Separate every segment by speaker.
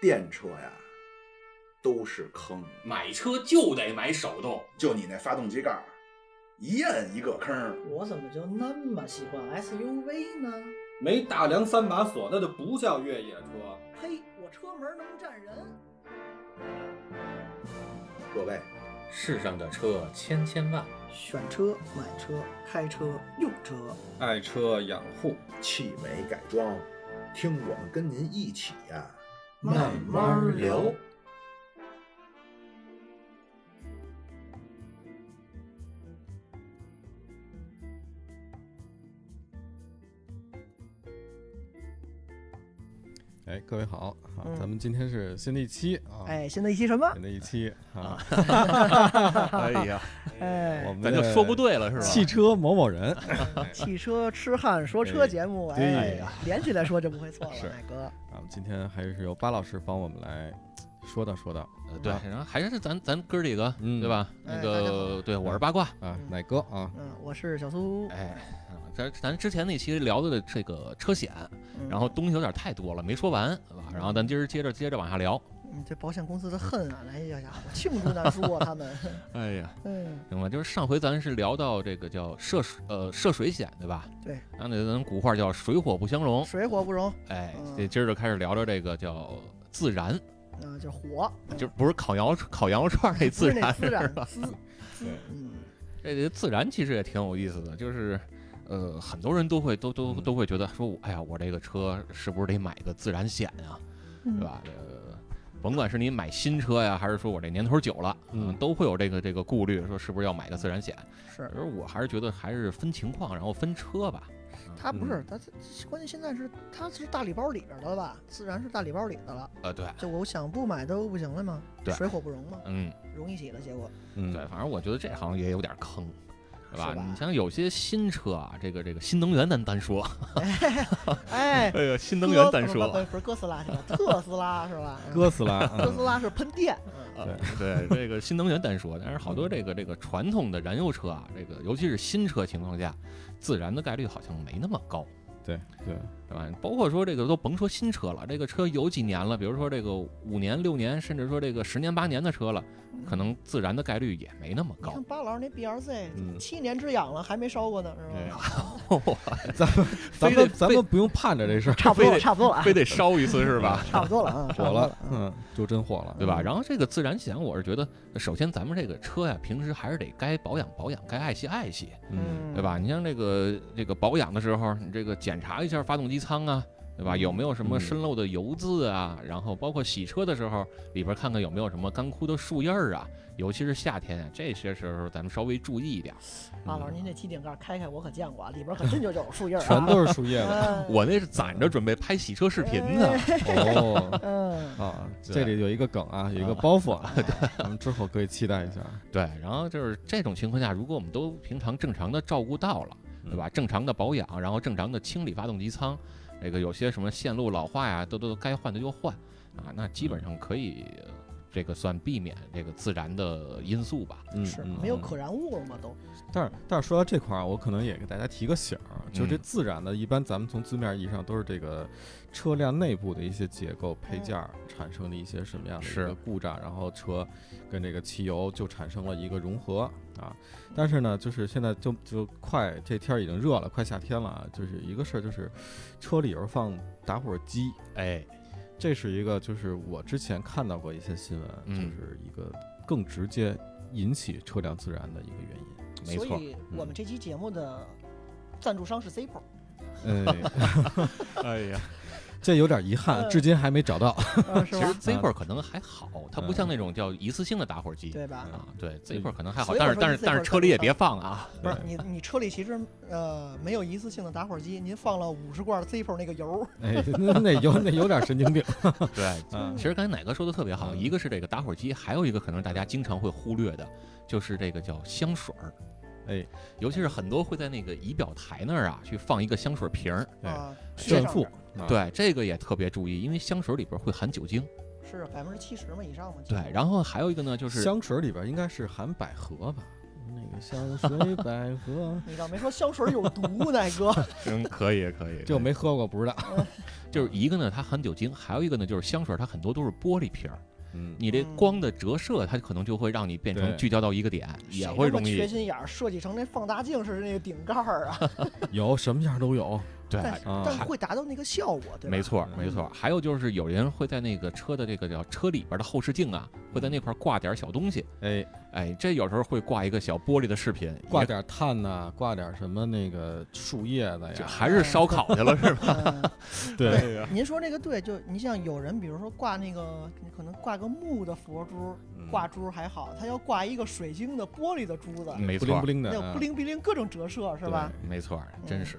Speaker 1: 电车呀，都是坑。
Speaker 2: 买车就得买手动，
Speaker 3: 就你那发动机盖儿，一摁一个坑儿。
Speaker 4: 我怎么就那么喜欢 SUV 呢？
Speaker 5: 没大梁三把锁，那就不叫越野车。
Speaker 4: 嘿，我车门能站人。
Speaker 1: 各位，
Speaker 6: 世上的车千千万，
Speaker 4: 选车、买车、开车、用车，
Speaker 6: 啊
Speaker 5: 爱车养护，
Speaker 1: 汽美改装，听我们跟您一起呀，
Speaker 4: 慢慢聊。
Speaker 7: 哎，各位好啊
Speaker 4: 嗯，
Speaker 7: 咱们今天是新的一期啊，
Speaker 4: 哎，新的一期什么
Speaker 7: 新？的一期啊，
Speaker 6: 哎呀，
Speaker 7: 我
Speaker 4: 哎，
Speaker 7: 们
Speaker 6: 咱就说不
Speaker 7: 对
Speaker 6: 对了是吧？
Speaker 7: 汽车某某人，啊
Speaker 4: 汽车痴汉说车节目，
Speaker 7: 对
Speaker 4: 哎，连起来说就不会 错
Speaker 7: 是
Speaker 4: 了，奶哥。
Speaker 7: 啊，今天还是由巴老师帮我们来说道说道
Speaker 6: 呃对，然
Speaker 5: 啊
Speaker 6: 后还是咱咱哥儿几个，
Speaker 7: 嗯
Speaker 6: 对吧？
Speaker 4: 哎
Speaker 6: 那
Speaker 4: 大家
Speaker 6: 个，对我是八卦，
Speaker 7: 啊
Speaker 4: 嗯，
Speaker 7: 奶哥啊，
Speaker 4: 嗯，我是小苏。
Speaker 6: 哎，嗯咱咱之前那期聊的这个车险，
Speaker 4: 嗯
Speaker 6: 然后东西有点太多了，没说完，对吧？
Speaker 5: 嗯
Speaker 6: 然后咱今儿接着接着往下聊。
Speaker 4: 嗯，这保险公司的恨啊，哎呀呀，我罄竹难书啊，他们。
Speaker 6: 哎呀，
Speaker 4: 嗯，
Speaker 6: 行吧，就是上回咱是聊到这个叫涉水呃涉水险，对吧？
Speaker 4: 对，
Speaker 6: 然后那咱古话叫水火不相容，
Speaker 4: 水火不容，
Speaker 6: 哎
Speaker 4: 嗯，
Speaker 6: 这今儿就开始聊着这个叫自燃，
Speaker 4: 啊，就是火，
Speaker 6: 就不是烤羊肉烤羊肉串儿那自
Speaker 4: 是那
Speaker 6: 燃
Speaker 4: 自然
Speaker 6: 是吧？
Speaker 4: 滋滋
Speaker 7: 对
Speaker 4: 嗯，
Speaker 6: 这个自燃其实也挺有意思的，就是，呃，很多人都会都都
Speaker 7: 嗯
Speaker 6: 都会觉得说，哎呀，我这个车是不是得买个自燃险呀、
Speaker 4: 嗯
Speaker 6: 对吧？这个甭管是你买新车呀，还是说我这年头久了，
Speaker 7: 嗯
Speaker 6: 都会有这个这个顾虑，说是不是要买个自燃险？
Speaker 4: 是
Speaker 6: 而我还是觉得还是分情况，然后分车吧。
Speaker 4: 它不
Speaker 6: 嗯
Speaker 4: 是它，它关键现在是它是大礼包里边的了吧？自然是大礼包里的了，
Speaker 6: 呃，对，
Speaker 4: 就我想不买都不行了吗？
Speaker 6: 对
Speaker 4: 水火不容嘛，
Speaker 6: 嗯，
Speaker 4: 容一起了，结 果
Speaker 7: 嗯，
Speaker 6: 对，反正我觉得这行也有点坑。对吧？
Speaker 4: 是吧
Speaker 6: 你像有些新车啊，这个这个新能源咱单说，
Speaker 4: 哎，
Speaker 6: 哎呀，新 能
Speaker 4: 哥
Speaker 6: 源
Speaker 4: 不
Speaker 6: 单
Speaker 4: 不
Speaker 6: 说
Speaker 4: 不，不是哥斯拉是吧？特斯拉是 吧？嗯
Speaker 7: 哥斯拉，
Speaker 4: 哥
Speaker 7: 啊
Speaker 4: 斯拉是喷电，嗯
Speaker 6: 啊，对这个新能源单说，但是好多这个这个传统的燃油车啊，这个尤其是新车情况下，自燃的概率好像没那么高，
Speaker 7: 对对，
Speaker 6: 对吧？包括说这个都甭说新车了，这个车有几年了，比如说这个五年、六年，甚至说这个十年、八年的车了，可能自燃的概率也没那么
Speaker 4: 你
Speaker 6: 高
Speaker 4: 看。巴老师那 BRZ
Speaker 7: 嗯
Speaker 4: 七年之痒了还没烧过呢，是
Speaker 6: 哎
Speaker 4: 吧？
Speaker 7: 咱们咱
Speaker 6: 非
Speaker 7: 们
Speaker 6: 得
Speaker 7: 咱们不用盼着 这事儿
Speaker 4: 差不多
Speaker 6: 非
Speaker 4: 了，
Speaker 6: 得
Speaker 4: 差不多了啊，
Speaker 6: 非得烧一次是吧？
Speaker 4: 差不多了啊，差
Speaker 7: 火
Speaker 4: 不多了，
Speaker 7: 了
Speaker 4: 啊。
Speaker 7: 嗯，就真火了，
Speaker 6: 对吧？然后这个自燃险，我是觉得，首先咱们这个车呀，平时还是得该保养保养，该爱惜爱惜。
Speaker 7: 嗯，
Speaker 6: 对吧？你像这个这个保养的时候，你这个检查一下发动机舱啊，对吧？有没有什么
Speaker 7: 嗯
Speaker 6: 渗漏的油渍啊？然后包括洗车的时候，里边看看有没有什么干枯的树叶儿啊。尤其是夏天，这些时候咱们稍微注意一点儿。
Speaker 4: 巴老师，您这机顶盖开开，我可见过，啊，里边可真就有树叶儿啊，
Speaker 7: 全都是树叶 子，
Speaker 4: 哎
Speaker 6: 我那是攒着准备拍洗车视频呢。
Speaker 7: 哦。
Speaker 4: 嗯，
Speaker 7: 啊，
Speaker 6: 对
Speaker 7: 这里有一个梗啊，有一个 包袱啊，我们之后可以期待一下，
Speaker 6: 对，然后就是这种情况下，如果我们都平常正常的照顾到了，对吧？正常的保养，然后正常的清理发动机舱，这个有些什么线路老化呀，都都该换的就换啊，那基本上可以呃这个算避免这个自燃的因素吧。
Speaker 7: 嗯？
Speaker 4: 是
Speaker 7: 嗯
Speaker 4: 没有
Speaker 7: 嗯
Speaker 4: 可燃物了嘛都，
Speaker 7: 但是但是说到这块儿，啊我可能也给大家提个醒儿，啊就这
Speaker 6: 嗯
Speaker 7: 自燃的，一般咱们从字面意义上都是这个车辆内部的一些结构配件儿产生的一些什么样的一
Speaker 6: 是
Speaker 7: 个故障，然后车跟这个汽油就产生了一个融合啊。但是呢，就是现在就就快这天儿已经热了，快夏天了啊，就是一个事儿，就是车里边儿放打火机，
Speaker 6: 哎，
Speaker 7: 这是一个，就是我之前看到过一些新闻，
Speaker 6: 嗯
Speaker 7: 就是一个更直接引起车辆自燃的一个原因。
Speaker 6: 没
Speaker 4: 所
Speaker 6: 错嗯儿，
Speaker 4: 以我们这期节目的赞助商是 Zippo，
Speaker 7: 哎，
Speaker 6: 哎呀，
Speaker 7: 这有点遗憾，
Speaker 4: 嗯
Speaker 7: 至今还没 找到。
Speaker 4: 啊是
Speaker 6: 其实
Speaker 4: 吧？
Speaker 6: Zippo 可能还好，它不像那种叫一次性的打火机。
Speaker 4: 对吧？
Speaker 6: 啊，
Speaker 7: 嗯
Speaker 6: 对
Speaker 7: 所以
Speaker 6: ，Zippo 可能还好，
Speaker 4: 所以我
Speaker 6: 但是
Speaker 4: 说
Speaker 6: 但是
Speaker 4: Zippo
Speaker 6: 但是车里也别放啊，
Speaker 4: 不是
Speaker 7: 对
Speaker 4: 你，你车里其实呃没有一次性的打火机，您放了五十罐 Zippo E 那个油，
Speaker 7: 哎，那那有那有点神经病。
Speaker 6: 对，
Speaker 7: 嗯
Speaker 6: 其实刚才奶哥说的特别好，
Speaker 7: 嗯
Speaker 6: 一个是这个打火机，还有一个可能大家经常会忽略的，就是这个叫香水儿。
Speaker 7: 哎，
Speaker 6: 尤其是很多会在那个仪表台那儿啊，去放一个香水瓶儿。
Speaker 7: 哎
Speaker 4: 啊，
Speaker 7: 炫富
Speaker 4: 上面，
Speaker 7: 啊，
Speaker 6: 对，这个也特别注意，因为香水里边会含酒精。
Speaker 4: 是百分之七十嘛以上嘛？，
Speaker 6: 对，然后还有一个呢，就是
Speaker 7: 香水里边应该是含百合吧？那个香水百合
Speaker 4: 你倒没说香水有毒呢， 哥。
Speaker 6: 嗯，可以可以
Speaker 7: 这我没喝过，不知道。
Speaker 6: 就是一个呢，它含酒精，还有一个呢，就是香水它很多都是玻璃瓶儿，
Speaker 7: 嗯，
Speaker 6: 你这
Speaker 4: 嗯
Speaker 6: 光的折射，它可能就会让你变成
Speaker 7: 对
Speaker 6: 聚焦到一个点，也
Speaker 4: 谁
Speaker 6: 会
Speaker 4: 他妈
Speaker 6: 容易
Speaker 4: 缺心眼儿，设计成那放大镜似的那个顶盖儿啊，
Speaker 7: 有什么样都有。
Speaker 6: 对。
Speaker 4: 但是
Speaker 7: 啊
Speaker 4: 但会达到那个效果，对吧？
Speaker 6: 嗯没错，
Speaker 7: 嗯
Speaker 6: 没错。还有就是，有人会在那个车的这个叫车里边的后视镜啊，会在那块儿挂点小东西。
Speaker 7: 哎，
Speaker 6: 哎，这有时候会挂一个小玻璃的饰品，
Speaker 7: 挂
Speaker 6: 也
Speaker 7: 点炭呐、挂点什么那个树叶子
Speaker 6: 就
Speaker 7: 呀。
Speaker 6: 还是烧烤去 了是吧？
Speaker 4: 嗯。
Speaker 7: 对，
Speaker 4: 您说这个对，就你像有人，比如说挂那个，可能挂个木的佛珠，
Speaker 7: 嗯
Speaker 4: 挂珠还好，他要挂一个水晶的玻璃的珠子，
Speaker 6: 没
Speaker 7: 不灵
Speaker 6: 错
Speaker 7: 不，灵的
Speaker 4: 那有
Speaker 7: 啊，
Speaker 4: 不灵不灵各种折射是吧？嗯
Speaker 6: 没错，真是。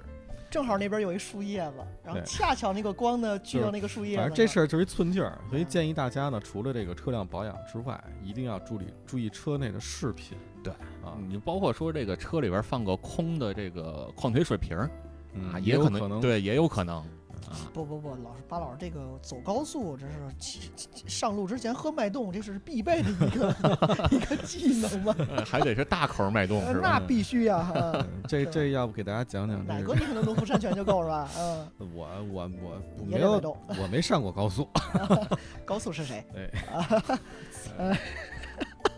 Speaker 4: 正好那边有一树叶子，然后
Speaker 7: 对
Speaker 4: 恰巧那个光呢聚到那个树叶子
Speaker 7: 反
Speaker 4: 上，
Speaker 7: 正这事儿就是一寸劲儿，所以建议大家呢，除了这个车辆保养之外，一定要注意注意车内的饰品。
Speaker 6: 对
Speaker 7: 啊，
Speaker 6: 你包括说这个车里边放个空的这个矿泉水瓶儿
Speaker 7: 嗯
Speaker 6: 啊，
Speaker 7: 也
Speaker 6: 也
Speaker 7: 有
Speaker 6: 可
Speaker 7: 能
Speaker 6: 能，对，也有可能啊。
Speaker 4: 不不不，老师巴老师这个走高速，这是起起起上路之前喝脉动，这是必备的一 个一个技能嘛？
Speaker 6: 呃还得是大口 脉动
Speaker 4: 呃
Speaker 6: 是吧？
Speaker 4: 那必须呀、 啊！
Speaker 7: 嗯这
Speaker 4: 对
Speaker 7: 这要不给大家讲讲
Speaker 4: 奶
Speaker 7: 这
Speaker 4: 哥，
Speaker 7: 个？
Speaker 4: 你可能农夫山泉就够是吧？嗯，
Speaker 7: 我我我我
Speaker 4: 也
Speaker 7: 没
Speaker 4: 得
Speaker 7: 有
Speaker 4: 脉，动。
Speaker 7: 我没上过高速。
Speaker 4: 高速是谁？
Speaker 7: 哎
Speaker 4: 啊，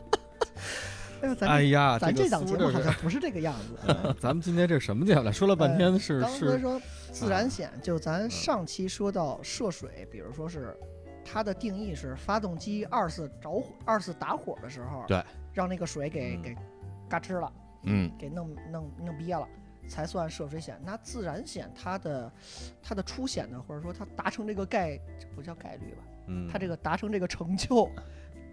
Speaker 4: 哎呦，咱
Speaker 7: 哎呀，
Speaker 4: 咱这
Speaker 7: 这个
Speaker 4: 档
Speaker 7: 苏
Speaker 4: 节目
Speaker 7: 这
Speaker 4: 好
Speaker 7: 是
Speaker 4: 像，不是这个样 子。
Speaker 7: 嗯咱们今天这什么节目来？说了半天是
Speaker 4: 刚才
Speaker 7: 是啊嗯
Speaker 4: 说自然险，就咱上期说到涉水，比如说是它的定义是发动机二次着火、二次打火的时候，
Speaker 6: 对，
Speaker 4: 让那个水给
Speaker 6: 嗯
Speaker 4: 给嘎吱了，
Speaker 6: 嗯，
Speaker 4: 给弄弄弄憋了。才算涉水险。那自然险它的它的出险呢，或者说它达成这个概，这不叫概率吧？
Speaker 7: 嗯，
Speaker 4: 它这个达成这个成就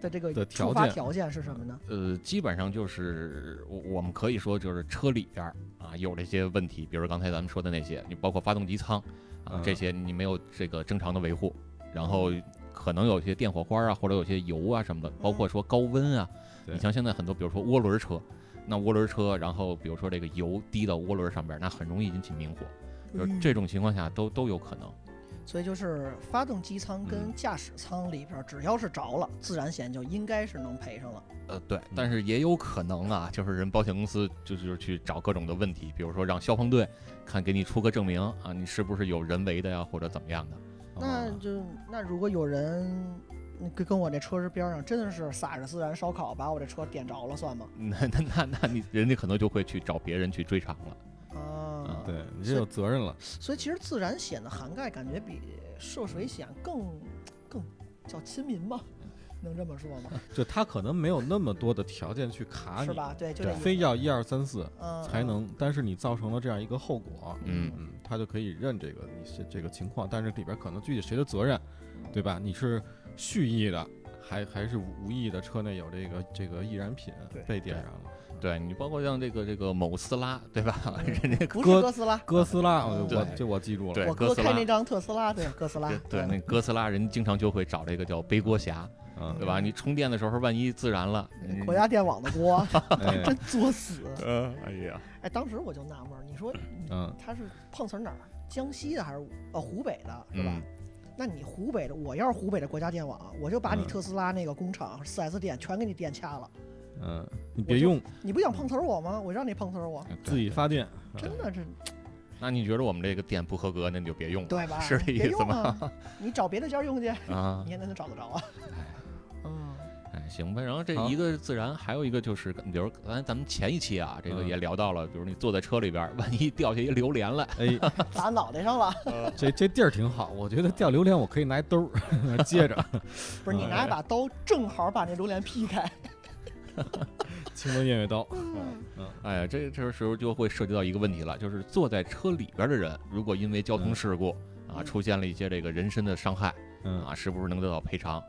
Speaker 4: 的这个
Speaker 7: 的
Speaker 4: 触
Speaker 7: 条
Speaker 4: 发
Speaker 7: 件
Speaker 4: 条件是什么呢？
Speaker 6: 呃，基本上就是我我们可以说就是车里边儿啊有这些问题，比如刚才咱们说的那些，你包括发动机舱啊
Speaker 7: 嗯
Speaker 6: 这些你没有这个正常的维护，然后可能有些电火花啊，或者有些油啊什么的，包括说高温啊，
Speaker 7: 对
Speaker 6: 你像现在很多比如说涡轮车。那涡轮车，然后比如说这个油滴到涡轮上边儿，那很容易引起明火，就是
Speaker 4: 嗯
Speaker 6: 这种情况下都都有可能。
Speaker 4: 所以就是发动机舱跟驾驶舱里边儿，只要是着了，自然险就应该是能赔上了。
Speaker 6: 呃，对，
Speaker 7: 嗯
Speaker 6: 但是也有可能啊，就是人保险公司就是就是去找各种的问题，比如说让消防队看给你出个证明啊，你是不是有人为的呀，或者怎么样的。
Speaker 4: 那
Speaker 7: 哦
Speaker 4: 就那如果有人嗯跟跟我这车是边上，真的是撒着孜然烧烤把我这车点着了，算吗？
Speaker 6: 那那那那你人家可能就会去找别人去追偿了。嗯
Speaker 4: 啊，
Speaker 7: 对你这有责任了，
Speaker 4: 所以其实自然险的涵盖感觉比涉水险更更叫亲民吧， 能这么说吗？
Speaker 7: 就他可能没有那么多的条件去卡
Speaker 4: 是
Speaker 7: 你，
Speaker 4: 吧？对，就这
Speaker 6: 啊对
Speaker 4: 意思
Speaker 7: 非要一二三四
Speaker 4: 嗯
Speaker 7: 才
Speaker 4: 嗯
Speaker 7: 能，但是你造成了这样一个后果，
Speaker 6: 嗯
Speaker 7: 嗯，他就可以认这个你是这个情况，但是里边可能具体谁的责任，对吧？你是蓄意的，还还是无意的？车内有这个这个易燃品
Speaker 4: 对
Speaker 7: 被点燃了，
Speaker 6: 对你包括像这个这个某斯拉，对吧？ 人家
Speaker 4: 不是
Speaker 7: 哥
Speaker 4: 哥斯拉，
Speaker 7: 哥斯拉，我
Speaker 4: 对
Speaker 7: 我这我记住了，
Speaker 6: 对
Speaker 4: 我
Speaker 6: 哥
Speaker 4: 哥
Speaker 6: 斯
Speaker 4: 开
Speaker 6: 拉
Speaker 4: 那张特斯拉，对哥斯拉，
Speaker 6: 对那哥斯拉人经常就会找这个叫背锅侠，
Speaker 7: 嗯，
Speaker 6: 对吧？你充电的时候万一自燃了，你
Speaker 4: 嗯国家电网的锅，
Speaker 7: 哎
Speaker 4: 真作死。
Speaker 6: 呃，哎呀，
Speaker 4: 哎，当时我就纳闷儿，你说你
Speaker 7: 嗯，
Speaker 4: 他是碰瓷儿哪儿？江西的还是呃湖北的，是吧？
Speaker 6: 嗯
Speaker 4: 那你湖北的，我要是湖北的国家电网，我就把你
Speaker 7: 嗯
Speaker 4: 特斯拉那个工厂、四 S 店全给你电掐了。
Speaker 7: 嗯，你别用
Speaker 4: 你不想碰瓷儿我吗？我让你碰瓷儿我，
Speaker 7: 自己发电，
Speaker 6: 嗯
Speaker 4: 真的是
Speaker 6: 那你觉得我们这个电不合格，那你就别用了
Speaker 4: 对 吧？
Speaker 6: 是这
Speaker 4: 别
Speaker 6: 意思
Speaker 4: 用啊，你找别的家用去，
Speaker 6: 啊
Speaker 4: 你。也能找得着啊。 嗯，
Speaker 6: 哎，行吧。然后这
Speaker 7: 好
Speaker 6: 一个自燃，还有一个就是，比如咱咱们前一期啊，这个
Speaker 7: 嗯
Speaker 6: 也聊到了，比如你坐在车里边儿，万一掉下一榴莲来，
Speaker 7: 哎，
Speaker 4: 打脑袋上了，
Speaker 7: 这这地儿挺好，我觉得掉榴莲我可以拿一兜儿 接 着，
Speaker 6: 嗯
Speaker 4: 不是你拿一把刀，正好把那榴莲劈开。
Speaker 7: 青龙偃月刀，
Speaker 6: 哎呀，这这时候就会涉及到一个问题了，就是坐在车里边儿的人，如果因为交通事故啊
Speaker 4: 嗯
Speaker 6: 出现了一些这个人身的伤害
Speaker 7: 嗯
Speaker 6: 啊，是不是能得到赔偿？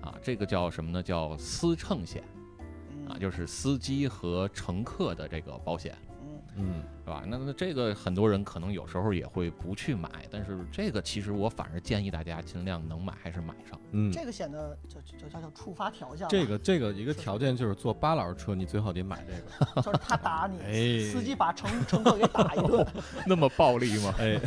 Speaker 6: 啊，这个叫什么呢？叫司乘险啊，
Speaker 4: 嗯
Speaker 6: 就是司机和乘客的这个保险。
Speaker 4: 嗯，
Speaker 7: 嗯，
Speaker 6: 是吧？那那这个很多人可能有时候也会不去买，但是这个其实我反而建议大家尽量能买还是买上。
Speaker 7: 嗯，
Speaker 4: 这个显得就就就叫叫触发条件了。
Speaker 7: 这个这个一个条件就是坐巴老师车，你最好得买这 个。
Speaker 4: 就是他打你，
Speaker 7: 哎
Speaker 4: 司机把乘乘客给打一 顿，
Speaker 6: 那么暴力吗？
Speaker 7: 哎，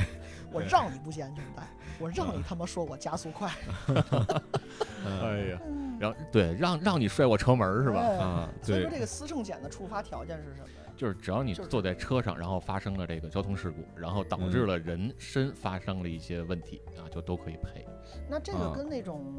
Speaker 4: 我让你不系安全带，我让你他妈说我加速快，
Speaker 7: 嗯
Speaker 6: 哎呀，让对让让你摔我车门儿是吧？
Speaker 4: 哎
Speaker 7: 啊，
Speaker 4: 所以
Speaker 7: 对
Speaker 4: 说，这个思政检的触发条件是什么呀？
Speaker 6: 就是只要你
Speaker 4: 就是
Speaker 6: 坐在车上，然后发生了这个交通事故，然后导致了人身发生了一些问题啊，就都可以赔。
Speaker 4: 那这个
Speaker 7: 啊
Speaker 4: 跟那种。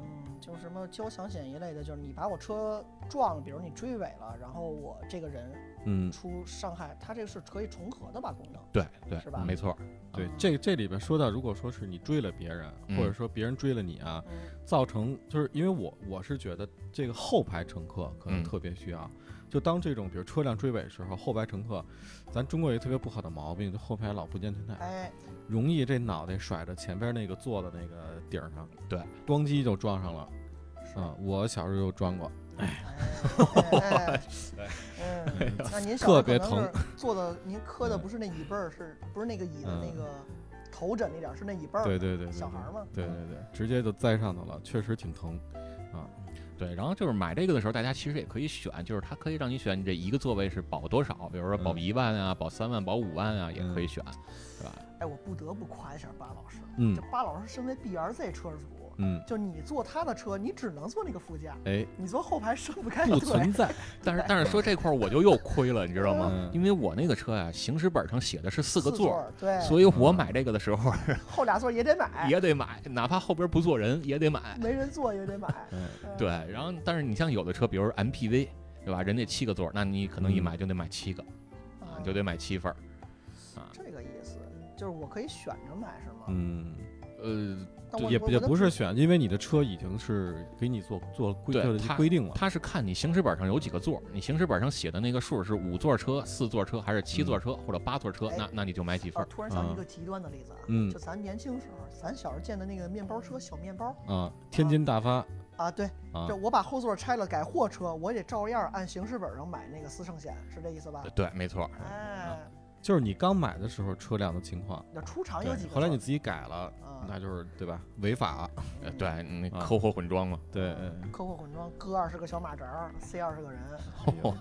Speaker 4: 嗯，就是什么交强险一类的，就是你把我车撞了，比如你追尾了，然后我这个人
Speaker 7: 嗯，
Speaker 4: 出伤害，它这个是可以重合的吧？功能
Speaker 6: 对对
Speaker 4: 是吧，
Speaker 6: 没错儿。
Speaker 7: 对，这这里边说到，如果说是你追了别人，
Speaker 6: 嗯
Speaker 7: 或者说别人追了你啊，
Speaker 4: 嗯
Speaker 7: 造成就是因为我我是觉得这个后排乘客可能
Speaker 6: 嗯
Speaker 7: 特别需要，就当这种比如车辆追尾的时候，后排乘客，咱中国有一个特别不好的毛病，就后排老不系安全带，
Speaker 4: 哎，
Speaker 7: 容易这脑袋甩到前边那个坐的那个顶儿上，
Speaker 6: 对，
Speaker 7: 咣叽就撞上了。啊、我小时候就撞过，
Speaker 4: 哎，嗯，那您小时候
Speaker 7: 特别
Speaker 4: 可能
Speaker 7: 疼
Speaker 4: 是坐的，您磕的
Speaker 7: 嗯
Speaker 4: 不是那椅背儿，是不是那个椅子
Speaker 7: 嗯
Speaker 4: 那个头枕那点儿，是那椅背儿？
Speaker 7: 对对对对，
Speaker 4: 小孩
Speaker 7: 对
Speaker 4: 儿嗯嘛
Speaker 7: 对对对，直接就栽上头了，确实挺疼。
Speaker 6: 对，然后就是买这个的时候，大家其实也可以选，就是它可以让你选你这一个座位是保多少，比如说保
Speaker 7: 嗯
Speaker 6: 一万啊、保三万、保五万啊，也可以选。
Speaker 4: 哎，我不得不夸一下巴老师，
Speaker 7: 嗯
Speaker 4: 这巴老师身为 BRZ 车主，
Speaker 7: 嗯，
Speaker 4: 就你坐他的车，你只能坐那个副驾，
Speaker 7: 哎，
Speaker 4: 你坐后排伸不开
Speaker 7: 不
Speaker 4: 腿
Speaker 7: 存。在。
Speaker 6: 但是但是说这块儿我就又亏了，你知道吗
Speaker 7: 嗯？
Speaker 6: 因为我那个车呀、行驶本上写的是四个座
Speaker 4: 座
Speaker 6: 儿，
Speaker 4: 儿，对，
Speaker 6: 所以我买这个的时候
Speaker 4: 后俩座儿也得买，嗯
Speaker 6: 也得买，哪怕后边不坐人也得买。
Speaker 4: 没人坐也得买。
Speaker 7: 嗯
Speaker 4: 嗯
Speaker 6: 对，然后但是你像有的车，比如 MPV，对吧？人家七个座儿，那你可能
Speaker 7: 嗯
Speaker 6: 一买就得买七个啊，
Speaker 4: 啊
Speaker 6: 你就得买七份儿。
Speaker 4: 这个意思，就是我可以选着买是吗？
Speaker 7: 嗯，
Speaker 6: 呃，
Speaker 4: 但我
Speaker 7: 也
Speaker 4: 我
Speaker 7: 也
Speaker 4: 我的
Speaker 7: 不是
Speaker 4: 主
Speaker 7: 选，因为你的车已经是给你做做规
Speaker 6: 对
Speaker 7: 做了
Speaker 6: 它
Speaker 7: 规定了。
Speaker 6: 它是看你行驶本上有几个座儿，你行驶本上写的那个数是五座车、四座车还是七
Speaker 7: 嗯
Speaker 6: 座车或者八座车
Speaker 4: 哎，
Speaker 6: 那那你就买几份儿。
Speaker 4: 啊，突然想起一
Speaker 7: 啊
Speaker 4: 个极端的例子啊，
Speaker 7: 嗯
Speaker 4: 就咱年轻时候，咱小时候见的那个面包车小面包
Speaker 7: 啊，天津大发
Speaker 4: 啊，对，
Speaker 7: 啊
Speaker 4: 这，我把后座拆了改货车，我也照样按行驶本上买那个思圣险，是这意思吧？
Speaker 6: 对，没错儿。
Speaker 4: 哎，
Speaker 7: 就是你刚买的时候车辆的情况，
Speaker 4: 那出厂啊有
Speaker 7: 对
Speaker 4: 几，个？
Speaker 7: 后来你自己改了，
Speaker 4: 啊，
Speaker 7: 那就是对吧？违法，
Speaker 6: 呃，对，那
Speaker 7: 啊
Speaker 6: 篝火混装嘛，
Speaker 7: 对，嗯
Speaker 4: 客户混装，哥二十个小马扎儿，C 二十个人，
Speaker 7: 不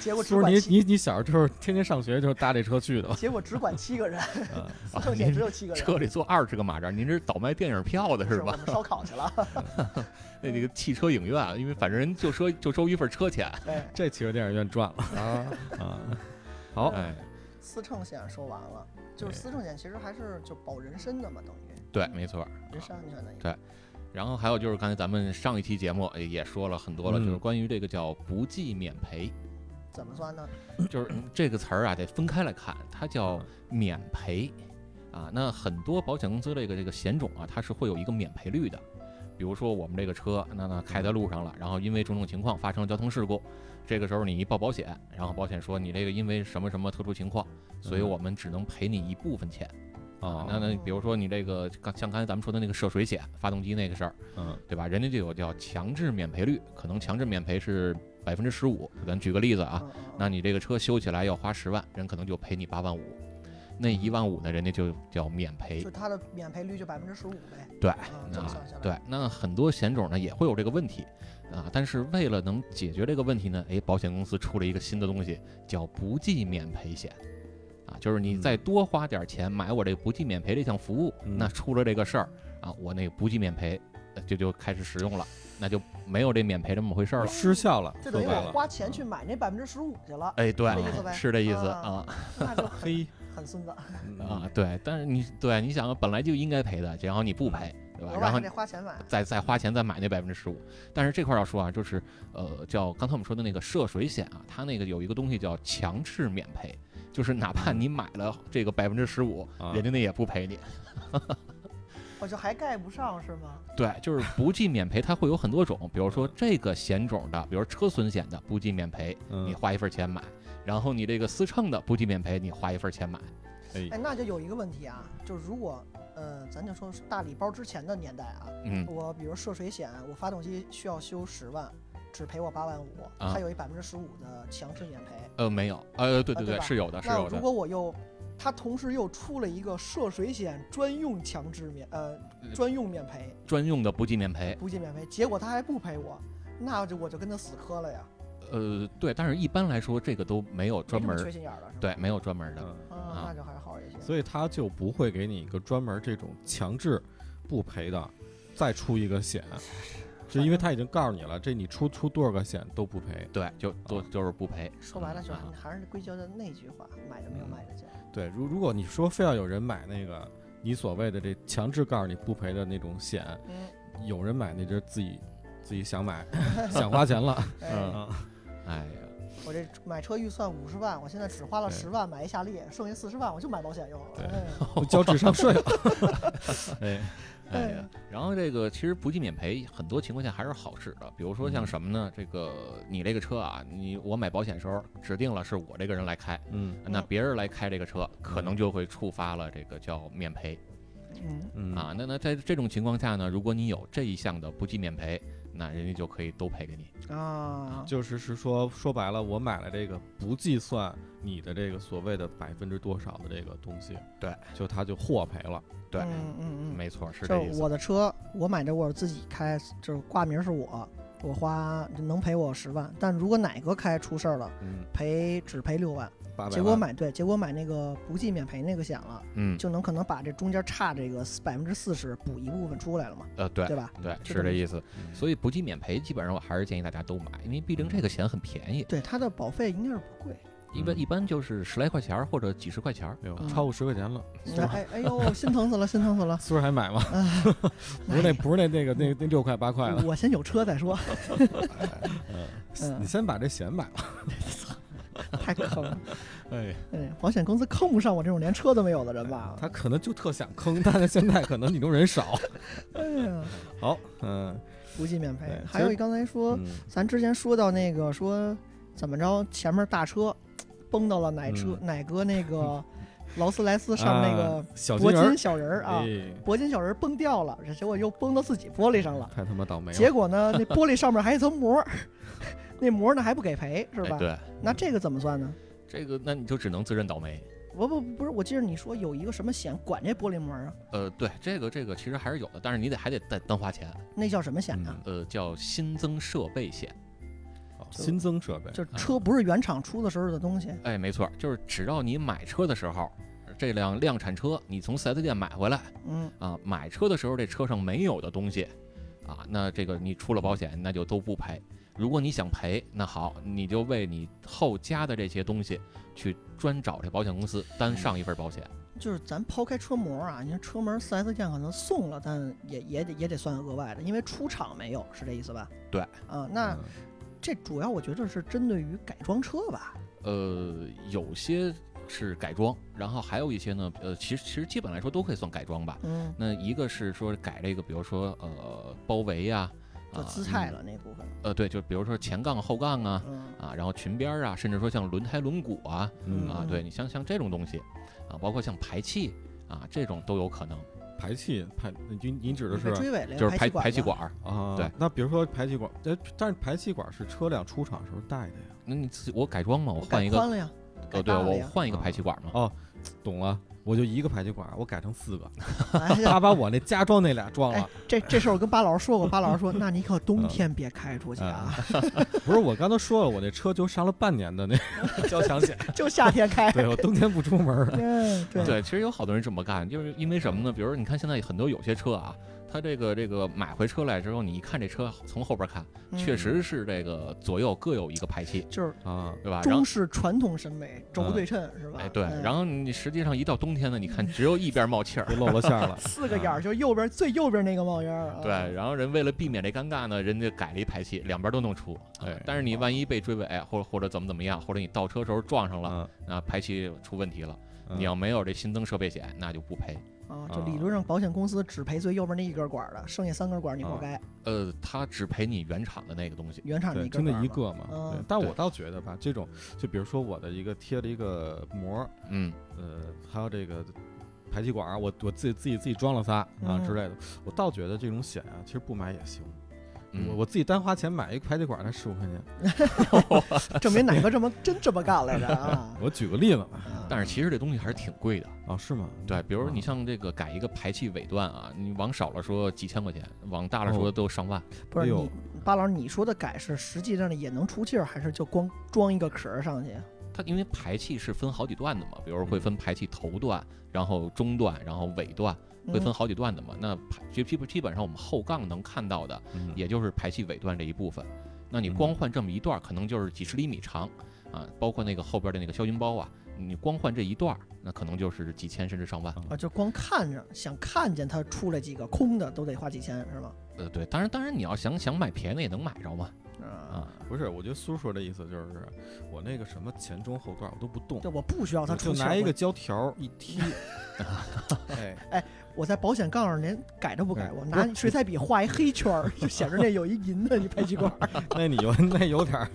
Speaker 4: 结果只
Speaker 7: 是
Speaker 4: 管
Speaker 7: 你
Speaker 4: 七，
Speaker 7: 你你小时候天天上学就是搭这车去的吧？
Speaker 4: 结果只管七个人，
Speaker 7: 啊
Speaker 4: 思圣险只有七个人，
Speaker 6: 车里坐二十个马扎，您这是倒卖电影票的
Speaker 4: 不
Speaker 6: 是
Speaker 4: 是我
Speaker 6: 吧？
Speaker 4: 们烧烤去了，
Speaker 6: 那那个汽车影院，啊因为反正人就收就收一份车钱。
Speaker 4: 对，
Speaker 7: 这汽车电影院赚了
Speaker 6: 啊，
Speaker 7: 啊！好，
Speaker 4: 呃
Speaker 6: 哎，
Speaker 4: 思圣险说完了，就是思圣险其实还是就保人身的嘛，等于
Speaker 6: 对，没错儿。
Speaker 7: 啊
Speaker 4: 人身安全的一个。
Speaker 6: 然后还有就是刚才咱们上一期节目哎也说了很多了，
Speaker 7: 嗯
Speaker 6: 就是关于这个叫不计免 赔，
Speaker 4: 怎么
Speaker 7: 啊
Speaker 4: 算呢？
Speaker 6: 就是这个词儿啊得分开来看，它叫
Speaker 7: 嗯
Speaker 6: 免赔啊。那很多保险公司这个这个险种啊，它是会有一个免赔率的。比如说我们这个车，那那开在路上了，然后因为种种情况发生了交通事故，这个时候你一报保险，然后保险说你这个因为什么什么特殊情况，所以
Speaker 7: 嗯
Speaker 6: 我们只能赔你一部分钱啊
Speaker 7: 啊。，
Speaker 6: 那那比如说你这个刚像刚才咱们说的那个涉水险、发动机那个事儿，
Speaker 7: 嗯
Speaker 6: 对吧？人家就有叫强制免赔率，可能强制免赔是百分之十五。咱举个例子啊，
Speaker 4: 嗯，嗯嗯
Speaker 6: 那你这个车修起来要花十万，人可能就赔你八万五，那一万五呢，人家就叫免赔
Speaker 4: 就。它的免赔率就百分之十五呗。
Speaker 6: 对
Speaker 4: 啊，这么
Speaker 6: 啊
Speaker 4: 算下来，
Speaker 6: 对，那很多险种呢也会有这个问题啊，但是为了能解决这个问题呢，哎，保险公司出了一个新的东西，叫不计免赔险。啊，就是你
Speaker 7: 嗯
Speaker 6: 再多花点钱买我这不计免赔这项服务，
Speaker 7: 嗯
Speaker 6: 那出了这个事儿啊，我那个不计免赔呃就就开始使用了，那就没有这免赔这么回事儿了。
Speaker 7: 失效了，
Speaker 4: 就
Speaker 7: 说
Speaker 4: 等
Speaker 7: 白
Speaker 4: 于我
Speaker 7: 了，啊
Speaker 4: 花钱去买那百分之十五去 了，
Speaker 6: 哎，对
Speaker 4: 是这意思呗，
Speaker 6: 是这意思
Speaker 4: 啊
Speaker 6: 啊
Speaker 4: 那就
Speaker 7: 嘿
Speaker 4: 很孙子。
Speaker 7: 嗯
Speaker 6: 啊，对，但是你对，你想啊本来就应该赔的，然后你不赔，对吧
Speaker 4: 嗯额？外
Speaker 6: 然后
Speaker 4: 还得花钱买，
Speaker 6: 再再花钱再买那百分之十五。但是这块儿要说啊，就是呃，叫刚才我们说的那个涉水险啊，它那个有一个东西叫强制免赔，就是哪怕你买了这个百分之十五，
Speaker 7: 嗯啊
Speaker 6: 人家那也不赔你。
Speaker 4: 我就还盖不上是吗？
Speaker 6: 对，就是不计免赔，它会有很多种，比如说这个险种的，比如车损险的不计免赔，你
Speaker 7: 嗯，
Speaker 6: 花一份钱买；然后你这个私乘的不计免赔，你花一份钱买。
Speaker 4: 哎，那就有一个问题啊，就是如果，呃，咱就说是大礼包之前的年代啊，
Speaker 6: 嗯，
Speaker 4: 我比如涉水险，我发动机需要修十万，只赔我八万五，
Speaker 6: 啊
Speaker 4: 它有一百分之十五的强制免赔。
Speaker 6: 呃，没有，呃，对对
Speaker 4: 啊对吧
Speaker 6: 是有的，是
Speaker 4: 那
Speaker 6: 有
Speaker 4: 如
Speaker 6: 的。
Speaker 4: 果我又，它同时又出了一个涉水险专用强制免，呃，
Speaker 6: 嗯
Speaker 4: 专用免赔，
Speaker 6: 专用的不计免赔，
Speaker 4: 不计免赔，结果他还不赔我，那就我就跟他死磕了呀，
Speaker 6: 呃，对，但是一般来说这个都没有
Speaker 4: 没
Speaker 6: 专
Speaker 4: 这
Speaker 6: 门
Speaker 4: 么
Speaker 6: 儿
Speaker 4: 缺，心眼儿了，是吧？
Speaker 6: 对，没有专门儿的。
Speaker 7: 嗯
Speaker 4: 啊，那就还好一些。
Speaker 7: 所以他就不会给你一个专门这种强制不赔的，再出一个险，就因为他已经告诉你了，这你出出多少个险都不赔。
Speaker 6: 对，就都就是不赔。
Speaker 4: 说白了就
Speaker 6: 嗯
Speaker 4: 还是归结到那句话，买的没有卖的价。
Speaker 7: 对，如如果你说非要有人买那个你所谓的这强制告诉你不赔的那种险，
Speaker 4: 嗯，
Speaker 7: 有人买那就是自己自己想买，想花钱了。
Speaker 4: 哎，
Speaker 7: 嗯，
Speaker 6: 哎呀，
Speaker 4: 我这买车预算五十万，我现在只花了
Speaker 7: 对
Speaker 4: 十万买一夏利，剩下四十万我就买保险用了。
Speaker 7: 对
Speaker 4: 哎
Speaker 7: 嗯交智商税了。哎，
Speaker 6: 哎呀。
Speaker 4: 嗯
Speaker 6: 然后这个其实不计免赔，很多情况下还是好使的。比如说像什么呢？这个你这个车啊，你我买保险时候指定了是我这个人来开，
Speaker 7: 嗯
Speaker 6: 那
Speaker 4: 嗯
Speaker 6: 别人来开这个车，可能就会触发了这个叫免赔。
Speaker 4: 嗯，
Speaker 7: 嗯
Speaker 6: 啊，那那在这种情况下呢，如果你有这一项的不计免赔，那人家就可以都赔给你。
Speaker 4: 啊，
Speaker 7: 就是是说说白了，我买了这个不计算你的这个所谓的百分之多少的这个东西，
Speaker 6: 对，
Speaker 7: 就他就获赔了。
Speaker 6: 对，
Speaker 4: 嗯嗯嗯，
Speaker 6: 没错，是这意
Speaker 4: 就
Speaker 6: 思。
Speaker 4: 我的车，我买的我自己开，就是挂名是我，我花能赔我十万，但如果哪个开出事儿了，
Speaker 7: 嗯，
Speaker 4: 赔只赔六万，
Speaker 7: 八百。
Speaker 4: 结果买对，结果买那个不计免赔那个险了，
Speaker 6: 嗯，
Speaker 4: 就能可能把这中间差这个百分之四十补一部分出来了嘛，
Speaker 6: 呃，对
Speaker 4: 对吧？
Speaker 6: 对，
Speaker 4: 就是这
Speaker 6: 这
Speaker 4: 么
Speaker 6: 意思。所以不计免赔，基本上我还是建议大家都买，因为毕竟这个险很便宜，
Speaker 4: 对，它的保费应该是不 贵。
Speaker 6: 一般
Speaker 7: 嗯
Speaker 6: 一般就是十来块钱儿或者几十块钱儿。
Speaker 7: 没有
Speaker 4: 嗯
Speaker 7: 哎超过十块钱了，
Speaker 4: 哎哎哎呦，心疼死了，心疼死了！哎
Speaker 7: 苏儿还买 吗？不是那不是那那个那那六块八块的，
Speaker 4: 我先有车再说，嗯
Speaker 7: 你先把这险买了。
Speaker 4: 太坑了。
Speaker 7: 哎，
Speaker 4: 哎，保险公司坑不上我这种连车都没有的人吧？
Speaker 7: 他可能就特想坑， 但是现在可能你中人少。
Speaker 4: 哎呀，
Speaker 7: 好，嗯，
Speaker 4: 不计免赔
Speaker 7: 对。
Speaker 4: 还有一刚才说，
Speaker 7: 嗯
Speaker 4: 咱之前说到那个说怎么着，前面大车崩到了哪
Speaker 7: 嗯
Speaker 4: 车、哪个那 个劳斯莱斯上那
Speaker 7: 啊
Speaker 4: 个
Speaker 7: 小金
Speaker 4: 铂
Speaker 7: 人
Speaker 4: 金小人儿啊，
Speaker 7: 哎
Speaker 4: 铂金小人儿崩掉了，这结果又崩到自己玻璃上了。
Speaker 7: 太他妈倒霉
Speaker 4: 结
Speaker 7: 了。
Speaker 4: 果呢，那玻璃上面还有一层膜儿， 那膜儿呢还不给赔是
Speaker 6: 哎
Speaker 4: 吧？
Speaker 6: 对，
Speaker 4: 那这个怎么算呢？
Speaker 6: 这个那你就只能自认倒霉。
Speaker 4: 我不不是，我记得你说有一个什么险管这玻璃膜儿啊，
Speaker 6: 呃，对，这个这个其实还是有的，但是你得还得再单花钱，
Speaker 4: 那叫什么险
Speaker 7: 嗯
Speaker 4: 啊？
Speaker 6: 呃，叫新增设备险。
Speaker 7: 哦新增设备，
Speaker 4: 就
Speaker 6: 嗯
Speaker 4: 车不是原厂出的时候的东西，
Speaker 6: 哎，没错儿，就是只要你买车的时候，这辆量产车你从 4S 店买回来
Speaker 4: 嗯，
Speaker 6: 啊，买车的时候这车上没有的东西啊，那这个你出了保险那就都不赔。如果你想赔，那好，你就为你后加的这些东西去专找这保险公司单上一份保险。
Speaker 4: 就是咱抛开车模啊，你看车门 4S 店可能送了，但也也得也得算额外的，因为出厂没有，是这意思吧？
Speaker 6: 对
Speaker 4: 啊，那
Speaker 7: 嗯
Speaker 4: 这主要我觉得是针对于改装车吧，
Speaker 6: 呃，有些是改装，然后还有一些呢，呃，其实其实基本来说都可以算改装吧。
Speaker 4: 嗯，
Speaker 6: 那一个是说改这个，比如说呃包围呀、啊，
Speaker 4: 就姿态了那部分，
Speaker 6: 呃，对，就比如说前杠、后杠啊，
Speaker 4: 嗯
Speaker 6: 啊，然后裙边儿啊，甚至说像轮胎、轮毂啊，
Speaker 7: 嗯，
Speaker 6: 啊，对你像像这种东西，啊，包括像排气啊，这种都有可能，
Speaker 7: 排气排，您您指的
Speaker 4: 你被
Speaker 7: 是
Speaker 4: 追尾了呀，
Speaker 6: 就是排
Speaker 4: 排
Speaker 6: 排气
Speaker 4: 管
Speaker 6: 管儿，
Speaker 7: 啊，
Speaker 6: 对。
Speaker 7: 那比如说排气管，呃，但是排气管是车辆出厂时候带的呀。
Speaker 6: 那你自己我改装嘛，我
Speaker 4: 吧，
Speaker 6: 换一个，
Speaker 4: 改宽了呀，
Speaker 6: 呃，
Speaker 4: 改
Speaker 6: 对
Speaker 4: 大了
Speaker 6: 我
Speaker 4: 呀，
Speaker 6: 换一个排
Speaker 7: 啊
Speaker 6: 气管嘛，
Speaker 7: 哦懂了， 我就一个排气管，我改成四个，
Speaker 4: 哎呀
Speaker 7: 他把我那加装那俩撞了。
Speaker 4: 这这事儿我跟巴老师说过，巴老师说，那你可冬天别开出去啊，
Speaker 7: 不是，我刚才说了，我那车就上了半年的那交强险，
Speaker 4: 就夏天开。
Speaker 7: 对我冬天不出门儿。
Speaker 4: 嗯，对，
Speaker 6: 嗯对，其实有好多人这么干，就是因为什么呢？比如说，你看现在很多有些车啊，它这个这个买回车来之后，你一看这车从后边看，
Speaker 4: 嗯
Speaker 6: 确实是这个左右各有一个排气，
Speaker 4: 就是
Speaker 7: 啊，
Speaker 6: 对吧？然后
Speaker 4: 中。式传统审美，轴不对称是吧？
Speaker 6: 哎，对，
Speaker 4: 嗯
Speaker 6: 然后你实际上一到冬天呢，你看只有一边冒气儿
Speaker 7: 就，露了馅 儿了。
Speaker 4: 四个
Speaker 7: 嗯
Speaker 4: 眼儿，就右边最右边那个冒烟儿。啊
Speaker 6: 对，，然后人为了避免这尴尬呢，人家改了一排气，两边都能出。啊
Speaker 7: 哎
Speaker 6: 但是你万一被追尾，哎或者或者怎么怎么样，或者你倒车时候撞上了，
Speaker 4: 嗯
Speaker 7: 啊，
Speaker 6: 那排气出问题了，
Speaker 7: 嗯
Speaker 6: 你要没有这新增设备险，那就不赔。
Speaker 4: 啊，就理论上保险公司只赔最右边那一根管儿的，剩下三根管儿你
Speaker 7: 嗯
Speaker 4: 活该，
Speaker 6: 呃，他只赔你原厂的那个东西。
Speaker 4: 原厂
Speaker 7: 对，
Speaker 4: 一
Speaker 7: 真
Speaker 4: 根
Speaker 7: 的
Speaker 4: 管儿嘛。
Speaker 7: 一个嘛。
Speaker 4: 嗯
Speaker 7: 对，但我
Speaker 6: 对
Speaker 7: 倒觉得吧，这种就比如说我的一个贴了一个膜儿，
Speaker 6: 嗯，
Speaker 7: 呃，还有这个排气管儿，我我自己自己自己装了仨啊
Speaker 4: 嗯
Speaker 7: 之类的，我倒觉得这种险啊，其实不买也行。
Speaker 6: 嗯
Speaker 7: 我我自己单花钱买一个排气管儿才十五块钱。
Speaker 4: 证明哪个这么真这么干来着
Speaker 7: ？
Speaker 4: 啊
Speaker 7: 我举个例子吧。
Speaker 4: 啊
Speaker 6: 但是其实这东西还是挺贵的。
Speaker 7: 啊，是吗？
Speaker 6: 对，比如说你
Speaker 7: 啊
Speaker 6: 像这个改一个排气尾段啊，你往少了说几千块钱，往大了说
Speaker 7: 哦
Speaker 6: 都上万。
Speaker 4: 不是
Speaker 7: 哎呦
Speaker 4: 你巴老师，你说的改是实际上的也能出气儿，还是就光装一个壳儿上去？
Speaker 6: 它因为排气是分好几段的嘛，比如说会分排气头段，然后中段，然后尾段，会
Speaker 4: 嗯
Speaker 6: 分好几段的嘛。那排基基基本上我们后杠能看到的，
Speaker 7: 嗯
Speaker 6: 也就是排气尾段这一部分。那你光换这么一段儿，可能就是几十厘米长啊，包括那个后边的那个消音包啊，你光换这一段儿，那可能就是几千甚至上万。
Speaker 4: 啊，就光看着想看见它出来几个空的都得花几千是吗？
Speaker 6: 呃，对，当然当然你要想想买便宜的也能买着嘛。
Speaker 4: 啊，
Speaker 7: 不是，我觉得苏叔的意思就是，我那个什么前中后段我都不动，
Speaker 4: 就我不需要它
Speaker 7: 我
Speaker 4: 哦出
Speaker 7: 就
Speaker 4: 现
Speaker 7: 拿一个
Speaker 4: 我
Speaker 7: 胶条儿一 踢，哎，
Speaker 4: 我在保险杠上连改都不改，
Speaker 7: 哎
Speaker 4: 我
Speaker 7: 不
Speaker 4: 拿
Speaker 7: 是
Speaker 4: 水彩笔画一黑圈儿，就显示那有一银的一排气管儿，
Speaker 7: 那你有那有点儿，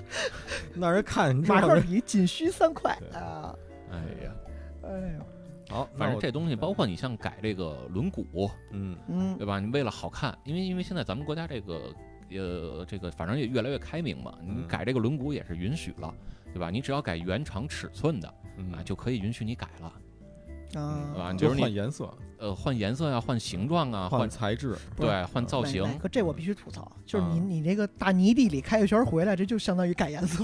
Speaker 7: 那人看你知
Speaker 4: 马
Speaker 7: 道
Speaker 4: 克
Speaker 7: 人。
Speaker 4: 笔仅需三块
Speaker 7: 对
Speaker 4: 啊！
Speaker 6: 哎呀，
Speaker 4: 哎呦，
Speaker 7: 好，那
Speaker 6: 反正
Speaker 7: 我
Speaker 6: 这东西包括你像改这个轮毂，
Speaker 7: 嗯
Speaker 4: 嗯
Speaker 6: 对吧？你为了好看，因为因为现在咱们国家这个呃这个反正也越来越开明嘛，你
Speaker 7: 嗯
Speaker 6: 改这个轮毂也是允许了，对吧？你只要改原厂尺寸的啊，
Speaker 7: 嗯，
Speaker 6: 就可以允许你改了，对吧？
Speaker 4: 啊，
Speaker 6: 呃你
Speaker 7: 就
Speaker 6: 就是是
Speaker 7: 换
Speaker 6: 你
Speaker 7: 颜色、
Speaker 6: 呃换颜色呀、换形状啊、
Speaker 7: 换嗯
Speaker 6: 换
Speaker 7: 材质，
Speaker 4: 不是
Speaker 6: 对换造
Speaker 4: 买
Speaker 6: 型，啊
Speaker 4: 买可这我必须吐槽，就是你
Speaker 7: 嗯
Speaker 4: 你这个大泥地里开个圈儿回来，这就相当于改颜色，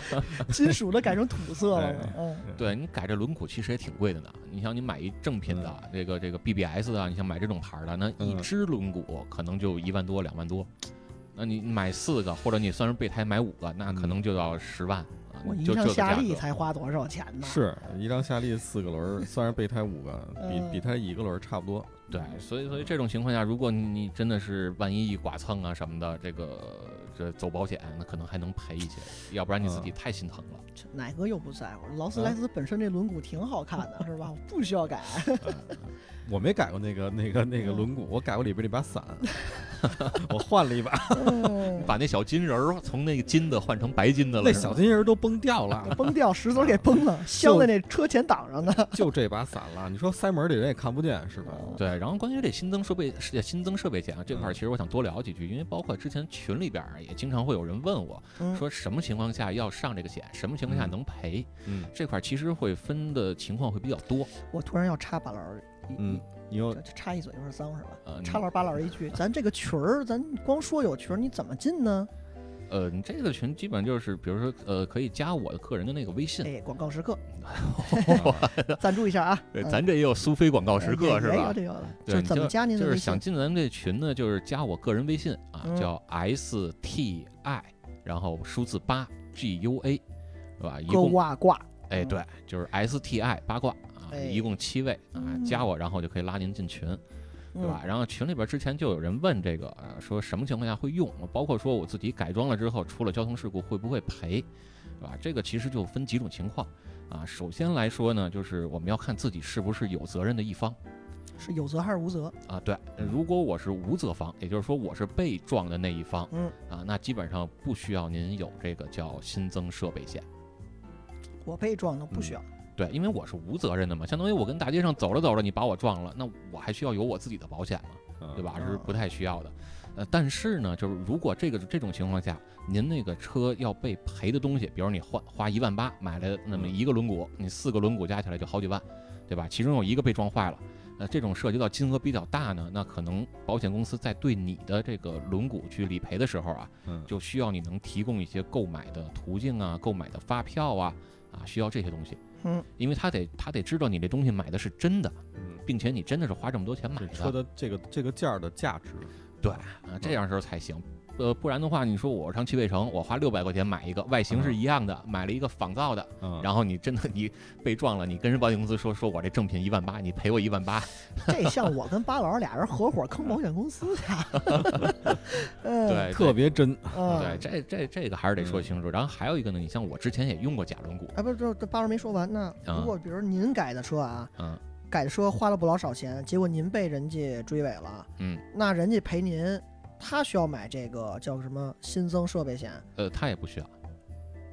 Speaker 4: 金属的改成土色了嘛
Speaker 7: 哎。
Speaker 4: 嗯，
Speaker 6: 对你改这轮毂其实也挺贵的呢。你像你买一正品的、这个这个 BBS 的啊，你像买这种牌儿的，那一
Speaker 7: 嗯
Speaker 6: 只轮毂可能就一万多两万多。那你买四个，或者你算是备胎买五个，那可
Speaker 7: 嗯
Speaker 6: 能就要十万啊！
Speaker 4: 我一
Speaker 6: 就这
Speaker 4: 上
Speaker 6: 个
Speaker 4: 夏
Speaker 6: 价
Speaker 4: 利
Speaker 6: 格。
Speaker 4: 才花多少钱呢？
Speaker 7: 是一张夏利四个轮儿，虽然备胎五个，比比
Speaker 4: 嗯
Speaker 7: 胎一个轮儿差不多。
Speaker 6: 对，所以所以这种情况下，如果你真的是万一一剐蹭啊什么的，这个这走保险，那可能还能赔一些，要不然你自
Speaker 7: 嗯
Speaker 6: 己太心疼了。
Speaker 4: 这哪个又不在乎？劳
Speaker 6: 啊
Speaker 4: 斯莱斯本身这轮毂挺好看的，是吧？我不需要改。
Speaker 7: 我没改过那个那个那个
Speaker 4: 嗯
Speaker 7: 轮毂，我改过里边那把伞， 我换了一把，
Speaker 4: 嗯
Speaker 6: 把那小金人儿从那个金的换成白金的了，
Speaker 7: 那
Speaker 6: 是吧
Speaker 7: 小金人都崩掉 了，
Speaker 4: 崩掉，石子儿给崩了，镶在那车前挡上呢。
Speaker 7: 就这把伞了。你说塞门里人也看不见是吧？
Speaker 4: 哦
Speaker 6: 对，然后关于这新增设备、是新增设备险啊这块，
Speaker 7: 嗯
Speaker 6: 其实我想多聊几句，因为包括之前群里边儿也经常会有人问我，
Speaker 4: 嗯
Speaker 6: 说什么情况下要上这个险，什么情况下
Speaker 7: 嗯
Speaker 6: 能赔，
Speaker 7: 嗯
Speaker 6: 这块其实会分的情况会比较多。
Speaker 4: 我突然要插把老师一，
Speaker 7: 嗯，你又
Speaker 4: 一这插一嘴有点脏是吧？
Speaker 6: 呃，
Speaker 4: 插老八老师 一句，咱这个群儿，咱光说有群儿，你怎么进呢？
Speaker 6: 呃，你这个群基本就是，比如说，呃，可以加我的个人的那个微信，
Speaker 4: 哎，广告时刻，
Speaker 7: 啊
Speaker 4: 赞助一下啊！
Speaker 6: 对，
Speaker 4: 嗯
Speaker 6: 咱这也有苏菲广告时刻
Speaker 4: 哎
Speaker 6: 是
Speaker 4: 也
Speaker 6: 吧
Speaker 4: 有？这个了，
Speaker 6: 对
Speaker 4: 就
Speaker 6: 你
Speaker 4: 怎么加您的
Speaker 6: 就
Speaker 4: 微
Speaker 6: 是
Speaker 4: 信
Speaker 6: 想？进咱们这群呢，就是加我个人微信啊，
Speaker 4: 嗯
Speaker 6: 叫 S T I，然后数字八 G U A，是吧？一
Speaker 4: 勾
Speaker 6: 共
Speaker 4: 挂挂，
Speaker 6: 哎，
Speaker 4: 嗯
Speaker 6: 对，就是 STI 八卦啊，
Speaker 4: 哎
Speaker 6: 一共七位啊，
Speaker 4: 嗯
Speaker 6: 加我，然后就可以拉您进群，对吧？然后群里边之前就有人问这个，呃说什么情况下会用，包括说我自己改装了之后出了交通事故会不会赔，对吧？这个其实就分几种情况啊。首先来说呢，就是我们要看自己是不是有责任的一方
Speaker 4: 嗯？是有责还是无责？
Speaker 6: 啊。对，
Speaker 4: 嗯
Speaker 6: 如果我是无责方，也就是说我是被撞的那一方，
Speaker 4: 嗯
Speaker 6: 啊，那基本上不需要您有这个叫新增设备险。
Speaker 4: 我被撞的不需要。
Speaker 6: 对，因为我是无责任的嘛，相当于我跟大街上走着走着，你把我撞了，那我还需要有我自己的保险吗？
Speaker 7: 嗯
Speaker 6: 对？吧？是不太需要的。呃，但是呢，就是如果这个这种情况下，您那个车要被赔的东西，比如你换花一万八买了那么一个轮毂，你四个轮毂加起来就好几万，对吧？其中有一个被撞坏了，呃，这种涉及到金额比较大呢，那可能保险公司在对你的这个轮毂去理赔的时候啊，
Speaker 7: 嗯
Speaker 6: 就需要你能提供一些购买的途径啊、购买的发票啊啊，需要这些东西。
Speaker 4: 嗯，
Speaker 6: 因为他得他得知道你这东西买的是真的，
Speaker 7: 嗯，
Speaker 6: 并且你真的是花这么多钱买
Speaker 7: 这
Speaker 6: 的。
Speaker 7: 嗯车的这个这个件儿的价值，
Speaker 6: 对啊，这样时候才行。呃，不然的话，你说我上汽配城，我花六百块钱买一个，外形是一样的，买了一个仿造的，
Speaker 7: 嗯，
Speaker 6: 然后你真的你被撞了，你跟人保险公司说，说我这正品一万八，你赔我一万八，
Speaker 4: 这像我跟巴老师俩人合伙坑保险公司 去。嗯，
Speaker 6: 对，
Speaker 7: 特
Speaker 6: 别
Speaker 7: 别真，
Speaker 4: 嗯
Speaker 6: 对，嗯这这这个还是得说清楚。然后还有一个呢，你像我之前也用过假轮毂，
Speaker 4: 哎，不是，这这巴老师没说完呢。
Speaker 6: 啊
Speaker 4: 如果比如您改的车啊，
Speaker 6: 嗯
Speaker 4: 改的车花了不老少钱，结果您被人家追尾了，
Speaker 6: 嗯，
Speaker 4: 那人家赔您，他需要买这个叫什么新增设备险，
Speaker 6: 呃，他也不需要，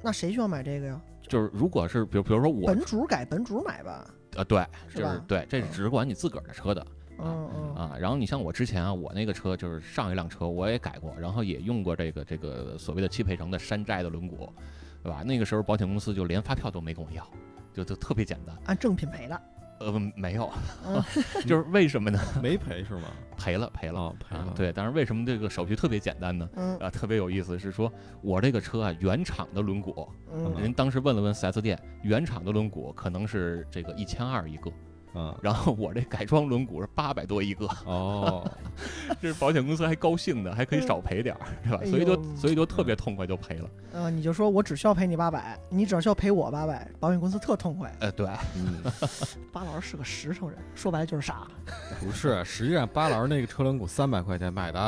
Speaker 4: 那谁需要买这个呀？
Speaker 6: 就是如果是比如比如说我
Speaker 4: 本主改本主买
Speaker 7: 啊
Speaker 4: 吧。
Speaker 6: 呃对，
Speaker 4: 是
Speaker 6: 就是
Speaker 4: 吧
Speaker 6: 对，这是只管你自个儿的车的，
Speaker 4: 嗯嗯
Speaker 6: 啊，然后你像我之前啊，我那个车就是上一辆车我也改过，然后也用过这个这个所谓的汽配城的山寨的轮毂，对吧？那个时候保险公司就连发票都没跟我要，就就特别简单。
Speaker 4: 按正品赔的。
Speaker 6: 呃，没有
Speaker 4: 嗯，
Speaker 6: 就是为什么呢？
Speaker 7: 没赔是吗？
Speaker 6: 赔了赔了
Speaker 7: 啊，赔
Speaker 6: 啊
Speaker 7: 了，，
Speaker 6: 对，但是为什么这个手续特别简单呢？
Speaker 4: 嗯
Speaker 6: 啊，特别有意思是说，我这个车啊，原厂的轮毂，
Speaker 4: 嗯
Speaker 7: 嗯
Speaker 6: 人当时问了问 4S 店，原厂的轮毂可能是这个一千二一个，
Speaker 7: 嗯，
Speaker 6: 然后我这改装轮毂是八百多一 个，
Speaker 7: 哦，
Speaker 6: 这保险公司还高兴呢，还可以少赔点儿，是吧？所以
Speaker 4: 哎呦
Speaker 6: 就所以就特别痛快就赔了。
Speaker 4: 呃，你就说我只需要赔你八百，你只需要赔我八百，保险公司特痛快。
Speaker 6: 呃，对，
Speaker 7: 嗯，
Speaker 4: 巴老师是个实诚人，说白了就是 傻。
Speaker 7: 不是，实际上巴老师那个车轮毂三百块钱买的，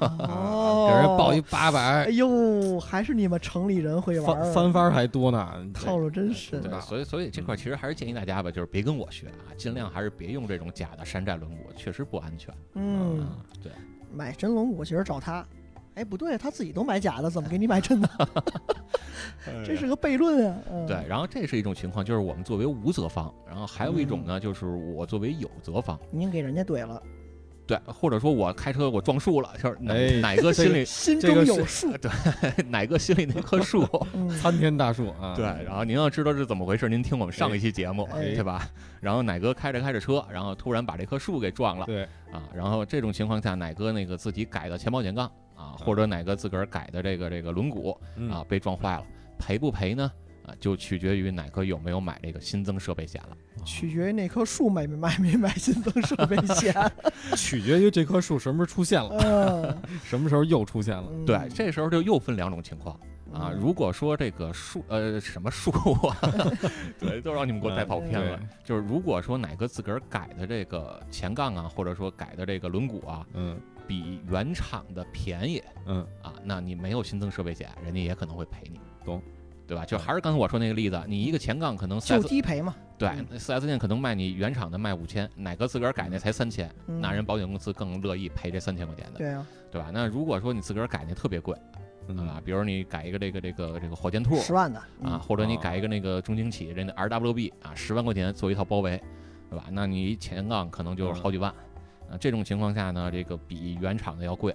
Speaker 4: 哦，
Speaker 7: 啊给人报一八
Speaker 4: 哎
Speaker 7: 百，
Speaker 4: 呦，还是你们城里人会玩
Speaker 7: 翻
Speaker 4: 儿，啊
Speaker 7: 翻番儿还多呢，
Speaker 4: 套路真深。
Speaker 7: 对
Speaker 6: 对，所以所以这块儿其实还是建议大家吧，就是别跟我学啊，尽量还是别用这种假的山寨轮毂，确实不安全。
Speaker 4: 嗯，
Speaker 6: 啊，对，
Speaker 4: 买真龙骨其实找他，哎，不对，他自己都买假的，怎么给你买真的？
Speaker 6: 哎
Speaker 4: 这是个悖论啊。嗯、
Speaker 6: 对，，然后这是一种情况，就是我们作为无责方，然后还有一种呢，
Speaker 4: 嗯
Speaker 6: 就是我作为有责方，
Speaker 4: 您给人家怼了，
Speaker 6: 对，或者说我开车我撞树了，就是哪、
Speaker 7: 哎
Speaker 6: 哪个心
Speaker 7: 这个
Speaker 6: 里、
Speaker 4: 心
Speaker 7: 这
Speaker 4: 中
Speaker 7: 个
Speaker 4: 有
Speaker 7: 是
Speaker 4: 数。
Speaker 6: 哪个心里那棵树，
Speaker 4: 嗯，
Speaker 7: 参天大树啊，
Speaker 6: 对，然后您要知道是怎么回事，您听我们上一期节目，
Speaker 4: 哎
Speaker 6: 对吧？然后奶哥开着开着车，然后突然把这棵树给撞了
Speaker 7: 对，
Speaker 6: 啊，然后这种情况下，奶哥那个自己改的前保险杠啊，或者奶哥自个儿改的这个这个轮毂
Speaker 7: 嗯
Speaker 6: 啊，被撞坏了，赔不赔呢？啊，就取决于奶哥有没有买这个新增设备险了。
Speaker 4: 取决于那棵树买没买没买新增设备 险。
Speaker 7: 取决于这棵树什么时候出现了，
Speaker 4: 嗯，
Speaker 7: 什么时候又出现了，
Speaker 4: 嗯
Speaker 6: 对，这时候就又分两种情况啊。如果说这个树呃什么树啊， 对，都让你们给我带跑偏了
Speaker 7: 嗯。
Speaker 6: 就是如果说哪个自个儿改的这个前杠啊，或者说改的这个轮毂啊，
Speaker 7: 嗯
Speaker 6: 比原厂的便宜
Speaker 7: 嗯，
Speaker 6: 啊，那你没有新增设备险，人家也可能会赔你。
Speaker 7: 懂。
Speaker 6: 对吧？就还是刚才我说那个例子，你一个前杠可能四
Speaker 4: 就
Speaker 6: S
Speaker 4: 低赔嘛。
Speaker 6: 对
Speaker 4: 嗯
Speaker 6: 四 S 店可能卖你原厂的卖五千，哪个自个儿改那才三千，
Speaker 4: 嗯
Speaker 6: 那人保险公司更乐意赔这三千块钱的，
Speaker 4: 对啊，
Speaker 6: 对吧？那如果说你自个儿改那特别贵，
Speaker 4: 嗯
Speaker 7: 嗯
Speaker 6: 啊，比如你改一个这个这个这个火箭 兔
Speaker 4: 十万的嗯
Speaker 6: 啊，，或者你
Speaker 7: 哦
Speaker 6: 改一个那个中兴起这 RWB 啊，十万块钱做一套包围，对吧？那你前杠可能
Speaker 7: 嗯
Speaker 6: 就是好几万，啊，这种情况下呢，这个比原厂的要贵，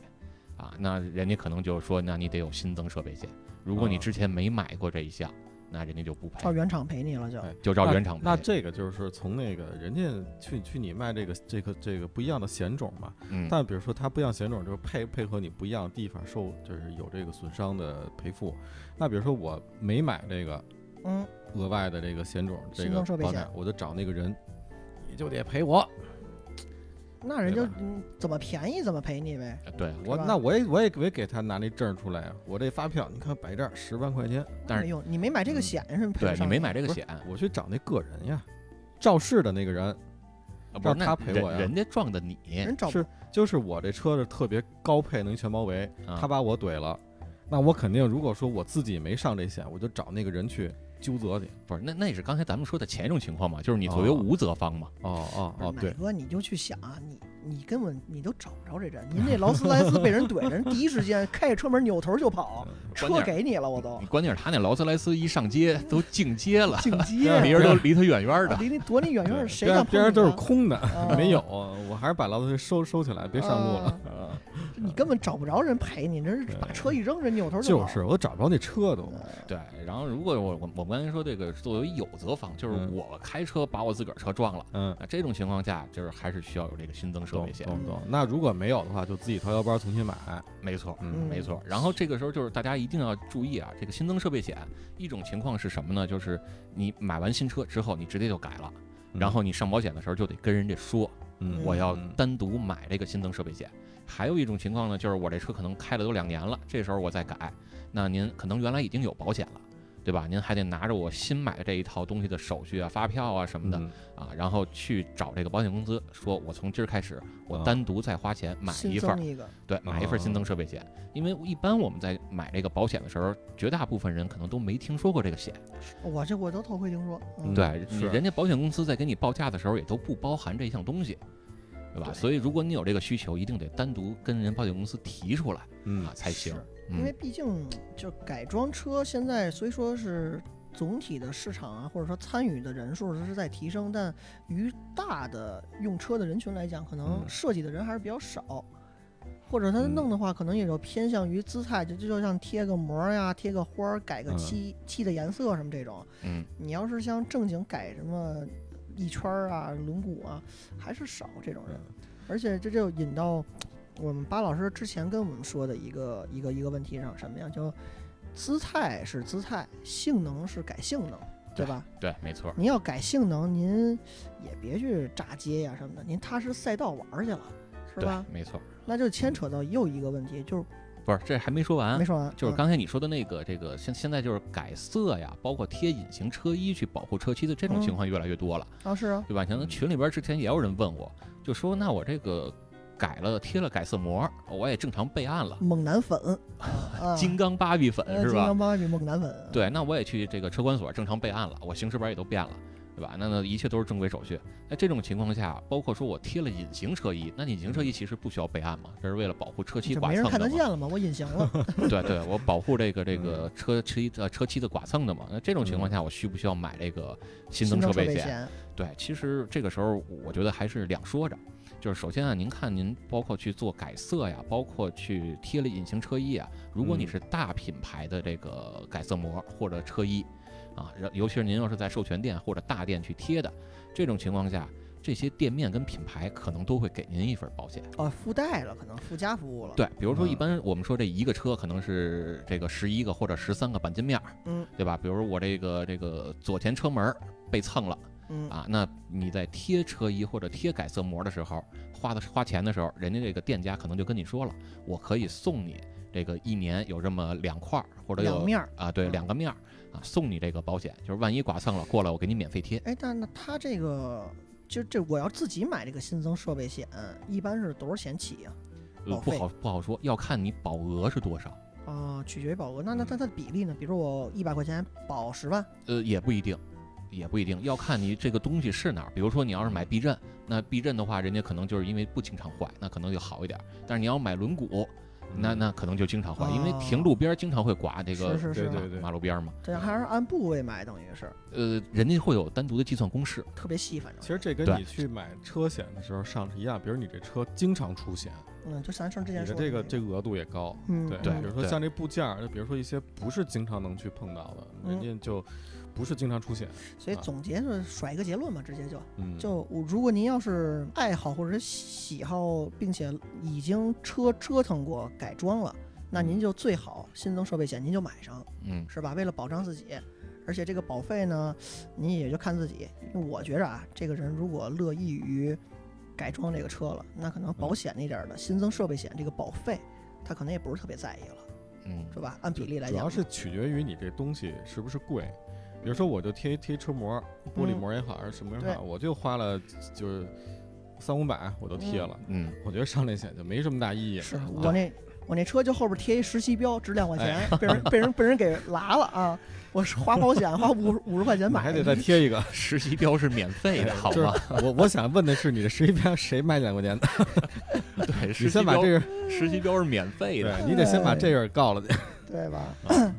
Speaker 6: 啊，那人家可能就是说，那你得有新增设备险，如果你
Speaker 7: 啊
Speaker 6: 之前没买过这一项，那人家就不
Speaker 4: 照
Speaker 6: 赔，
Speaker 4: 原厂赔你了就。
Speaker 7: 哎
Speaker 6: 就照原厂赔。
Speaker 7: 那这个就是从那个人家去去你卖这个这个这个不一样的险种嘛，
Speaker 6: 嗯，
Speaker 7: 但比如说它不一样险种，就是配配合你不一样的地方受，就是有这个损伤的赔付。那比如说我没买这个
Speaker 4: 嗯，
Speaker 7: 额外的这个险种，这
Speaker 4: 新
Speaker 7: 个
Speaker 4: 增设备
Speaker 7: 保险
Speaker 4: 险，
Speaker 7: 我就找那个人，你就得赔我，
Speaker 4: 那人就
Speaker 7: 对吧
Speaker 4: 嗯怎么便宜怎么赔你呗。
Speaker 6: 对啊，
Speaker 7: 我
Speaker 4: 吧
Speaker 7: 那我也我也没给他拿那证儿出来啊，我这发票你看摆这儿十万块钱，
Speaker 6: 但是嗯
Speaker 4: 哎呦，你没买这个险是吗？赔
Speaker 6: 对
Speaker 4: 不
Speaker 6: 你
Speaker 4: 上
Speaker 6: 没
Speaker 4: 的
Speaker 6: 买这个
Speaker 7: 不是
Speaker 6: 险，啊
Speaker 7: 我去找那个人呀，肇事的那个人，
Speaker 6: 不是
Speaker 7: 让他
Speaker 6: 那
Speaker 7: 赔
Speaker 6: 人
Speaker 7: 我呀
Speaker 6: 人家撞的你，
Speaker 4: 人找不
Speaker 7: 是就是我这车是特别高配能全包围，
Speaker 6: 啊
Speaker 7: 他把我怼了，那我肯定如果说我自己没上这险，我就找那个人去纠责去。
Speaker 6: 不是那那也是刚才咱们说的前一种情况嘛，就是你作为
Speaker 7: 哦
Speaker 6: 无责方嘛，
Speaker 7: 哦哦哦，
Speaker 4: 不是
Speaker 7: 对
Speaker 4: 奶，哥，你就去想啊，你你根本你都找不着这 人，您这劳斯莱斯被人怼，人第一时间开着车门扭头就跑，
Speaker 7: 嗯
Speaker 6: 关
Speaker 4: 车
Speaker 6: 键
Speaker 4: 给你了我
Speaker 7: 哦
Speaker 4: 都，
Speaker 6: 你关键是他那劳斯莱斯一上街都进街了
Speaker 4: 进 街
Speaker 7: 对
Speaker 6: 别
Speaker 4: 啊，
Speaker 6: 人 都离他远远的
Speaker 4: 啊。离你躲你远远
Speaker 7: 对
Speaker 4: 儿，谁敢
Speaker 7: 边上
Speaker 4: 碰
Speaker 7: 边上
Speaker 4: 你
Speaker 7: 都是
Speaker 4: 啊
Speaker 7: 空的，
Speaker 4: 啊
Speaker 7: 没有，我还是把劳斯莱斯收收起来，别上路了。嗯
Speaker 4: 啊你根本找不着人赔你，这是把车一扔，人扭头
Speaker 7: 就
Speaker 4: 跑
Speaker 7: 是，我都找不着那车都。
Speaker 6: 对，然后如果我我我们刚才说这个作为有责方，就是
Speaker 7: 嗯
Speaker 6: 我开车把我自个儿车撞了，
Speaker 7: 嗯，
Speaker 6: 那这种情况下就是还是需要有这个新增设
Speaker 7: 懂
Speaker 6: 备险，
Speaker 7: 懂懂。那如果没有的话，就自己掏腰包重新买。
Speaker 6: 没错。
Speaker 7: 嗯
Speaker 6: 没错，然后这个时候就是大家一定要注意啊，这个新增设备险，一种情况是什么呢？就是你买完新车之后，你直接就改了，然后你上保险的时候就得跟人家说，
Speaker 7: 嗯，
Speaker 6: 我要
Speaker 7: 嗯
Speaker 6: 单独买这个新增设备险。还有一种情况呢，就是我这车可能开了都两年了，这时候我再改，那您可能原来已经有保险了，对吧？您还得拿着我新买的这一套东西的手续啊、发票啊什么的、
Speaker 7: 嗯
Speaker 6: 啊，然后去找这个保险公司，说我从今儿开始，我
Speaker 7: 啊
Speaker 6: 单独再花钱买
Speaker 4: 新
Speaker 6: 一份儿
Speaker 4: 增，一个，
Speaker 6: 对，买一份新增设备险。因为一般我们在买这个保险的时候，绝大部分人可能都没听说过这个险，
Speaker 4: 我这我都头回听说。嗯
Speaker 7: 嗯
Speaker 6: 对，你
Speaker 7: 是
Speaker 6: 人家保险公司在给你报价的时候也都不包含这项东西，对吧？所以如果你有这个需求，一定得单独跟人保险公司提出来
Speaker 7: 嗯
Speaker 6: 啊才行
Speaker 4: 是。因为
Speaker 6: 嗯，
Speaker 4: 毕竟就改装车现在虽说是总体的市场啊，或者说参与的人数是在提升，但于大的用车的人群来讲，可能
Speaker 7: 嗯
Speaker 4: 涉及的人还是比较少。或者他
Speaker 7: 嗯
Speaker 4: 弄的话，可能也就偏向于姿态，就就像贴个膜呀、贴个花儿、改个
Speaker 7: 嗯
Speaker 4: 漆、漆的颜色什么这种。
Speaker 6: 嗯，
Speaker 4: 你要是像正经改什么一圈儿啊、轮毂啊，还是少这种人。
Speaker 6: 嗯
Speaker 4: 而且这就引到我们巴老师之前跟我们说的一个一个一个问题上，什么呀？就姿态是姿态，性能是改性能。对吧？
Speaker 6: 对，没错，
Speaker 4: 您要改性能，您也别去炸街呀、什么的，您踏实赛道玩儿去了，是
Speaker 6: 对
Speaker 4: 吧？，
Speaker 6: 没错，
Speaker 4: 那就牵扯到又一个问题，就是
Speaker 6: 不是这还没说完
Speaker 4: 没，说完，
Speaker 6: 啊就是
Speaker 4: 嗯
Speaker 6: 刚才你说的那个，这个现现在就是改色呀，包括贴隐形车衣去保护车漆的
Speaker 4: 嗯
Speaker 6: 这种情况越来越多了，
Speaker 4: 啊是啊，
Speaker 6: 对吧？你像群里边之前也有人问我，就说那我这个改了贴了改色膜，我也正常备案了，
Speaker 4: 猛男粉，啊，
Speaker 6: 金刚芭比粉
Speaker 4: 呃
Speaker 6: 是
Speaker 4: 金
Speaker 6: 吧
Speaker 4: 刚？芭比猛男粉，
Speaker 6: 对，那我也去这个车管所正常备案了，我行驶本也都变了，对吧？那那一切都是正规手续。那这种情况下，包括说我贴了隐形车衣，那隐形车衣其实不需要备案嘛，这是为了保护车漆
Speaker 4: 这
Speaker 6: 剐
Speaker 4: 没
Speaker 6: 蹭
Speaker 4: 人看
Speaker 6: 的
Speaker 4: 得
Speaker 6: 嘛
Speaker 4: 见。嗯了嘛，我隐形了，
Speaker 6: 对对，我保护这个这个车漆呃车漆的剐蹭的嘛。那这种情况下，我需不需要买这个新增
Speaker 4: 嗯新
Speaker 6: 车
Speaker 4: 车
Speaker 6: 备险？
Speaker 4: 险，
Speaker 6: 对，其实这个时候我觉得还是两说着，就是首先啊，您看您包括去做改色呀，包括去贴了隐形车衣啊，如果你
Speaker 5: 嗯
Speaker 6: 是大品牌的这个改色膜或者车衣啊，然尤其是您要是在授权店或者大店去贴的，这种情况下，这些店面跟品牌可能都会给您一份保险。
Speaker 4: 哦，附带了，可能附加服务了，，
Speaker 6: 对，比如说一
Speaker 5: 嗯
Speaker 6: 般我们说这一个车可能是这个十一个或者十三个钣金面，
Speaker 4: 嗯，
Speaker 6: 对吧？比如我这个这个左前车门儿被蹭了
Speaker 4: 嗯，
Speaker 6: 啊，那你在贴车衣或者贴改色膜的时候，花的花钱的时候，人家这个店家可能就跟你说了，我可以送你这个一年有这么两块儿或者有
Speaker 4: 两面儿，
Speaker 6: 啊，对，
Speaker 4: 嗯
Speaker 6: 两个面儿啊，送你这个保险，就是万一剐蹭了过来，我给你免费贴。
Speaker 4: 哎，但那他这个。就这，我要自己买这个新增设备险，一般是多少钱起呀、
Speaker 6: 呃
Speaker 4: 保
Speaker 6: 不
Speaker 4: 费
Speaker 6: 好不好说，要看你保额是多少。
Speaker 4: 啊？取决于保额。那那它它的比例呢？比如我一百块钱保十万，
Speaker 6: 呃，也不一定，也不一定，要看你这个东西是哪儿。比如说，你要是买避震，那避震的话，人家可能就是因为不经常坏，那可能就好一点儿。但是你要买轮毂，那
Speaker 7: 嗯
Speaker 6: 那可能就经常坏，因为停路边儿经常会刮这个
Speaker 4: 嗯哦是是
Speaker 5: 对
Speaker 4: 是，
Speaker 5: 对
Speaker 6: 马路边儿嘛。
Speaker 4: 这还是按部位买，等于是
Speaker 6: 呃，人家会有单独的计算公式。
Speaker 4: 特别细，反正
Speaker 7: 其实这跟
Speaker 6: 对
Speaker 7: 你去买车险的时候上是一样，比如你这车经常出险，
Speaker 4: 嗯，就咱上之
Speaker 7: 你
Speaker 4: 前
Speaker 7: 的
Speaker 4: 说
Speaker 7: 这
Speaker 4: 的
Speaker 7: 个
Speaker 4: 那
Speaker 7: 这额度也高。
Speaker 4: 嗯
Speaker 7: 对，
Speaker 6: 对
Speaker 7: 比如说像这部件儿，就比如说一些不是经常能去碰到的，人
Speaker 4: 嗯
Speaker 7: 家就不是经常出险。
Speaker 4: 所以
Speaker 7: 啊
Speaker 4: 总结就是甩一个结论嘛，直接就
Speaker 7: 嗯，
Speaker 4: 就我如果您要是爱好或者是喜好，并且已经车折腾过改装了，那
Speaker 7: 嗯
Speaker 4: 您就最好新增设备险您就买上，
Speaker 6: 嗯，
Speaker 4: 是吧？为了保障自己。而且这个保费呢，您也就看自己。因为我觉着啊，这个人如果乐意于改装这个车了，那可能保
Speaker 7: 嗯
Speaker 4: 险那点儿的新增设备险这个保费，他可能也不是特别在意了，
Speaker 6: 嗯，
Speaker 4: 是吧？按比例来
Speaker 7: 主
Speaker 4: 讲
Speaker 7: 要
Speaker 4: 嘛，
Speaker 7: 是取决于你这东西是不是贵。比如说，我就贴一贴车膜，玻璃
Speaker 4: 嗯
Speaker 7: 膜也好，还是什么也好，
Speaker 4: 对
Speaker 7: 我就花了就是三五百，我都贴了。
Speaker 6: 嗯，
Speaker 7: 我觉得上这险就没什么大意义。
Speaker 4: 是
Speaker 7: 啊
Speaker 4: 我那我那车就后边贴一实习标，值两块钱，
Speaker 7: 哎
Speaker 4: 被 人被人被人给拉了啊！我是花保险花五五十块钱
Speaker 7: 你
Speaker 4: 买，
Speaker 7: 还得再 贴一个。
Speaker 6: 实习标是免费的，好
Speaker 7: 就是
Speaker 6: 吗？
Speaker 7: 我我想问的是，你的实际标谁卖两块钱的？
Speaker 6: 对，
Speaker 7: 你
Speaker 6: 实习
Speaker 7: 先把
Speaker 6: 标
Speaker 7: 这个，
Speaker 6: 实习标是免费的。
Speaker 7: 对你得先把这个告了去。
Speaker 4: 对吧？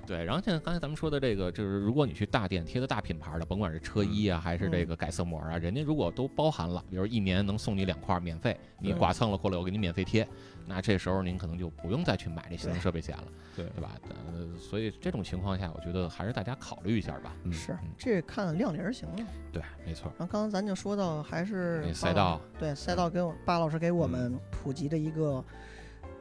Speaker 6: 对，然后现在刚才咱们说的这个，就是如果你去大店贴的大品牌的，甭管是车衣啊，还是这个改色膜啊，人家如果都包含了，比如一年能送你两块儿免费，你
Speaker 4: 对
Speaker 6: 剐蹭了过来我给你免费贴，那这时候您可能就不用再去买这新
Speaker 4: 对
Speaker 6: 能设备险了，
Speaker 7: 对
Speaker 6: 对吧？呃，所以这种情况下，我觉得还是大家考虑一下吧。
Speaker 7: 嗯
Speaker 4: 是这看量力而行了。
Speaker 6: 对，没错，
Speaker 4: 然后刚刚咱就说到，还是
Speaker 6: 那
Speaker 4: 巴
Speaker 6: 赛
Speaker 4: 老
Speaker 6: 道
Speaker 4: 对赛道给我巴老师给我
Speaker 6: 嗯
Speaker 4: 们普及的一个。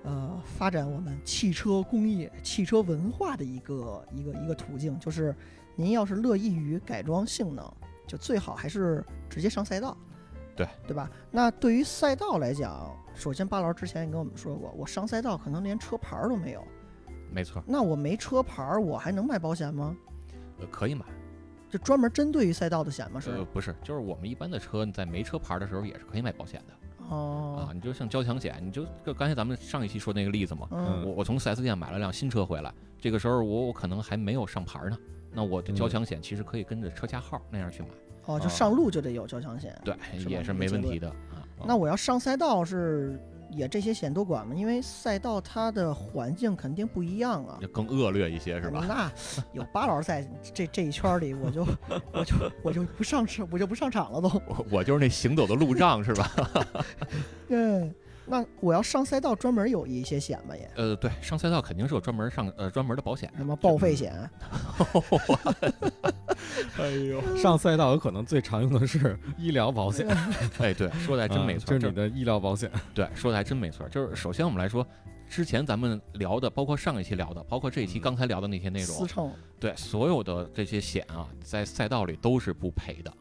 Speaker 4: 呃，发展我们汽车工业、汽车文化的一个一个一个途径，就是您要是乐意于改装性能，就最好还是直接上赛道，
Speaker 6: 对
Speaker 4: 对吧？那对于赛道来讲，首先巴老师之前也跟我们说过，我上赛道可能连车牌儿都没有，
Speaker 6: 没错，
Speaker 4: 那我没车牌儿，我还能买保险吗？
Speaker 6: 呃，可以买。
Speaker 4: 就专门针对于赛道的险吗？是
Speaker 6: 呃，不是，就是我们一般的车在没车牌的时候也是可以买保险的
Speaker 4: 哦
Speaker 6: 啊。，你就像交强险，你就就刚才咱们上一期说那个例子嘛，
Speaker 4: 嗯
Speaker 6: 我我从 4S 店买了辆新车回来，这个时候我我可能还没有上牌呢，那我的交强险其实可以跟着车架号那样去买，
Speaker 4: 哦，就
Speaker 7: 啊
Speaker 4: 上路就得有交强险。
Speaker 6: 对，
Speaker 4: 是吧
Speaker 6: 也是没问题的啊。
Speaker 4: 那我要上赛道是也这些险都管吗？因为赛道它的环境肯定不一样 啊。
Speaker 6: 就更恶劣一些是吧？
Speaker 4: 那有巴老师在这这一圈儿里，我就我就我就不上车，我就不上场了都。
Speaker 6: 我我就是那行走的路障是吧？
Speaker 4: 嗯，那我要上赛道专门有一些险吧也，
Speaker 6: 呃，对，上赛道肯定是有专门上呃专门的保险，
Speaker 4: 什么报废 险，啊
Speaker 7: 哎呦， 上赛道有可能最常用的是医疗 保险，
Speaker 6: 哎，对， 说的还真没错，
Speaker 7: 啊就是
Speaker 6: 这
Speaker 7: 你的医疗保险。
Speaker 6: 对，说的还真没错。就是首先我们来说，之前咱们聊的，包括上一期聊的，包括这一期
Speaker 7: 嗯
Speaker 6: 刚才聊的那些内
Speaker 4: 私
Speaker 7: 啊
Speaker 6: 容，啊
Speaker 4: 乘
Speaker 6: 对，所有的这些险啊，在赛道里都是不赔的。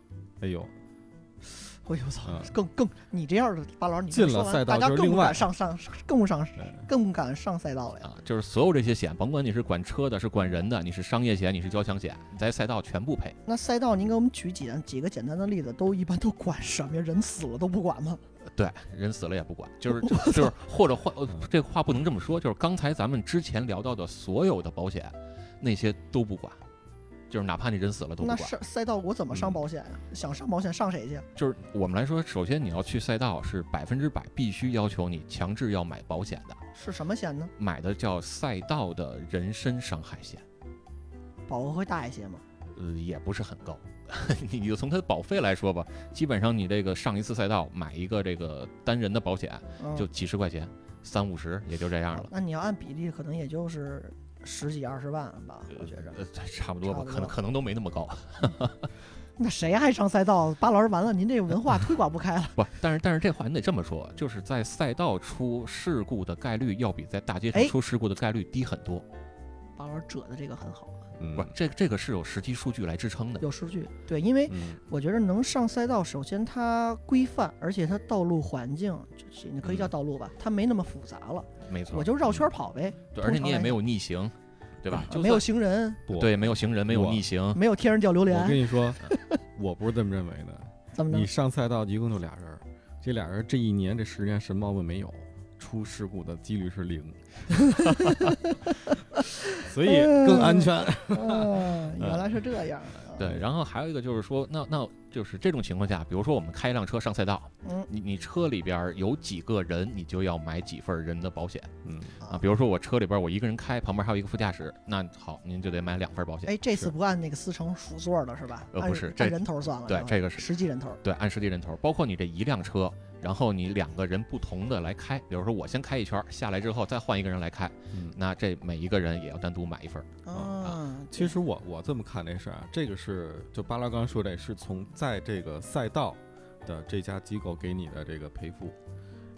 Speaker 7: 哎呦，
Speaker 4: 哎呦我操
Speaker 7: 嗯，
Speaker 4: 更更你这样的八老，你这
Speaker 7: 进
Speaker 4: 说
Speaker 7: 了
Speaker 4: 完
Speaker 7: 赛道
Speaker 4: 大家
Speaker 7: 就是
Speaker 4: 更不
Speaker 7: 另外
Speaker 4: 敢上上，更不上
Speaker 7: 哎
Speaker 4: 更不敢上赛道了呀。
Speaker 6: 啊，就是所有这些险，甭管你是管车的，是管人的，你是商业险，你是交强险，你在赛道全部赔。
Speaker 4: 那赛道，您给我们举几几个简单的例子，都一般都管什么呀？人死了都不管吗？
Speaker 6: 对，人死了也不管， 就是就就是或者换呃这话不能这么说，就是刚才咱们之前聊到的所有的保险，那些都不管，就是哪怕你人死了都不
Speaker 4: 那
Speaker 6: 管。嗯
Speaker 4: 是赛道我怎么上保险呀？想上保险上谁去？
Speaker 6: 就是我们来说，首先你要去赛道是百分之百必须要求你强制要买保险的，
Speaker 4: 是什么险呢？
Speaker 6: 买的叫赛道的人身伤害险，
Speaker 4: 保额会大一些吗？
Speaker 6: 呃，也不是很高。 你你就从它的保费来说吧，基本上你这个上一次赛道买一个这个单人的保险
Speaker 4: 嗯、啊
Speaker 6: 就几十块钱，三五十也就这样了。
Speaker 4: 那你要按比例，可能也就是十几二十万吧，我觉着。
Speaker 6: 呃， 差不多吧
Speaker 4: 嗯差，
Speaker 6: 可
Speaker 4: 不
Speaker 6: 能
Speaker 4: 多
Speaker 6: 可能都没那么高，
Speaker 4: 那谁还上赛道？巴老师，完了，您这文化推广不开了。
Speaker 6: 不，但是但是这话你得这么说，就是在赛道出事故的概率要比在大街上
Speaker 4: 哎
Speaker 6: 出事故的概率低很多，
Speaker 4: 巴老师折的这个很好，
Speaker 7: 嗯
Speaker 6: 不，这这个是有实际数据来支撑的。
Speaker 4: 有数据。对，因为
Speaker 7: 嗯
Speaker 4: 我觉得能上赛道，首先它规范，而且它道路环境，就是你可
Speaker 6: 嗯
Speaker 4: 以叫道路吧，它没那么复杂了，
Speaker 6: 没错，
Speaker 4: 我就绕圈跑呗。
Speaker 6: 对，而且你也没
Speaker 4: 有
Speaker 6: 有逆行，嗯对吧？就
Speaker 4: 嗯没有
Speaker 6: 算
Speaker 4: 行人，
Speaker 7: 不，
Speaker 6: 对，没有行人，没有
Speaker 7: 我
Speaker 6: 逆行，
Speaker 4: 没有天上掉榴
Speaker 7: 我跟
Speaker 4: 莲，
Speaker 7: 你说，我不是这么认为的。
Speaker 4: 怎么
Speaker 7: 你
Speaker 4: 着？
Speaker 7: 上赛道一共就俩人儿，这俩人儿这一年这十年什么毛病没有，出事故的几率是零，
Speaker 4: 哎
Speaker 7: 所以更安全。
Speaker 4: 嗯，原来是这样。啊
Speaker 6: 对。然后还有一个就是说，那那就是这种情况下，比如说我们开一辆车上赛道，
Speaker 4: 嗯
Speaker 6: 你你车里边有几个人，你就要买几份人的保险
Speaker 7: 嗯，
Speaker 6: 啊。比如说我车里边我一个人开，旁边还有一个副驾驶，那好，您就得买两份保险。
Speaker 4: 哎，这次不按那个司乘辅座了是吧？
Speaker 6: 呃
Speaker 4: 按
Speaker 6: 不是这
Speaker 4: 按人头算了。
Speaker 6: 对
Speaker 4: 是吧
Speaker 6: 这个是
Speaker 4: 实际人头。
Speaker 6: 对，按实际人头，包括你这一辆车，然后你两个人不同的来开，比如说我先开一圈，下来之后再换一个人来开，
Speaker 7: 嗯
Speaker 6: 那这每一个人也要单独买一份。
Speaker 4: 啊，
Speaker 7: 其实我我这么看这事儿啊，这个是就巴拉刚说这是从在这个赛道的这家机构给你的这个赔付，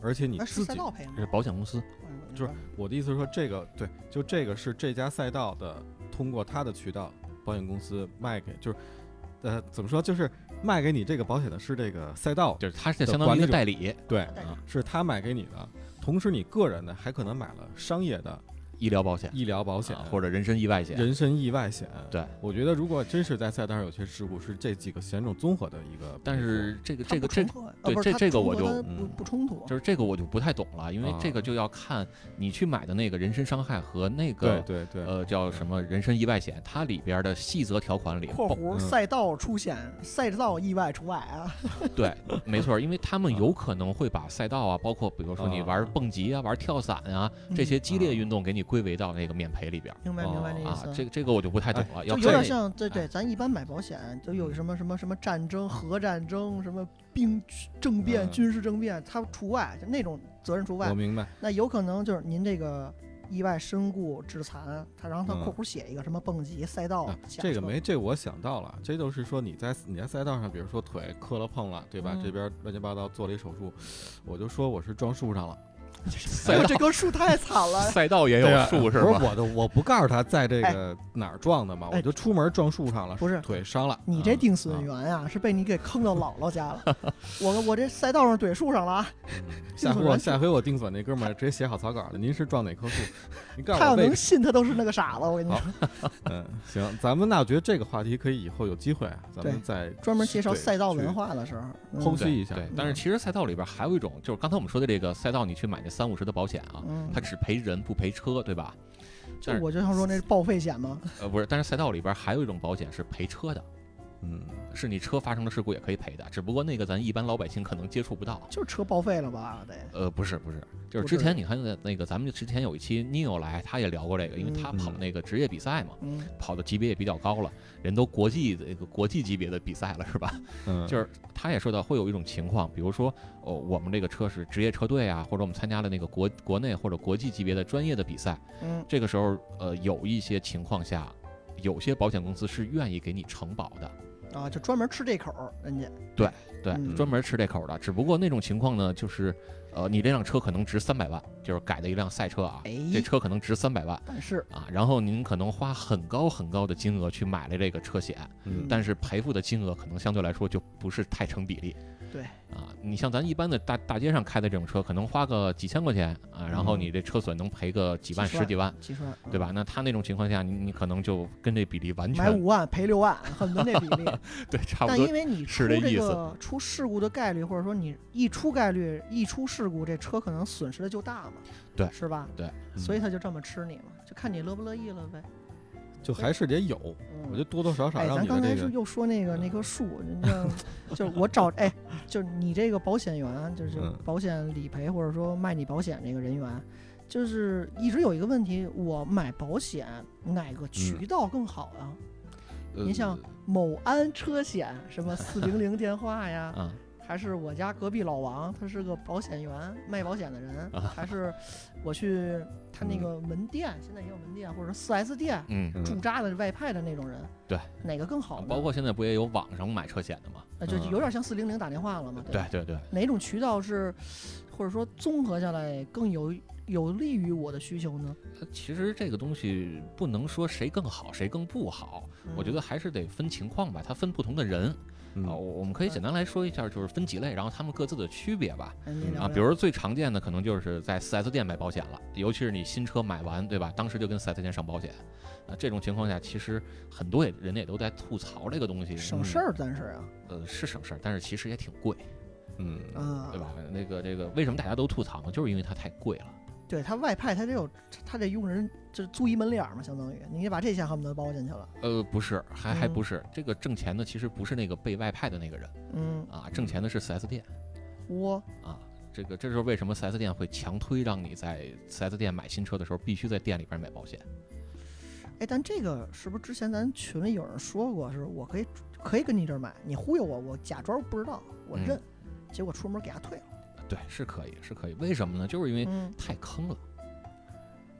Speaker 7: 而且你
Speaker 4: 那啊是
Speaker 7: 自
Speaker 4: 赛
Speaker 7: 己
Speaker 4: 道赔吗
Speaker 6: 这？是保险公司，
Speaker 4: 嗯
Speaker 7: 就是我的意思是说，这个对，就这个是这家赛道的通过它的渠道，保险公司卖给就是，呃，怎么说就是卖给你这个保险的是这个赛道，
Speaker 6: 就是它是
Speaker 7: 的
Speaker 6: 相当于
Speaker 7: 管
Speaker 6: 一
Speaker 7: 理
Speaker 6: 个
Speaker 7: 者
Speaker 6: 代理，
Speaker 7: 对
Speaker 4: 代理，
Speaker 7: 是他买给你的。同时，你个人呢还可能买了商业的
Speaker 6: 医疗保险、
Speaker 7: 医疗保险
Speaker 6: 啊或者人身意外险。
Speaker 7: 人身意外险。
Speaker 6: 对，
Speaker 7: 我觉得如果真是在赛道上有些事故，是这几个险种综合的一个赔付。
Speaker 6: 但是这个
Speaker 4: 它
Speaker 6: 这
Speaker 4: 不
Speaker 6: 个这
Speaker 4: 冲
Speaker 6: 个
Speaker 4: 突啊
Speaker 6: 对
Speaker 4: 不是
Speaker 6: 这
Speaker 4: 它
Speaker 6: 这个
Speaker 4: 冲
Speaker 6: 我
Speaker 4: 突
Speaker 6: 就
Speaker 4: 它不
Speaker 7: 嗯
Speaker 4: 不冲突，
Speaker 6: 就是这个我就不太懂了，因为
Speaker 7: 啊
Speaker 6: 这个就要看你去买的那个人身伤害和那
Speaker 7: 对
Speaker 6: 个
Speaker 7: 对对，
Speaker 6: 呃叫什么人身意外险，它里边的细则条款里，
Speaker 4: 括
Speaker 6: 包
Speaker 4: 弧
Speaker 7: 嗯
Speaker 4: 赛道出险，赛道意外除外啊。
Speaker 6: 对，没错，因为他
Speaker 7: 啊
Speaker 6: 们有可能会把赛道啊，包括比如说你玩蹦极啊、玩跳伞啊这些激
Speaker 7: 嗯
Speaker 6: 烈运动给你归为到那个免赔里边
Speaker 4: 嗯明白明白这
Speaker 6: 啊
Speaker 4: 意，
Speaker 6: 这
Speaker 4: 思。
Speaker 6: 个这个我就不太懂
Speaker 7: 哎
Speaker 6: 了，要哎嗯看
Speaker 4: 就有点
Speaker 6: 你
Speaker 4: 像，对对，咱一般买保险就有什么什么什么战
Speaker 6: 嗯
Speaker 4: 争、核战争、什么兵政变、
Speaker 7: 嗯
Speaker 4: 军事政变，它除外，就那种责任除
Speaker 6: 呃
Speaker 4: 外
Speaker 7: 我。明白。
Speaker 4: 那有可能就是您这个意外身故致残，他然后他
Speaker 7: 嗯
Speaker 4: 括弧写一个什么蹦极、赛道
Speaker 7: 啊、、
Speaker 4: 下
Speaker 7: 这
Speaker 4: 车
Speaker 7: 个没，这 个我想到了，这就是说你在你在赛道上，比如说腿磕了碰了，对吧？
Speaker 4: 嗯
Speaker 7: 这边乱七八糟做了一手术，我就说我是撞树上了，
Speaker 4: 哎
Speaker 6: 赛
Speaker 4: 呦，
Speaker 6: 道
Speaker 4: 这棵树太惨 了。
Speaker 6: 赛道也
Speaker 7: 对
Speaker 6: 有
Speaker 7: 吧
Speaker 6: 数是
Speaker 7: 不
Speaker 6: 吗？
Speaker 7: 是我的，我不告诉他在这个哪儿撞的嘛，
Speaker 4: 哎
Speaker 7: 我就出门撞树上了，
Speaker 4: 不是
Speaker 7: 腿伤了。
Speaker 4: 你这
Speaker 7: 嗯
Speaker 4: 定损员呀、是被你给坑到姥姥家 了。我我这赛道上怼树上了啊！
Speaker 7: 嗯 下
Speaker 4: 定
Speaker 7: 回
Speaker 4: 损
Speaker 7: 我
Speaker 4: 员
Speaker 7: 下回我定损那哥们儿直接写好草稿了，您是撞哪棵树？您告诉
Speaker 4: 他
Speaker 7: 我
Speaker 4: 要
Speaker 7: 位
Speaker 4: 能
Speaker 7: 置。
Speaker 4: 信，他都是那个傻子。我跟你说，
Speaker 7: 嗯，行，咱们那我觉得这个话题可以以后有机会啊，咱
Speaker 4: 对
Speaker 7: 们再
Speaker 4: 专门介绍
Speaker 7: 对
Speaker 4: 赛道
Speaker 7: 去
Speaker 4: 文化的时候，
Speaker 7: 剖
Speaker 4: 嗯
Speaker 7: 析
Speaker 6: 对
Speaker 7: 一下
Speaker 6: 对，但是其实赛道里边还有一种，就是刚才我们说的这个赛道，你去买这三五十的保险啊，
Speaker 4: 嗯
Speaker 6: 它只赔人不赔车，对吧？但
Speaker 4: 就是我就想说那是报废险嘛，
Speaker 6: 呃不是，但是赛道里边还有一种保险是赔车的，
Speaker 7: 嗯，
Speaker 6: 是你车发生了事故也可以赔的，只不过那个咱一般老百姓可能接触不到。
Speaker 4: 就是车报废了吧？得，
Speaker 6: 呃，不是不是，就是
Speaker 4: 不
Speaker 6: 之
Speaker 4: 是
Speaker 6: 前你看的那个，咱们之前有一期 Neo 来，他也聊过这个，因为他
Speaker 7: 嗯
Speaker 6: 跑那个职业比赛嘛，
Speaker 4: 嗯，
Speaker 6: 跑的级别也比较高了，人都国际的这个国际级别的比赛了，是吧？
Speaker 7: 嗯
Speaker 6: 就是他也说到会有一种情况，比如说哦，我们这个车是职业车队啊，或者我们参加了那个国国内或者国际级别的专业的比赛，
Speaker 4: 嗯，
Speaker 6: 这个时候呃，有一些情况下，有些保险公司是愿意给你承保的，
Speaker 4: 啊，就专门吃这口儿，人家
Speaker 6: 对，
Speaker 4: 嗯
Speaker 6: 专门吃这口的。只不过那种情况呢，就是呃，你这辆车可能值三百万，就是改的一辆赛车啊，
Speaker 4: 哎
Speaker 6: 这车可能值三百万
Speaker 4: 但是
Speaker 6: 啊，然后您可能花很高很高的金额去买了这个车险，
Speaker 7: 嗯
Speaker 6: 但是赔付的金额可能相对来说就不是太成比例。
Speaker 4: 对
Speaker 6: 啊，你像咱一般的大大街上开的这种车，可能花个几千块钱啊，然后
Speaker 4: 嗯
Speaker 6: 你这车损能赔个几万、
Speaker 4: 几
Speaker 6: 十
Speaker 4: 十万
Speaker 6: 几万，
Speaker 4: 计算
Speaker 6: 对？吧？那他那种情况下，你你可能就跟这比例完
Speaker 4: 嗯买
Speaker 6: 全
Speaker 4: 五万赔六万，恨不得那比例。
Speaker 6: 对，差不
Speaker 4: 但
Speaker 6: 多
Speaker 4: 因为你出
Speaker 6: 是这意
Speaker 4: 个出事故的概率，或者说你一出概率一出事故，这车可能损失的就大嘛，
Speaker 6: 对
Speaker 4: 是吧？
Speaker 6: 对，
Speaker 7: 嗯
Speaker 4: 所以他就这么吃你嘛，就看你乐不乐意了呗。
Speaker 7: 就还是得有，我
Speaker 4: 嗯，
Speaker 7: 觉得多多少少
Speaker 4: 哎，
Speaker 7: 让
Speaker 4: 咱
Speaker 7: 你
Speaker 4: 刚
Speaker 7: 的
Speaker 4: 才
Speaker 7: 这
Speaker 4: 是
Speaker 7: 个，嗯
Speaker 4: 又说那个那棵树，人 家就是我找哎，就是你这个保险员，就是
Speaker 7: 嗯
Speaker 4: 保险理赔或者说卖你保险这个人员。就是一直有一个问题，我买保险哪
Speaker 7: 嗯
Speaker 4: 个渠道更好啊？
Speaker 6: 呃
Speaker 4: 您像某安车险，什么四零零电话呀，
Speaker 6: 啊，
Speaker 4: 还是我家隔壁老王，他是个保险员，卖保险的人，
Speaker 6: 啊
Speaker 4: 还是我去他那个门店，现在也有门店，或者四 S 店
Speaker 6: 嗯。
Speaker 7: 嗯
Speaker 4: 驻扎的外派的那种人，
Speaker 6: 对，啊
Speaker 4: 哪个更好呢？
Speaker 6: 包括现在不也有网上买车险的吗？
Speaker 4: 呃就
Speaker 7: 嗯
Speaker 4: 有点像四零零打电话了嘛，
Speaker 6: 对
Speaker 4: 吧？
Speaker 6: 对对，
Speaker 4: 哪种渠道是，或者说综合下来更有有利于我的需求呢？
Speaker 6: 呃其实这个东西不能说谁更好谁更不好，我觉
Speaker 4: 嗯
Speaker 6: 得还是得分情况吧，它分不同的人啊。我
Speaker 7: 嗯
Speaker 6: 我们可以
Speaker 4: 对
Speaker 6: 简单来说一下，就是分几类，然后他们各自的区别吧。
Speaker 4: 哎你聊
Speaker 6: 啊，
Speaker 4: 聊
Speaker 6: 比如最常见的可能就是在 4S 店买保险了，尤其是你新车买完，对吧？当时就跟 4S 店上保险。啊，这种情况下，其实很多也人也都在吐槽这个东西，
Speaker 4: 省事儿，但是啊，
Speaker 6: 呃，是省事儿，但是其实也挺贵，
Speaker 7: 嗯
Speaker 4: 啊，
Speaker 6: 对吧？那个这个为什么大家都吐槽呢？就是因为它太贵了。
Speaker 4: 对他外派，他得有，他得用人，就是租一门脸儿嘛，相当于你得把这钱恨不得包进去了。
Speaker 6: 呃，不是，还还
Speaker 4: 嗯
Speaker 6: 不是，这个挣钱的其实不是那个被外派的那个人
Speaker 4: 嗯，
Speaker 6: 啊，挣钱的是 4S 店
Speaker 4: 我
Speaker 6: 啊。这个这就是为什么 4S 店会强推让你在 4S 店买新车的时候必须在店里边买保险。
Speaker 4: 哎，但这个是不是之前咱群里有人说过，是我可以可以跟你这儿买，你忽悠我，我假装不知道，
Speaker 6: 嗯
Speaker 4: 我认，结果出门给他退了。
Speaker 6: 对，是可以，是可以。为什么呢？就是因为
Speaker 4: 嗯
Speaker 6: 太坑了，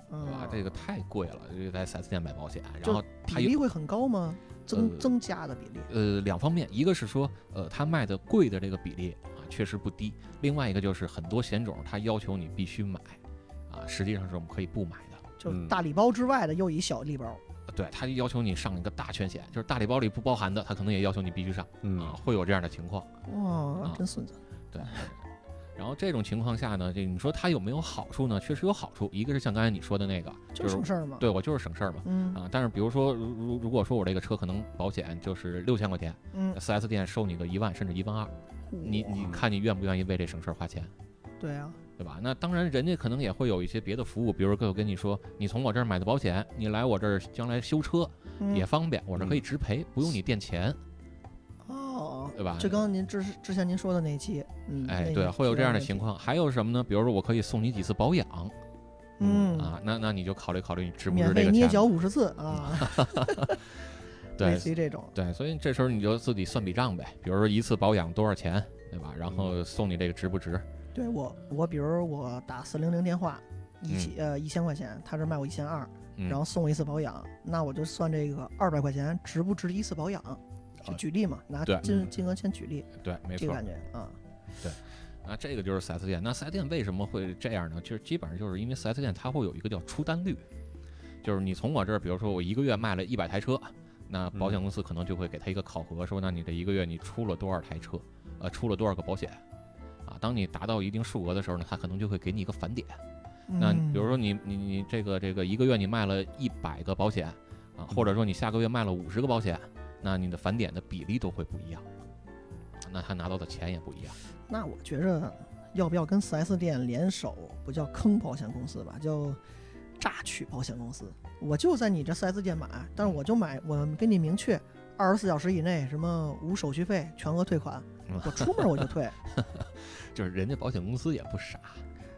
Speaker 6: 对吧
Speaker 4: 嗯，？
Speaker 6: 这个太贵了，就在 4S 店买保险，
Speaker 4: 就
Speaker 6: 然后它
Speaker 4: 比
Speaker 6: 有
Speaker 4: 例会很高吗？增、
Speaker 6: 呃
Speaker 4: 增加的比例，
Speaker 6: 呃两方面，一个是说呃它卖的贵的这个比例啊确实不低，另外一个就是很多险种它要求你必须买，啊实际上是我们可以不买的。
Speaker 4: 就是
Speaker 7: 嗯
Speaker 4: 大礼包之外的又一小礼包。
Speaker 6: 啊对，他就要求你上一个大全险，就是大礼包里不包含的，他可能也要求你必须上啊，
Speaker 7: 嗯
Speaker 6: 会有这样的情况。
Speaker 4: 哇
Speaker 6: 啊，
Speaker 4: 真孙子！
Speaker 6: 然后这种情况下呢，这你说它有没有好处呢？确实有好处，一个是像刚才你说的那个，
Speaker 4: 就是
Speaker 6: 是
Speaker 4: 省事儿嘛。
Speaker 6: 对我就是省事儿嘛。
Speaker 4: 嗯
Speaker 6: 啊，但是比如说，如如如果说我这个车可能保险就是六千块钱
Speaker 4: 嗯，
Speaker 6: ，4S 店收你个一万甚至一万二，呃你你
Speaker 7: 哇
Speaker 6: 看你愿不愿意为这省事儿花钱，
Speaker 4: 对啊，
Speaker 6: 对吧？那当然，人家可能也会有一些别的服务，比如跟我跟你说，你从我这儿买的保险，你来我这儿将来修车
Speaker 4: 嗯
Speaker 6: 也方便，我这可以直赔，不用你垫钱，
Speaker 4: 哦，
Speaker 6: 对吧？
Speaker 4: 就刚刚您之之前您说的那一期，嗯，
Speaker 6: 哎，
Speaker 4: 那
Speaker 6: 对，
Speaker 4: 个
Speaker 6: 会有
Speaker 4: 提
Speaker 6: 这
Speaker 4: 到
Speaker 6: 样的
Speaker 4: 那
Speaker 6: 情
Speaker 4: 期，
Speaker 6: 况。还有什么呢？比如说，我可以送你几次保养
Speaker 4: 嗯
Speaker 6: 啊，那那你就考虑考虑你值不值
Speaker 4: 免
Speaker 6: 这
Speaker 4: 费
Speaker 6: 个
Speaker 4: 捏
Speaker 6: 钱
Speaker 4: 脚
Speaker 6: 吧。
Speaker 4: 五十次啊， 类
Speaker 6: 对
Speaker 4: 似于这种，
Speaker 6: 对，所以这时候你就自己算笔账呗。比如说一次保养多少钱，对吧？然
Speaker 4: 嗯
Speaker 6: 后送你这个值不值？
Speaker 4: 对我我比如我打四零零电话，一千、呃一千块钱，他这卖我一千二，
Speaker 6: 嗯
Speaker 4: 然后送我一次保养，那我就算这个二百块钱值不值一次保养，就举例嘛，拿
Speaker 6: 啊对
Speaker 4: 金
Speaker 7: 嗯
Speaker 4: 金额先举例，
Speaker 6: 对，没
Speaker 4: 这个
Speaker 6: 错
Speaker 4: 感。觉啊，
Speaker 6: 那啊这个就是四 S 店。那四 S 店为什么会这样呢？就是基本上就是因为四 S 店它会有一个叫出单率，就是你从我这儿，比如说我一个月卖了一百台车，那保险公司可能就会给他一个考核，说那你这一个月你出了多少台车，呃，出了多少个保险。啊，当你达到一定数额的时候呢，他可能就会给你一个返点。那
Speaker 4: 嗯
Speaker 6: 比如说你你你这个这个一个月你卖了一百个保险啊，或者说你下个月卖了五十个保险，那你的返点的比例都会不一样，啊，那他拿到的钱也不一样。
Speaker 4: 那我觉着要不要跟 4S 店联手，不叫坑保险公司吧，叫榨取保险公司。我就在你这 4S 店买，但是我就买，我给你明确，二十四小时以内，什么无手续费，全额退款
Speaker 6: 嗯。
Speaker 4: 我出门我就退，
Speaker 6: 就是人家保险公司也不傻，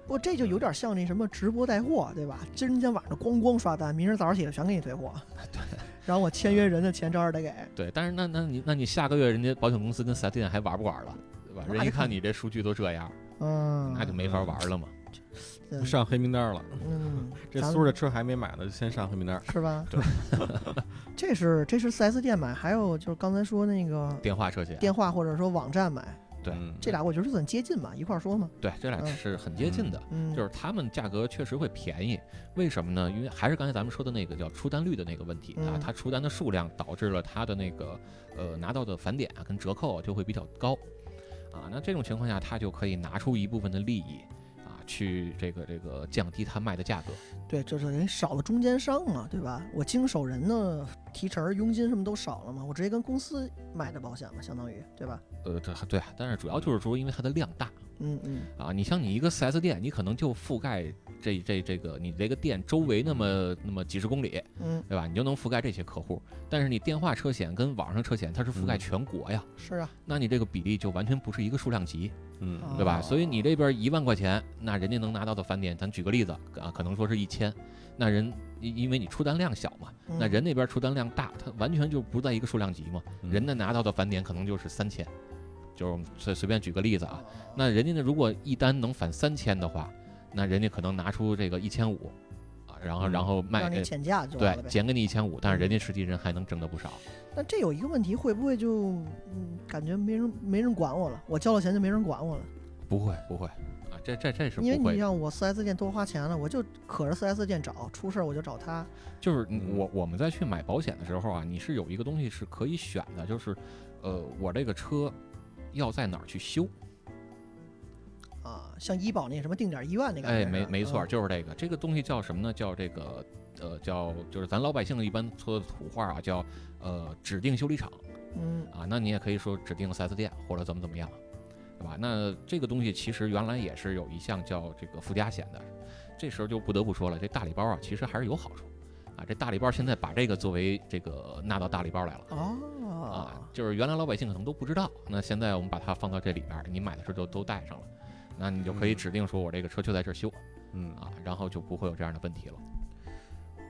Speaker 4: 不这就有点像那什么直播带货，对吧？今儿天晚上咣咣刷单，明儿早上起来全给你 退货。对，然后我签约人的钱照样得给。
Speaker 6: 对，但是那那你那你下个月人家保险公司跟四 S 店还玩不玩了，对吧？
Speaker 4: 那
Speaker 6: 人一
Speaker 4: 就
Speaker 6: 看你这数据都这样，
Speaker 4: 嗯，
Speaker 6: 那就没法玩了嘛。
Speaker 4: 嗯
Speaker 7: 上黑名单了。
Speaker 4: 嗯，
Speaker 7: 这
Speaker 4: 咱
Speaker 7: 苏着车还没买呢，就先上黑名单。
Speaker 4: 是吧？对， 这是这是 4S 店买，还有就是刚才说那个
Speaker 6: 电话车险，
Speaker 4: 电话或者说网站买，
Speaker 6: 对
Speaker 7: 嗯
Speaker 4: 这俩我觉得很接近吧，一块儿说嘛。
Speaker 6: 对，这俩
Speaker 4: 嗯
Speaker 6: 是很接近的。
Speaker 4: 嗯，
Speaker 6: 就是他们价格确实会便宜，为什么呢？因为还是刚才咱们说的那个叫出单率的那个问题啊
Speaker 4: 嗯，
Speaker 6: 它出单的数量导致了它的那个呃拿到的返点啊跟折扣啊就会比较高，啊，那这种情况下它就可以拿出一部分的利益啊，去这个这个降低它卖的价格。
Speaker 4: 对，就是等于少了中间商嘛，对吧？我经手人的提成、佣金什么都少了嘛，我直接跟公司买的保险嘛，相当于，对吧？
Speaker 6: 呃，对对啊，但是主要就是说因为它的量大
Speaker 4: 嗯嗯，
Speaker 6: 啊，你像你一个 4S 店，你可能就覆盖这这这个你这个店周围那么那么几十公里，
Speaker 4: 嗯，
Speaker 6: 对吧？你就能覆盖这些客户，但是你电话车险跟网上车险它是覆盖
Speaker 7: 嗯
Speaker 6: 全国呀。
Speaker 4: 是啊，
Speaker 6: 那你这个比例就完全不是一个数量级，
Speaker 7: 嗯
Speaker 4: 哦
Speaker 6: 对吧？所以你这边一万块钱，那人家能拿到的返点，咱举个例子啊，可能说是一千，那人因因为你出单量小嘛，
Speaker 4: 嗯
Speaker 6: 那人那边出单量大，他完全就不在一个数量级嘛，
Speaker 7: 嗯
Speaker 6: 人那拿到的返点可能就是三千，就是我们随随便举个例子啊，
Speaker 4: 哦
Speaker 6: 那人家呢如果一单能返三千的话，那人家可能拿出这个一千五，啊，然后
Speaker 7: 嗯
Speaker 6: 然后卖
Speaker 4: 让你
Speaker 6: 这。
Speaker 4: 减价就完
Speaker 6: 对
Speaker 4: 了，呗。嗯
Speaker 6: 减给你一千五，但是人家实际人还能挣得不少。
Speaker 4: 那这有一个问题，会不会就嗯，感觉没人没人管我了？我交了钱就没人管我了，
Speaker 6: 不会，不会，啊，这这这是不
Speaker 4: 因为
Speaker 6: 会
Speaker 4: 你
Speaker 6: 的。
Speaker 4: 让我 4S 店多花钱了，我就可着 4S 店找，出事儿我就找他。
Speaker 6: 就是你
Speaker 7: 嗯
Speaker 6: 我我们在去买保险的时候啊，你是有一个东西是可以选的，就是，呃，我这个车要在哪儿去修？
Speaker 4: 啊，像医保那什么定点医院那啊个，
Speaker 6: 哎，没没错，
Speaker 4: 嗯
Speaker 6: 就是这个，这个东西叫什么呢？叫这个，呃，叫就是咱老百姓一般说的土话啊，叫呃指定修理厂
Speaker 4: 嗯，
Speaker 6: 啊。那你也可以说指定 4S 店或者怎么怎么样，对吧？那这个东西其实原来也是有一项叫这个附加险的，这时候就不得不说了，这大礼包啊，其实还是有好处啊。这大礼包现在把这个作为这个纳到大礼包来了。
Speaker 4: 嗯
Speaker 6: 啊
Speaker 4: 哦，，
Speaker 6: 就是原来老百姓可能都不知道，那现在我们把它放到这里边儿，你买的时候就都带上了，那你就可以
Speaker 7: 嗯
Speaker 6: 指定说我这个车就在这儿修
Speaker 7: 嗯
Speaker 6: 啊，然后就不会有这样的问题了。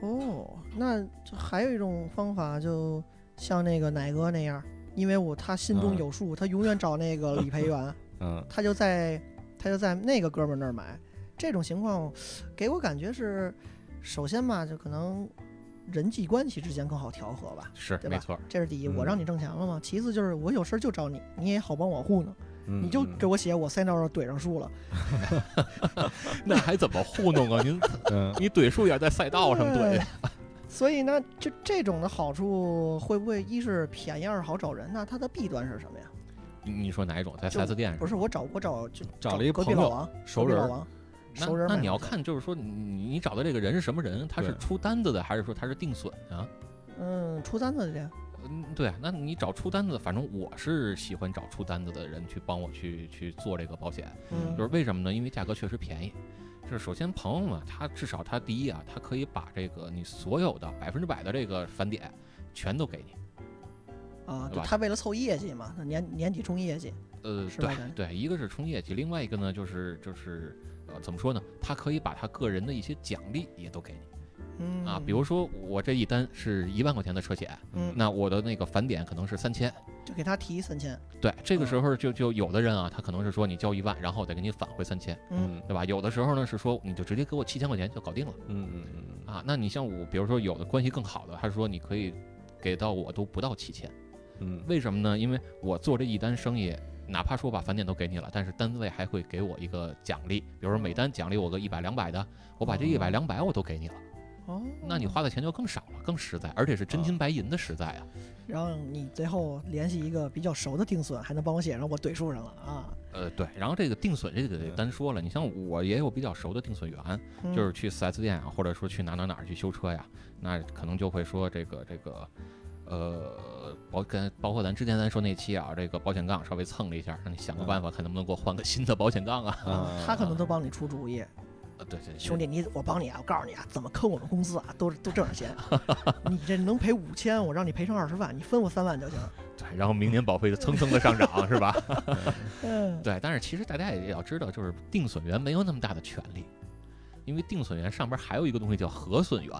Speaker 4: 哦，那这还有一种方法，就像那个奶哥那样，因为我他心中
Speaker 7: 嗯
Speaker 4: 有数，他永远找那个理赔员，
Speaker 7: 嗯
Speaker 4: 他就在他就在那个哥们儿那儿买。这种情况给我感觉是，首先吧，就可能人际关系之间更好调和吧，
Speaker 6: 是
Speaker 4: 对吧
Speaker 6: 没错儿，
Speaker 4: 这是第一。我
Speaker 7: 嗯
Speaker 4: 让你挣钱了嘛，其次就是我有事儿就找你，你也好帮我护呢。
Speaker 7: 嗯，
Speaker 4: 你就
Speaker 7: 嗯
Speaker 4: 给我写，我塞那儿怼上数了。
Speaker 6: 那还怎么糊弄啊？您
Speaker 7: 嗯
Speaker 6: 你怼树也在赛道上怼
Speaker 4: 对，所以呢，就这种的好处会不会一是便宜，二是好找人？那它的弊端是什么呀？
Speaker 6: 你你说哪一种在
Speaker 4: 就
Speaker 6: 4 S 店上
Speaker 4: 不？是我找我找就
Speaker 7: 找了一
Speaker 4: 隔壁
Speaker 7: 朋友
Speaker 4: 老王，
Speaker 7: 熟
Speaker 4: 隔壁
Speaker 7: 人
Speaker 4: 老
Speaker 7: 儿，
Speaker 4: 王，
Speaker 6: 那
Speaker 4: 熟人
Speaker 6: 那
Speaker 4: 买
Speaker 6: 你要
Speaker 4: 的
Speaker 6: 看，就是说你你你找的这个人是什么人？他是
Speaker 7: 对
Speaker 6: 出单子的，还是说他是定损啊？
Speaker 4: 嗯，出单子的去，
Speaker 6: 嗯，对啊，那你找出单子，反正我是喜欢找出单子的人去帮我去去做这个保险。
Speaker 4: 嗯
Speaker 6: 就是为什么呢？因为价格确实便宜。就是首先朋友嘛，他至少他第一啊，他可以把这个你所有的百分之百的这个返点全都给你。
Speaker 4: 啊，
Speaker 6: 对
Speaker 4: 就
Speaker 6: 吧
Speaker 4: 他为了凑业绩嘛，他年年底冲业绩，
Speaker 6: 呃，
Speaker 4: 是吧
Speaker 6: 对
Speaker 4: 咱
Speaker 6: 对，一个是冲业绩，另外一个呢就是就是呃怎么说呢？他可以把他个人的一些奖励也都给你
Speaker 4: 嗯
Speaker 6: 啊，比如说我这一单是一万块钱的车险，
Speaker 4: 嗯
Speaker 6: 那我的那个返点可能是三千。
Speaker 4: 就给他提三千，
Speaker 6: 对，这个时候就就有的人啊，他可能是说你交一万，然后我再给你返回三千，
Speaker 4: 嗯
Speaker 6: 对吧？有的时候呢是说你就直接给我七千块钱就搞定了。
Speaker 7: 嗯嗯嗯
Speaker 6: 啊，那你像我，比如说有的关系更好的，他说你可以给到我都不到七千，
Speaker 7: 嗯
Speaker 6: 为什么呢？因为我做这一单生意，哪怕说我把返点都给你了，但是单位还会给我一个奖励，比如说每单奖励我个一百两百的，我把这一百两百我都给你了，
Speaker 4: 哦，
Speaker 6: 那你花的钱就更少了，更实在，而且是真金白银的实在啊。
Speaker 4: 然后你最后联系一个比较熟的定损，还能帮我写上，我怼数上了啊，
Speaker 6: 呃，对，然后这个定损这个得单说了，你像我也有比较熟的定损员，
Speaker 4: 嗯
Speaker 6: 就是去 4S 店啊，或者说去哪哪哪儿去修车呀，那可能就会说这个这个，呃，保跟包括咱之前咱说那期啊，这个保险杠稍
Speaker 4: 嗯哦
Speaker 6: 微蹭了一下，让你想个办法，看能不能给我换个新的保险杠啊。
Speaker 7: 啊
Speaker 4: 啊，他可能都帮你出主意，
Speaker 6: 呃对对，对
Speaker 4: 兄弟，，你我帮你啊，我告诉你啊，怎么坑我们公司啊，都是都挣点 钱。你这能赔五千，我让你赔成二十万，你分我三万就行。
Speaker 6: 对，然后明年保费就蹭蹭的上涨，是吧？
Speaker 4: 嗯，
Speaker 6: 对，但是其实大家也要知道，就是定损员没有那么大的权利，因为定损员上边还有一个东西叫核损员。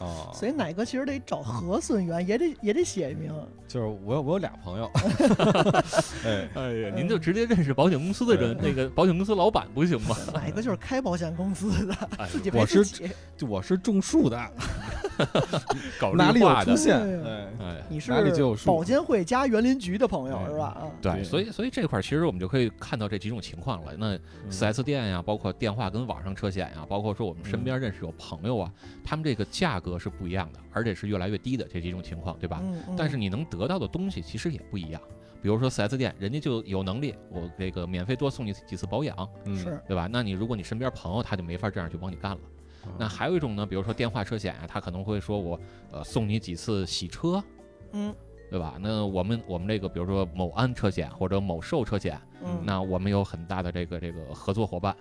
Speaker 7: 哦，
Speaker 4: 所以奶哥其实得找核损员，也得也得写一名。
Speaker 7: 就是我有我有俩朋 友，哎，
Speaker 6: 哎呀
Speaker 4: 您
Speaker 6: 您
Speaker 4: 就
Speaker 6: 就直接认识保险公司的人，那个保险公司老板不行吗？
Speaker 4: 奶哥就是开保险公司的，
Speaker 6: 哎
Speaker 4: 自己
Speaker 7: 我
Speaker 4: 赔
Speaker 7: 是
Speaker 4: 自己。
Speaker 7: 就我是种树的，
Speaker 6: 搞
Speaker 7: 哪里
Speaker 6: 绿
Speaker 7: 有
Speaker 6: 化
Speaker 7: 出
Speaker 6: 的，
Speaker 7: 现？
Speaker 4: 哎
Speaker 7: 哎，
Speaker 6: 哎，
Speaker 4: 你是
Speaker 7: 哪里就有树
Speaker 4: 保监会加园林局的朋友
Speaker 7: 哎
Speaker 4: 是吧？啊，
Speaker 6: 对，
Speaker 7: 对
Speaker 6: 所以所以这块儿其实我们就可以看到这几种情况了。那
Speaker 7: 嗯
Speaker 6: 四 S 店呀，包括电话跟网上车险呀，包括说我们身边认识有朋友啊，他们这个价格是不一样的，而且是越来越低的这几种情况，对吧？
Speaker 4: 嗯，嗯
Speaker 6: 但是你能得到的东西其实也不一样。比如说四 S 店，人家就有能力，我这个免费多送你几次保养，
Speaker 7: 嗯
Speaker 4: 是
Speaker 6: 对吧？那你如果你身边朋友他就没法这样去帮你干了。那还有一种呢，比如说电话车险啊，他可能会说我呃送你几次洗车，
Speaker 4: 嗯
Speaker 6: 对吧？那我们我们这个比如说某安车险或者某寿车险，
Speaker 4: 嗯
Speaker 6: 那我们有很大的这个这个合作伙伴，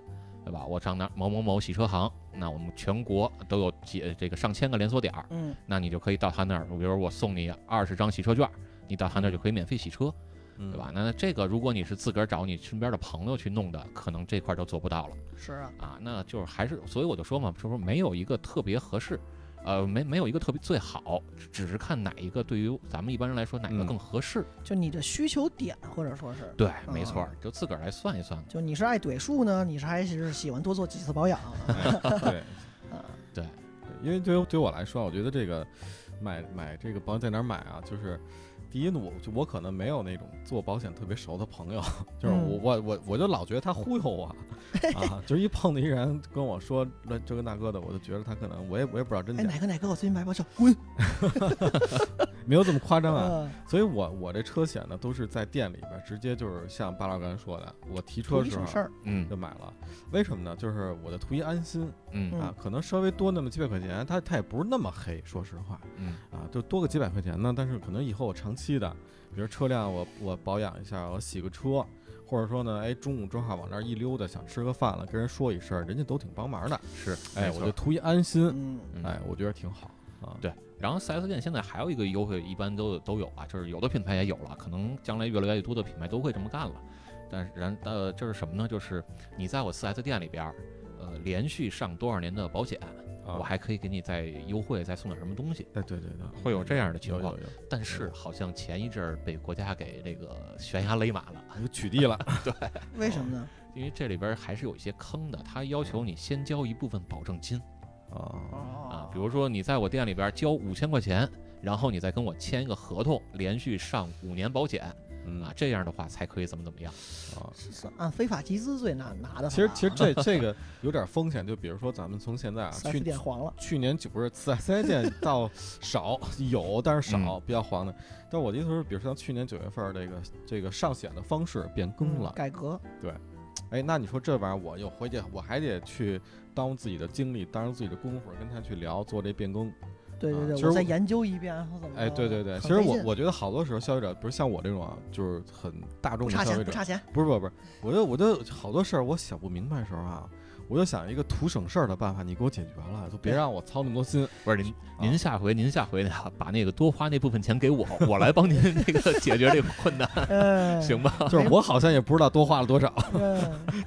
Speaker 6: 对吧？我上哪儿某某某洗车行，那我们全国都有几这个上千个连锁点儿，
Speaker 4: 嗯
Speaker 6: 那你就可以到他那儿，比如我送你二十张洗车券，你到他那儿就可以免费洗车，
Speaker 7: 嗯
Speaker 6: 对吧？那这个如果你是自个儿找你身边的朋友去弄的，可能这块儿就做不到了
Speaker 4: 是啊，
Speaker 6: 啊。那就是还是，所以我就说嘛，就说没有一个特别合适。呃，没没有一个特别最好，只只是看哪一个对于咱们一般人来说哪个
Speaker 7: 嗯
Speaker 6: 更合适。
Speaker 4: 就你的需求点或者说是。
Speaker 6: 对，没错儿，就自个儿来算一算
Speaker 4: 就你是爱怼树呢，你是还是喜欢多做几次保养？
Speaker 7: 对
Speaker 4: 啊
Speaker 6: 对，
Speaker 7: 因为对于对我来说，我觉得这个买买这个保险在哪儿买啊，就是。第一呢，我就我可能没有那种做保险特别熟的朋友， 就是我
Speaker 4: 嗯
Speaker 7: 我我我就老觉得他忽悠我啊，就是一碰见一人跟我说这这个那个的，我就觉得他可能我也我也不知道 真
Speaker 4: 哎，
Speaker 7: 假，
Speaker 4: 奶哥奶哥，我最近买保险，滚！
Speaker 7: 没有这么夸张啊。
Speaker 4: 嗯
Speaker 7: 所以我我这车险呢都是在店里边儿直接就是像巴老刚才说的，我提车
Speaker 4: 图
Speaker 7: 的
Speaker 4: 一
Speaker 7: 时
Speaker 4: 省
Speaker 7: 候
Speaker 4: 事儿，
Speaker 6: 嗯
Speaker 7: 就买了。为什么呢？就是我的图一安心
Speaker 6: 嗯
Speaker 7: 啊，可能稍微多那么几百块钱，它它也不是那么黑，说实话
Speaker 6: 嗯
Speaker 7: 啊，就多个几百块钱呢。但是可能以后我长期的，比如车辆我我保养一下，我洗个车，或者说呢，哎，中午正好往那儿一溜达，想吃个饭了，跟人说一声，人家都挺帮忙的。
Speaker 6: 是，没
Speaker 7: 哎，我
Speaker 6: 错
Speaker 7: 就图一安心，
Speaker 4: 嗯，
Speaker 6: 嗯
Speaker 7: 哎，我觉得挺好啊。
Speaker 6: 对，然后 4S 店现在还有一个优惠，一般都都有啊，就是有的品牌也有了，可能将来越来越多的品牌都会这么干了。但是然呃，这是什么呢？就是你在我 4S 店里边儿，呃，连续上多少年的保险，
Speaker 7: 啊
Speaker 6: 我还可以给你再优惠，再送点什么东西。
Speaker 7: 哎，对对对，
Speaker 6: 会有这样的情
Speaker 7: 有
Speaker 6: 况
Speaker 7: 有有，
Speaker 6: 但是好像前一阵儿被国家给这个悬崖勒马了，
Speaker 7: 有哎取缔
Speaker 6: 啊
Speaker 7: 了。
Speaker 4: 为什么呢？
Speaker 6: 因为这里边儿还是有一些坑的，它要求你先交一部分保证金。
Speaker 7: 啊，
Speaker 6: 啊
Speaker 4: 啊，
Speaker 6: 比如说你在我店里边交五千块钱，然后你再跟我签一个合同，连续上五年保险
Speaker 7: 嗯
Speaker 6: 啊，这样的话才可以怎么怎么样。
Speaker 7: 啊。
Speaker 4: 是按非法集资罪拿拿的法啊。
Speaker 7: 其实其实这这个有点风险，就比如说咱们从现在啊，
Speaker 4: 四
Speaker 7: 去
Speaker 4: S 店黄了，
Speaker 7: 去年就不是四 S 店到少有，但是少
Speaker 4: 嗯
Speaker 7: 比较黄的。但我的意思是，比如说像去年九月份儿这个这个上险的方式变
Speaker 4: 嗯
Speaker 7: 更了，
Speaker 4: 改革，嗯
Speaker 7: 哎，那你说这玩意儿我又回去，我还得去当自己的经历，当自己的功夫跟他去聊做这变更。
Speaker 4: 对
Speaker 7: 啊
Speaker 4: 对对，
Speaker 7: 其
Speaker 4: 我
Speaker 7: 实
Speaker 4: 再
Speaker 7: 我
Speaker 4: 研究一遍，或怎么着？
Speaker 7: 哎，对对对，
Speaker 4: 哦很
Speaker 7: 其实
Speaker 4: 费
Speaker 7: 我
Speaker 4: 劲
Speaker 7: 我觉得好多时候消费者，比如像我这种啊，就是很大众
Speaker 4: 不
Speaker 7: 的
Speaker 4: 差
Speaker 7: 消
Speaker 4: 钱，
Speaker 7: 费者
Speaker 4: 不，差钱，
Speaker 7: 不是不是不是，我就我就好多事儿我想不明白的时候啊，我就想一个图省事儿的办法，你给我解决了，就别让我操那么多 心。
Speaker 6: 不是您
Speaker 7: 啊
Speaker 6: 您下回您下回呢，把那个多花那部分钱给 我，我来帮您那个解决这个困难，
Speaker 4: 哎，
Speaker 6: 行吧？
Speaker 7: 就是我好像也不知道多花了多少，
Speaker 4: 嗯，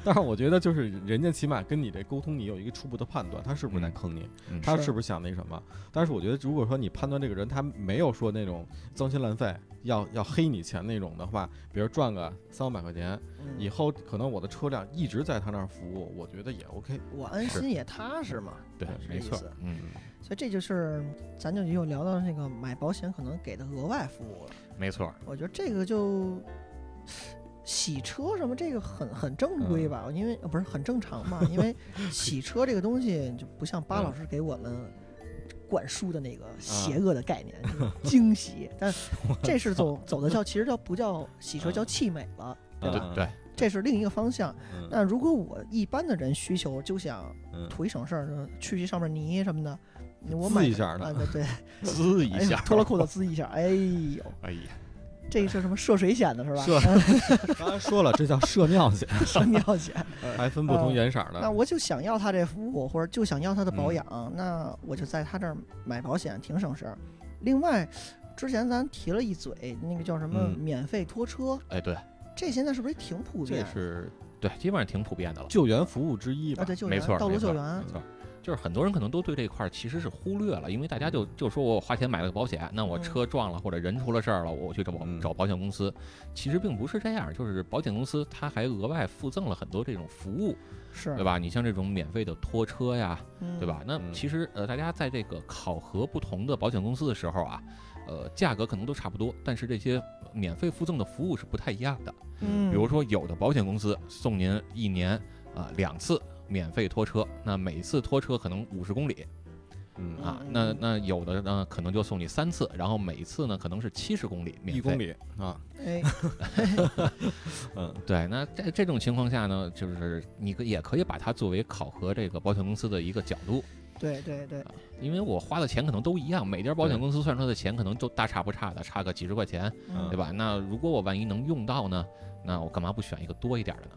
Speaker 7: 但是我觉得就是人家起码跟你这沟通，你有一个初步的判断，他是不是在
Speaker 6: 嗯
Speaker 7: 坑你，
Speaker 6: 嗯
Speaker 7: 他
Speaker 4: 是
Speaker 7: 是不是想那什么？但是我觉得如果说你判断这个人他没有说那种脏心烂肺，要要黑你钱那种的话，比如赚个三五百块钱，
Speaker 4: 嗯
Speaker 7: 以后可能我的车辆一直在他那儿服务，我觉得也 OK。
Speaker 4: 我安
Speaker 6: 是
Speaker 4: 心也踏实嘛。
Speaker 6: 对，
Speaker 4: 是
Speaker 6: 没
Speaker 4: 这
Speaker 6: 错
Speaker 4: 意思，
Speaker 6: 嗯，
Speaker 4: 所以这就是，咱就又聊到那个买保险可能给的额外服务了。
Speaker 6: 没错，
Speaker 4: 我觉得这个就洗车什么这个很很正规
Speaker 7: 嗯
Speaker 4: 吧，因为呃不是很正常 嘛，因为洗车这个东西就不像巴老师给我们灌输的那个
Speaker 7: 嗯
Speaker 4: 邪恶的概念，
Speaker 7: 啊
Speaker 4: 就是惊 喜。但这是走走的叫其实叫不叫洗车，叫汽美了，对吧？
Speaker 6: 对对，
Speaker 4: 这是另一个方向。
Speaker 7: 嗯
Speaker 4: 那如果我一般的人需求就想
Speaker 7: 嗯
Speaker 4: 图一省事儿，就是去去上面泥什么的，我
Speaker 7: 滋
Speaker 4: 买
Speaker 7: 一
Speaker 4: 个
Speaker 7: 下呢
Speaker 4: 啊，对对，
Speaker 6: 滋一
Speaker 4: 哎呦
Speaker 6: 下，
Speaker 4: 脱了裤子滋一下，哎呦，
Speaker 6: 哎呀，
Speaker 4: 这是什么涉水险的是吧？
Speaker 7: 涉 刚才说了，这叫射尿险，
Speaker 4: 涉尿险。
Speaker 7: 还分不同颜色的。
Speaker 4: 嗯那我就想要他这服务，或者就想要他的保养，
Speaker 6: 嗯
Speaker 4: 那我就在他这儿买保险，挺省事儿。另外，之前咱提了一嘴，那个叫什么
Speaker 7: 嗯
Speaker 4: 免费拖车，
Speaker 6: 哎，对
Speaker 4: 这现在是不是也挺普
Speaker 7: 这
Speaker 4: 遍？啊
Speaker 7: 是
Speaker 6: 对，基本上挺普遍的了。
Speaker 7: 救援服务之一吧
Speaker 4: 啊，？对，救
Speaker 6: 没
Speaker 4: 援
Speaker 6: 错，
Speaker 4: 道路
Speaker 6: 没错嗯
Speaker 4: 救援
Speaker 6: 没，错，就是很多人可能都对这块儿其实是忽略了，因为大家就就说我花钱买了个保险，那我
Speaker 4: 嗯
Speaker 6: 车撞了或者人出了事儿了，我去找保
Speaker 7: 嗯
Speaker 6: 找保险公司，其实并不是这样，就是保险公司它还额外附赠了很多这种服务，
Speaker 4: 是
Speaker 6: 对吧？你像这种免费的拖车呀，
Speaker 4: 嗯
Speaker 6: 对吧？那
Speaker 7: 嗯
Speaker 6: 其实呃，大家在这个考核不同的保险公司的时候啊，呃，价格可能都差不多，但是这些免费附赠的服务是不太一样的。
Speaker 4: 嗯，
Speaker 6: 比如说，有的保险公司送您一年啊、呃两次免费拖车，那每次拖车可能五十公里
Speaker 7: 嗯，
Speaker 6: 啊
Speaker 4: 嗯，
Speaker 6: 那
Speaker 4: 嗯
Speaker 6: 那有的呢可能就送你三次，然后每次呢可能是七十公里免
Speaker 7: 一
Speaker 6: 费。
Speaker 7: 公里啊，
Speaker 4: 哎，
Speaker 7: 嗯，
Speaker 6: 对，那在这种情况下呢，就是你可也可以把它作为考核这个保险公司的一个角度，
Speaker 4: 对对对，
Speaker 6: 因为我花的钱可能都一样，每家保险
Speaker 7: 对
Speaker 6: 公司算出来的钱可能都大差不差的，差个几十块钱，
Speaker 4: 嗯
Speaker 6: 对吧？那如果我万一能用到呢，那我干嘛不选一个多一点的呢？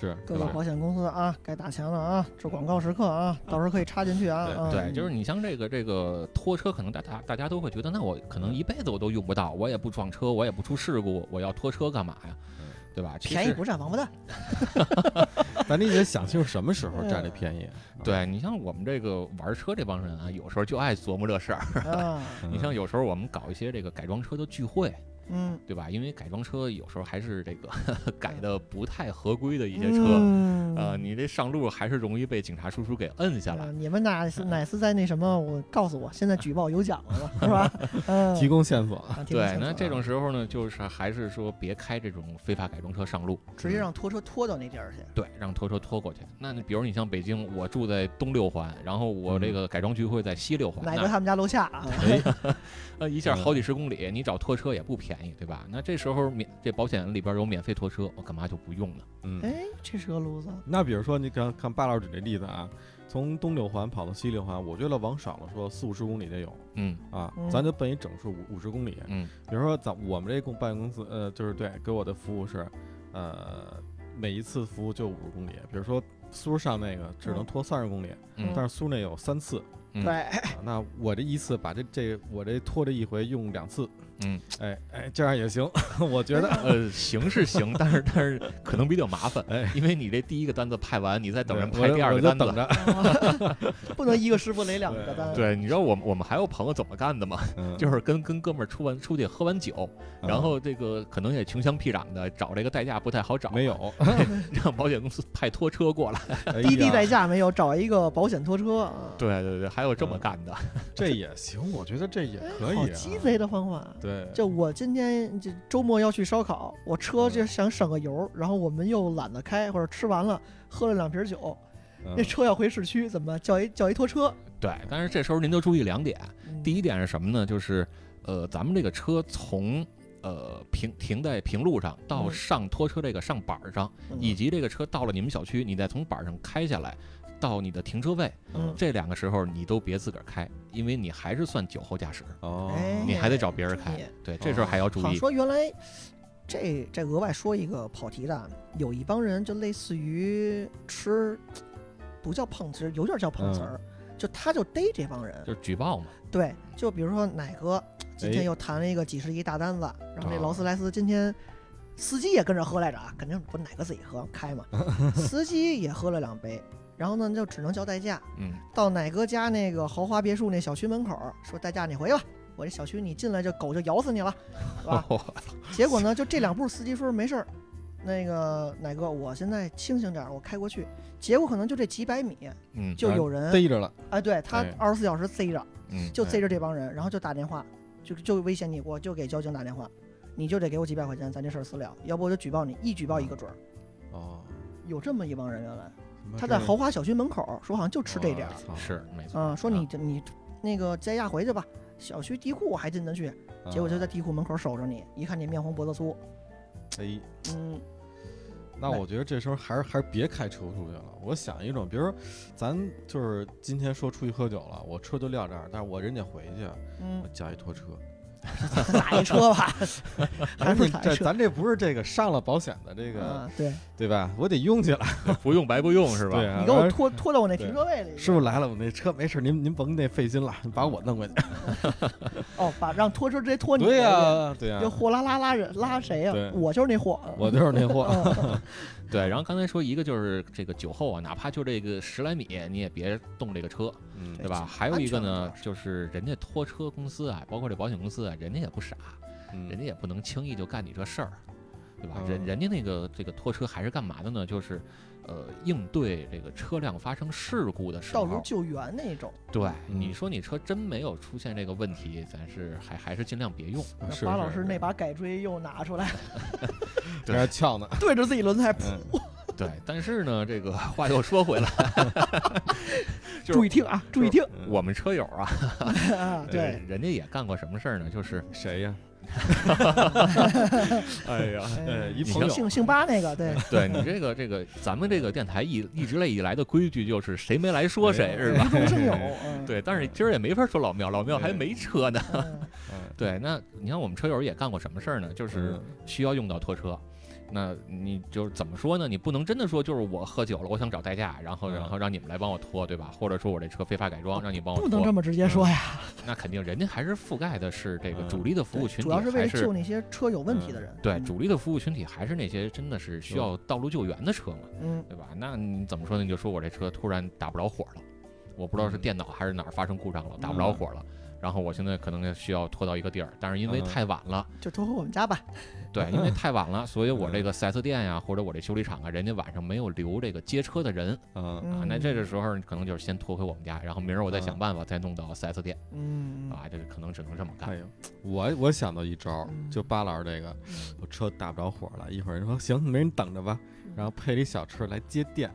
Speaker 7: 是
Speaker 4: 各
Speaker 7: 对
Speaker 4: 个
Speaker 7: 吧？
Speaker 4: 保险公司啊，该打钱了啊！这广告时刻啊，到时候可以插进去啊。
Speaker 7: 对
Speaker 4: 啊
Speaker 6: 对，就是你像这个这个拖车，可能大家大家都会觉得，那我可
Speaker 7: 嗯
Speaker 6: 能一辈子我都用不到，我也不撞车，我也不出事故，我要拖车干嘛呀
Speaker 7: 嗯？
Speaker 6: 对吧？其
Speaker 4: 便宜
Speaker 6: 实
Speaker 4: 不占 王八蛋。
Speaker 7: 咱得得想清楚什么时候占这便宜。啊，
Speaker 6: 对你像我们这个玩车这帮人啊，有时候就爱琢磨这事儿。
Speaker 4: 啊，
Speaker 7: 嗯
Speaker 6: 你像有时候我们搞一些这个改装车的聚会，
Speaker 4: 嗯，
Speaker 6: 对吧？因为改装车有时候还是这个 改的不太合规的一
Speaker 4: 一
Speaker 6: 些车，
Speaker 4: 嗯、
Speaker 6: 啊，你这上路还是容易被警察叔叔给摁下
Speaker 4: 啊
Speaker 6: 来。
Speaker 4: 你们哪
Speaker 6: 嗯
Speaker 4: 次哪次在那什么？我告诉我，现在举报有奖了，是吧？嗯，
Speaker 7: 提供线索，
Speaker 4: 啊提供
Speaker 6: 对，
Speaker 4: 线索
Speaker 6: 那这种时候呢，就是还是说别开这种非法改装车上路。
Speaker 4: 直接让拖车拖到那地儿去。
Speaker 6: 对，让拖车拖过去。那你比如你像北京，我住在东六环，然后我
Speaker 7: 嗯
Speaker 6: 这个改装聚会在西六环，
Speaker 4: 奶哥
Speaker 6: 那嗯
Speaker 4: 他们家楼下啊，
Speaker 7: 哎，
Speaker 6: 呃一下好几十公里，你找拖车也不便宜，对吧？那这时候免这保险里边有免费拖车，我干嘛就不用呢？
Speaker 7: 嗯，
Speaker 4: 哎，这是个路子，
Speaker 7: 那比如说你刚看巴老师这例子啊，从东六环跑到西六环，我觉得往少了说四五十公里得有
Speaker 6: 嗯
Speaker 7: 啊
Speaker 4: 嗯，
Speaker 7: 咱就奔一整数五五十公里。
Speaker 6: 嗯，
Speaker 7: 比如说咱我们这公办公司，呃，就是对给我的服务是，呃，每一次服务就五十公里。比如说苏上那个只能拖三十公里，
Speaker 6: 嗯
Speaker 7: 但是苏那有三次，
Speaker 6: 嗯
Speaker 4: 对，
Speaker 7: 啊那我这一次把这这我这拖这一回用两次，
Speaker 6: 嗯，
Speaker 7: 哎哎，这样也行， 我觉 得。
Speaker 6: 呃，行是行，但是但是可能比较麻烦，
Speaker 7: 哎
Speaker 6: 因为你这第一个单子派完，你再等人
Speaker 7: 对
Speaker 6: 派
Speaker 7: 我
Speaker 6: 第二
Speaker 7: 我
Speaker 6: 个
Speaker 7: 就
Speaker 6: 单
Speaker 7: 等
Speaker 6: 子。
Speaker 7: 着，
Speaker 4: 不能一个师傅垒两个
Speaker 7: 对
Speaker 4: 单。
Speaker 6: 对，你知道我们我们还有朋友怎么干的吗？
Speaker 7: 嗯
Speaker 6: 就是跟跟哥们儿出完出去喝完酒，然后这个可能也穷乡僻壤的，找这个代驾不太好找，
Speaker 7: 没有，
Speaker 6: 让保险公司派拖车过来。
Speaker 7: 哎
Speaker 4: 滴滴
Speaker 7: 呀
Speaker 4: 代驾没有，找一个保险拖车啊，
Speaker 6: 对对对，还有这么
Speaker 7: 嗯
Speaker 6: 干的，
Speaker 7: 这也行，我觉得这也可以、啊。
Speaker 4: 哎好鸡贼的方法。
Speaker 7: 对，
Speaker 4: 就我今天这周末要去烧烤，我车
Speaker 6: 嗯
Speaker 4: 就想省个油，然后我们又懒得开，或者吃完了喝了两瓶酒，
Speaker 7: 嗯
Speaker 4: 那车要回市区怎么办？叫一叫一拖车？
Speaker 6: 对。但是这时候您就注意两点，
Speaker 4: 嗯
Speaker 6: 第一点是什么呢？就是呃，咱们这个车从呃平停在平路上到
Speaker 4: 嗯
Speaker 6: 上拖车这个上板儿上，
Speaker 4: 嗯
Speaker 6: 以及这个车到了你们小区，你再从板儿上开下来。到你的停车位，
Speaker 4: 嗯
Speaker 6: 这两个时候你都别自个儿开，因为你还是算酒后驾驶，
Speaker 7: 哦，
Speaker 4: 哎
Speaker 6: 你还得找别人开
Speaker 4: 注意。
Speaker 6: 对，这时候还要注
Speaker 4: 好
Speaker 6: 意。
Speaker 4: 说原来这这额外说一个跑题的啊，有一帮人就类似于吃，不叫碰瓷儿，有点叫碰瓷儿，就他就逮这帮人，
Speaker 6: 嗯就是举报嘛，
Speaker 4: 对，就比如说奶哥今
Speaker 7: 哎
Speaker 4: 天又谈了一个几十亿大单子，然后这
Speaker 6: 哦
Speaker 7: 啊
Speaker 4: 劳斯莱斯今天司机也跟着喝来着啊，肯定不是奶哥自己喝开 嘛，司机也喝了两杯，然后呢就只能叫代驾，
Speaker 6: 嗯，
Speaker 4: 到奶哥家那个豪华别墅那小区门口儿说代驾你回吧。我这小区你进来就狗就咬死你了，是吧？
Speaker 7: 哦
Speaker 4: 结果呢，就这两步，司机说没事儿，那个奶哥，我现在清醒点儿，我开过去。结果可能就这几百米，
Speaker 6: 嗯
Speaker 4: 就有人
Speaker 7: 逮着了，
Speaker 4: 哎，对他
Speaker 7: 哎
Speaker 4: 二十四小时贼着，
Speaker 6: 嗯，
Speaker 4: 就贼着这帮人，然后就打电话，就就威胁你，我就给交警打电话，你就得给我几百块钱，咱这事儿私了，要不我就举报你，一举报一
Speaker 7: 啊
Speaker 4: 个准儿。
Speaker 7: 哦，
Speaker 4: 有这么一帮人原来，
Speaker 7: 什么
Speaker 4: 他
Speaker 7: 这哦
Speaker 4: 在豪华小区门口说好像就吃这点儿，
Speaker 7: 哇
Speaker 6: 是没错。
Speaker 4: 啊，说你
Speaker 6: 啊
Speaker 4: 这你那个再压回去吧，小区地库我还进得去，
Speaker 7: 操
Speaker 4: 结果就在
Speaker 7: 啊
Speaker 4: 地库门口守着你，一看你面红脖子粗，
Speaker 7: 哎，
Speaker 4: 嗯，
Speaker 7: 那我觉得这时候还是还是别开车出去了。我想一种，比如说咱就是今天说出去喝酒了，我车就撂这儿，但是我人得回去，
Speaker 4: 嗯
Speaker 7: 我，叫一拖车，
Speaker 4: 打一 车吧，还
Speaker 7: 不
Speaker 4: 是
Speaker 7: 是
Speaker 4: 打一
Speaker 7: 这
Speaker 4: 车。
Speaker 7: 咱这不是这个上了保险的这个
Speaker 4: 啊，对，
Speaker 7: 对吧？我得用起来
Speaker 6: 不用白不用是吧
Speaker 7: 对？啊
Speaker 4: 你给我
Speaker 7: 完
Speaker 4: 拖拖到我那
Speaker 7: 对
Speaker 4: 停车位里去。
Speaker 7: 师傅来了，我那车没事，您您甭那费心了，你把我弄过去。
Speaker 4: 哦，把让拖车直接拖哦你。
Speaker 7: 对呀、，对呀、
Speaker 4: 这货拉拉拉人拉谁呀
Speaker 7: 对？
Speaker 4: 我就是那货。
Speaker 7: 我就是那
Speaker 4: 哦
Speaker 7: 货。
Speaker 6: 对，然后刚才说一个就是这个酒后啊，哪怕就这个十来米，你也别动这个车，
Speaker 7: 嗯
Speaker 6: 对吧？
Speaker 4: 对
Speaker 6: 还有一个
Speaker 4: 安
Speaker 6: 呢
Speaker 4: 全的，
Speaker 6: 就是人家拖车公司啊，包括这保险公司啊，人家也不傻，
Speaker 7: 嗯
Speaker 6: 人家也不能轻易就干你这事儿，对吧？
Speaker 7: 嗯
Speaker 6: 人人家那个这个拖车还是干嘛的呢？就是呃，应对这个车辆发生事故的时
Speaker 4: 道路
Speaker 6: 候，
Speaker 4: 救援那种，
Speaker 6: 对
Speaker 7: 嗯
Speaker 6: 你说你车真没有出现这个问题，咱是还还是尽量别用。
Speaker 7: 啊是
Speaker 4: 巴
Speaker 7: 是
Speaker 4: 老师
Speaker 7: 是
Speaker 4: 那把改锥又拿出 来，
Speaker 7: 在那翘呢，
Speaker 4: 对着自己轮胎
Speaker 7: 嗯
Speaker 4: 噗，
Speaker 6: 对，但是呢，这个话又说回来，就是
Speaker 4: 注意听啊，注意听。
Speaker 6: 我们车友啊，
Speaker 4: 啊
Speaker 7: 哎
Speaker 4: 对，
Speaker 6: 人家也干过什么事儿呢？就是
Speaker 7: 谁呀？哎呀，呃，一
Speaker 6: 你
Speaker 7: 朋友
Speaker 4: 姓姓巴那个， 对，
Speaker 6: 对你这个这个，咱们这个电台一一直类以来的规矩就是谁没来说谁
Speaker 7: 哎
Speaker 6: 是吧？
Speaker 4: 无中 生有。嗯，
Speaker 6: 对，但是今儿也没法说老庙，老庙还没车 呢。
Speaker 4: 嗯
Speaker 7: 嗯
Speaker 6: 对，那你看我们车友也干过什么事儿呢？
Speaker 4: 嗯
Speaker 6: 就是需要用到拖车。那你就是怎么说呢？你不能真的说就是我喝酒了，我想找代驾，然后
Speaker 7: 嗯
Speaker 6: 然后让你们来帮我拖，对吧？或者说我这车非法改装，让你帮我
Speaker 4: 哦不能这
Speaker 6: 拖，
Speaker 4: 么直接说呀，
Speaker 6: 那肯定人家还是覆盖的是这个
Speaker 7: 嗯
Speaker 6: 主力的服务群
Speaker 4: 主
Speaker 6: 体，
Speaker 4: 要是
Speaker 6: 还
Speaker 4: 为了救
Speaker 6: 是
Speaker 4: 那些车有问题的人。
Speaker 6: 对
Speaker 4: 嗯
Speaker 6: 主力的服务群体还是那些真的是需要道路救援的车嘛。
Speaker 4: 嗯，
Speaker 6: 对吧？那你怎么说呢？你就说我这车突然打不着火了，我不知道是
Speaker 7: 嗯
Speaker 6: 电脑还是哪儿发生故障了，打不着火了。然后我现在可能需要拖到一个地儿，但是因为
Speaker 7: 嗯
Speaker 6: 太晚了，
Speaker 4: 就拖回我们家吧。
Speaker 6: 对，因为太晚了，所以我这个 4S 店呀，或者我这修理厂啊，人家晚上没有留这个接车的人
Speaker 7: 嗯
Speaker 6: 啊，
Speaker 4: 嗯
Speaker 6: 那这个时候你可能就是先拖回我们家，然后明儿我再想办法再弄到 4S 店
Speaker 4: 嗯，
Speaker 6: 啊，这个可能只能这么
Speaker 7: 哎
Speaker 6: 干。
Speaker 7: 呦，我我想到一招儿，
Speaker 4: 嗯
Speaker 7: 就巴老师这个，我车打不着火了，一会儿人说行，没人等着吧，
Speaker 4: 嗯
Speaker 7: 然后配了一小车来接电，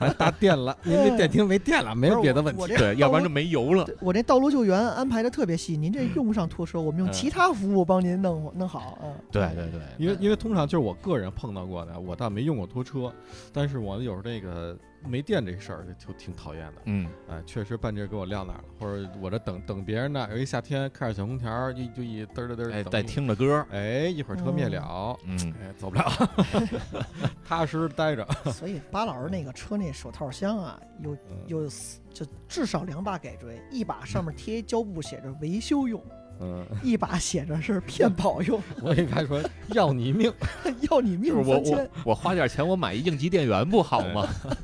Speaker 7: 来搭电了，您这电瓶没电了，没
Speaker 4: 不
Speaker 7: 有
Speaker 4: 是
Speaker 7: 别的问
Speaker 4: 我
Speaker 7: 题。
Speaker 4: 这
Speaker 6: 对，要不然
Speaker 4: 道
Speaker 6: 就没油了。
Speaker 4: 路我这道路救援安排的特别细，您这用不上拖车，我们用
Speaker 7: 嗯
Speaker 4: 其他服务帮您弄弄好。 嗯，
Speaker 6: 对对对，
Speaker 7: 因为因为通常就是我个人碰到过的，我倒没用过拖车，但是我有时候这个没电这事儿就挺讨厌的。
Speaker 6: 嗯，
Speaker 7: 哎，确实半截给我撂那儿了，或者我这等等别人呢，哎有一夏天开着小空调儿，就就一嘚儿嘚儿嘚儿
Speaker 6: 哎，
Speaker 7: 等
Speaker 6: 再
Speaker 7: 一，
Speaker 6: 听着歌，
Speaker 7: 哎，一会儿车灭
Speaker 4: 哦
Speaker 7: 了，
Speaker 6: 嗯，
Speaker 7: 哎，走不了， 踏踏实实待着。
Speaker 4: 所以巴老师那个车那手套箱啊，有
Speaker 7: 嗯
Speaker 4: 有四就至少两把改锥，一把上面贴一胶布写着维修用，
Speaker 7: 嗯，
Speaker 4: 一把写着是骗保用，
Speaker 7: 我以为他说要你命，
Speaker 4: 要你命
Speaker 6: 就是我
Speaker 4: 三千
Speaker 6: 我。我花点钱我买一应急电源不好吗？
Speaker 7: 哎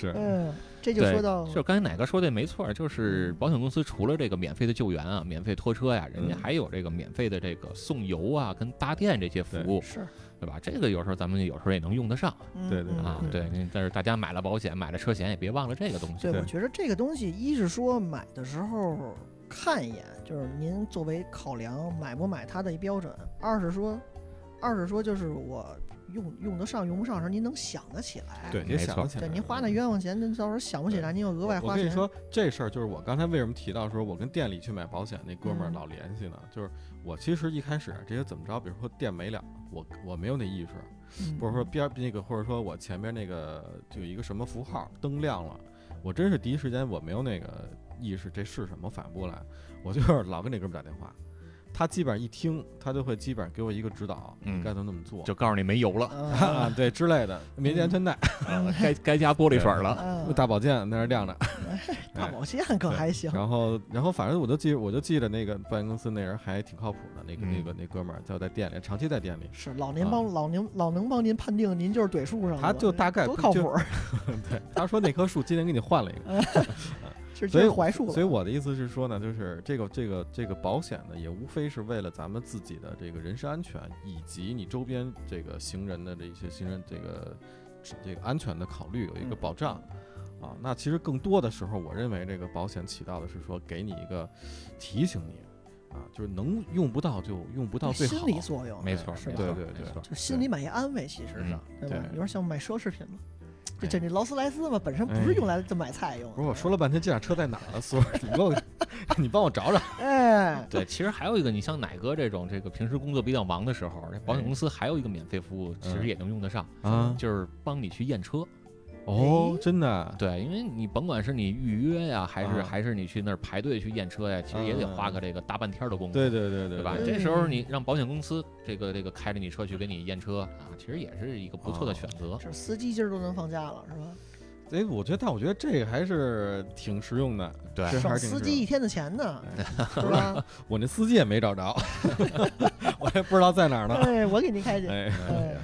Speaker 7: 是
Speaker 4: 嗯，这就
Speaker 6: 对，
Speaker 4: 说到
Speaker 6: 就刚才奶哥说的没错儿，就是保险公司除了这个免费的救援啊、免费拖车呀、人家
Speaker 7: 嗯
Speaker 6: 还有这个免费的这个送油啊、跟搭电这些服
Speaker 7: 对
Speaker 6: 务，
Speaker 4: 是，
Speaker 6: 对吧？这个有时候咱们有时候也能用得上
Speaker 4: 嗯
Speaker 7: 对对
Speaker 4: 嗯
Speaker 6: 啊
Speaker 4: 嗯。
Speaker 6: 对，你但是大家买了保险、买了车险，也别忘了这个东西。
Speaker 4: 对，我
Speaker 7: 对
Speaker 4: 觉得这个东西，一是说买的时候看一眼，就是您作为考量买不买它的一标准；二是说，二是说就是我用用得上用不上的时候，您能想得起来。
Speaker 7: 对，
Speaker 6: 没
Speaker 7: 您想
Speaker 6: 错
Speaker 7: 得起来
Speaker 4: 对，您花那冤枉钱，您到时候想不起来，您又额外
Speaker 7: 我
Speaker 4: 花
Speaker 7: 跟
Speaker 4: 钱。
Speaker 7: 你说，这事儿就是我刚才为什么提到说，我跟店里去买保险那哥们儿
Speaker 4: 嗯
Speaker 7: 老联系呢？就是我其实一开始这些怎么着，比如说店没了，我我没有那意识，
Speaker 4: 嗯，
Speaker 7: 或者说边儿那个，或者说我前边那个就有一个什么符号灯亮了，我真是第一时间我没有那个意识，这是什么？反应不过来，我就是老跟那哥们儿打电话，他基本上一听，他就会基本上给我一个指导，
Speaker 6: 嗯
Speaker 7: 你该怎么怎么做，
Speaker 6: 就告诉你没油 了，
Speaker 4: 啊，
Speaker 7: 啊对之类的，没系安
Speaker 4: 嗯
Speaker 7: 全带，
Speaker 6: 啊该该加玻璃水儿了。
Speaker 4: 啊
Speaker 7: 大保健在那儿亮着。
Speaker 4: 嗯大保健可还行。
Speaker 7: 然后，然后反正我就记，我就记得那个保险公司那人还挺靠谱的，那个、那
Speaker 6: 嗯
Speaker 7: 个那哥们儿就在店里，长期在店里，
Speaker 4: 是老您帮老您老能帮您判定您就是怼树上的，
Speaker 7: 啊他就大概
Speaker 4: 嗯多靠
Speaker 7: 就
Speaker 4: 谱，
Speaker 7: 对，他说那棵树今天给你换了一个，
Speaker 4: 这 就
Speaker 7: 所以
Speaker 4: 是槐树了。
Speaker 7: 所以我的意思是说呢，就是这个这个这个保险呢，也无非是为了咱们自己的这个人身安全，以及你周边这个行人的这一些行人这个这个安全的考虑有一个
Speaker 4: 嗯
Speaker 7: 保障。啊，那其实更多的时候，我认为这个保险起到的是说给你一个提醒你，啊，就是能用不到就用不到最好。
Speaker 4: 心理作用，
Speaker 6: 没错儿，
Speaker 4: 是
Speaker 6: 没
Speaker 4: 吧
Speaker 6: 错儿，
Speaker 7: 对对
Speaker 6: 没
Speaker 7: 对
Speaker 6: 错儿。
Speaker 4: 就心里买一安慰，其实是，
Speaker 7: 嗯
Speaker 4: 对吧？
Speaker 7: 对
Speaker 4: 有点像买奢侈品嘛，这
Speaker 7: 哎
Speaker 4: 这这劳斯莱斯嘛，本身不是用来就买菜用的。
Speaker 7: 不是我说了半天这辆车在哪儿了，苏儿， 你给我，你帮我找找。
Speaker 4: 哎，
Speaker 6: 对，其实还有一个，你像奶哥这种，这个平时工作比较忙的时候，这保险公司还有一个免费服务，其实也能用得上，
Speaker 7: 啊
Speaker 6: 就是帮你去验车。
Speaker 7: 哦
Speaker 4: 哎，
Speaker 7: 真的，
Speaker 6: 对，因为你甭管是你预约呀，还是
Speaker 7: 啊
Speaker 6: 还是你去那儿排队去验车呀，其实也得花个这个大半天儿的功夫，
Speaker 7: 对对对对
Speaker 6: 对吧？
Speaker 4: 对
Speaker 6: 这时候你让保险公司这个这个开着你车去给你验车啊，其实也是一个不错
Speaker 7: 哦
Speaker 6: 的选择。
Speaker 4: 这司机今儿都能放假了是吧？
Speaker 7: 哎，我觉得，但我觉得这个还是挺实用的。
Speaker 6: 对
Speaker 7: 这
Speaker 4: 省
Speaker 7: 还是挺
Speaker 4: 司
Speaker 7: 实
Speaker 4: 机
Speaker 7: 用
Speaker 4: 一
Speaker 7: 的。哎
Speaker 4: 天的钱呢，是 吧？
Speaker 7: 我那司机也没找着， 我也不知道在哪 儿呢。
Speaker 4: 哎，我给您开去。
Speaker 7: 哎，
Speaker 4: 哎，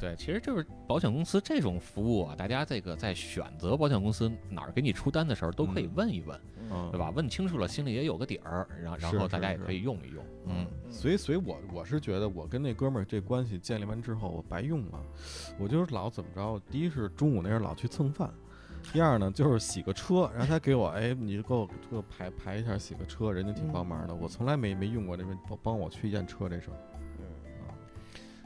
Speaker 6: 对，其实就是保险公司这种服务啊，大家这个在选择保险公司哪儿给你出单的时候，都可以
Speaker 7: 嗯
Speaker 6: 问一问，
Speaker 7: 嗯
Speaker 6: 对吧？？问清楚了，心里也有个底儿，然后然
Speaker 7: 是
Speaker 6: 后大
Speaker 7: 是
Speaker 6: 家也
Speaker 7: 是
Speaker 6: 可以用一用。嗯，
Speaker 7: 所以，所以我我是觉得，我跟那哥们儿这关系建立完之后，我白用了。我就是老怎么着，第一是中午那是老去蹭饭，第二呢就是洗个车，然后他给我，哎，你就给我给我排排一下洗个车，人家挺帮忙的。
Speaker 4: 嗯
Speaker 7: 我从来没没用过这边帮帮我去验车这事儿。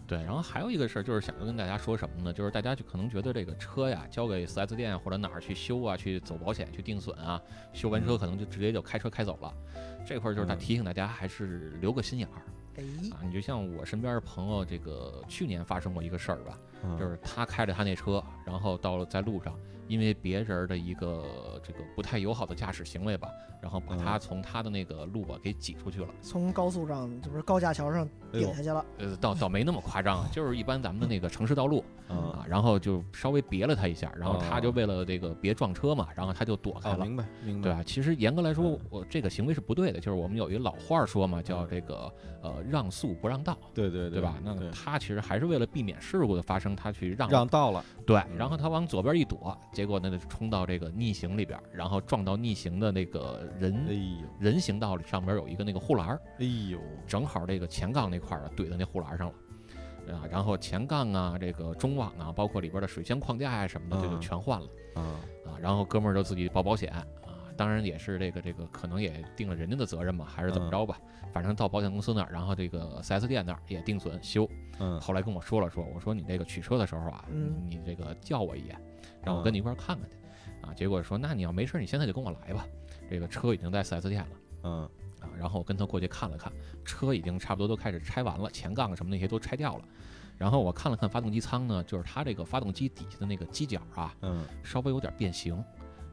Speaker 6: 对，然后还有一个事儿，就是想跟大家说什么呢？就是大家就可能觉得这个车呀，交给 4S 店或者哪儿去修啊，去走保险、去定损啊，修完车可能就直接就开车开走了。这块儿就是他
Speaker 7: 嗯
Speaker 6: 提醒大家，还是留个心眼儿
Speaker 4: 哎，
Speaker 6: 啊！你就像我身边的朋友，这个去年发生过一个事儿吧，
Speaker 7: 嗯
Speaker 6: 就是他开着他那车，然后到了在路上，因为别人儿的一个这个不太友好的驾驶行为吧，然后把他
Speaker 7: 嗯
Speaker 6: 从他的那个路啊给挤出去了。
Speaker 4: 从高速上，这不是高架桥上
Speaker 7: 哎呦
Speaker 4: 顶下去了，
Speaker 6: 呃，倒倒没那么夸张啊，就是一般咱们的那个城市道路
Speaker 7: 嗯
Speaker 6: 啊，然后就稍微别了他一下，然后他
Speaker 7: 哦
Speaker 6: 就为了这个别撞车嘛，然后他就躲开
Speaker 7: 啊，
Speaker 6: 了。
Speaker 7: 明白明
Speaker 6: 对
Speaker 7: 白。
Speaker 6: 吧？其实严格来说
Speaker 7: 嗯，
Speaker 6: 我这个行为是不对的。就是我们有一老话儿说嘛，叫
Speaker 7: 嗯
Speaker 6: 这个呃让速不让道，
Speaker 7: 对对
Speaker 6: 对吧？那他其实还是为了避免事故的发生，他去让
Speaker 7: 让道了，
Speaker 6: 对，
Speaker 7: 嗯
Speaker 6: 然后他往左边一躲，结果呢就冲到这个逆行里边儿，然后撞到逆行的那个
Speaker 7: 哎
Speaker 6: 人
Speaker 7: 呦
Speaker 6: 人行道里上边有一个那个护栏儿，
Speaker 7: 哎呦，
Speaker 6: 正好这个前杠那块儿啊怼在那护栏上了，啊，然后前杠啊，这个中网啊，包括里边的水箱框架呀、什么的，这就
Speaker 7: 嗯
Speaker 6: 全换了
Speaker 7: 啊
Speaker 6: 啊。然后哥们儿就自己报保险啊，当然也是这个这个可能也定了人家的责任吧，还是怎么着吧，反正到保险公司那儿，然后这个 4S 店那儿也定损修。
Speaker 7: 嗯，
Speaker 6: 后来跟我说了说，我说你这个取车的时候啊，
Speaker 4: 嗯
Speaker 6: 你这个叫我一眼，让我跟你一块儿看看去啊。结果说那你要没事儿，你现在就跟我来吧，这个车已经在 4S 店了。
Speaker 7: 嗯
Speaker 6: 啊，然后我跟他过去看了看，车已经差不多都开始拆完了，前杠什么那些都拆掉了。然后我看了看发动机舱呢，就是它这个发动机底下的那个机脚啊，
Speaker 7: 嗯
Speaker 6: 稍微有点变形。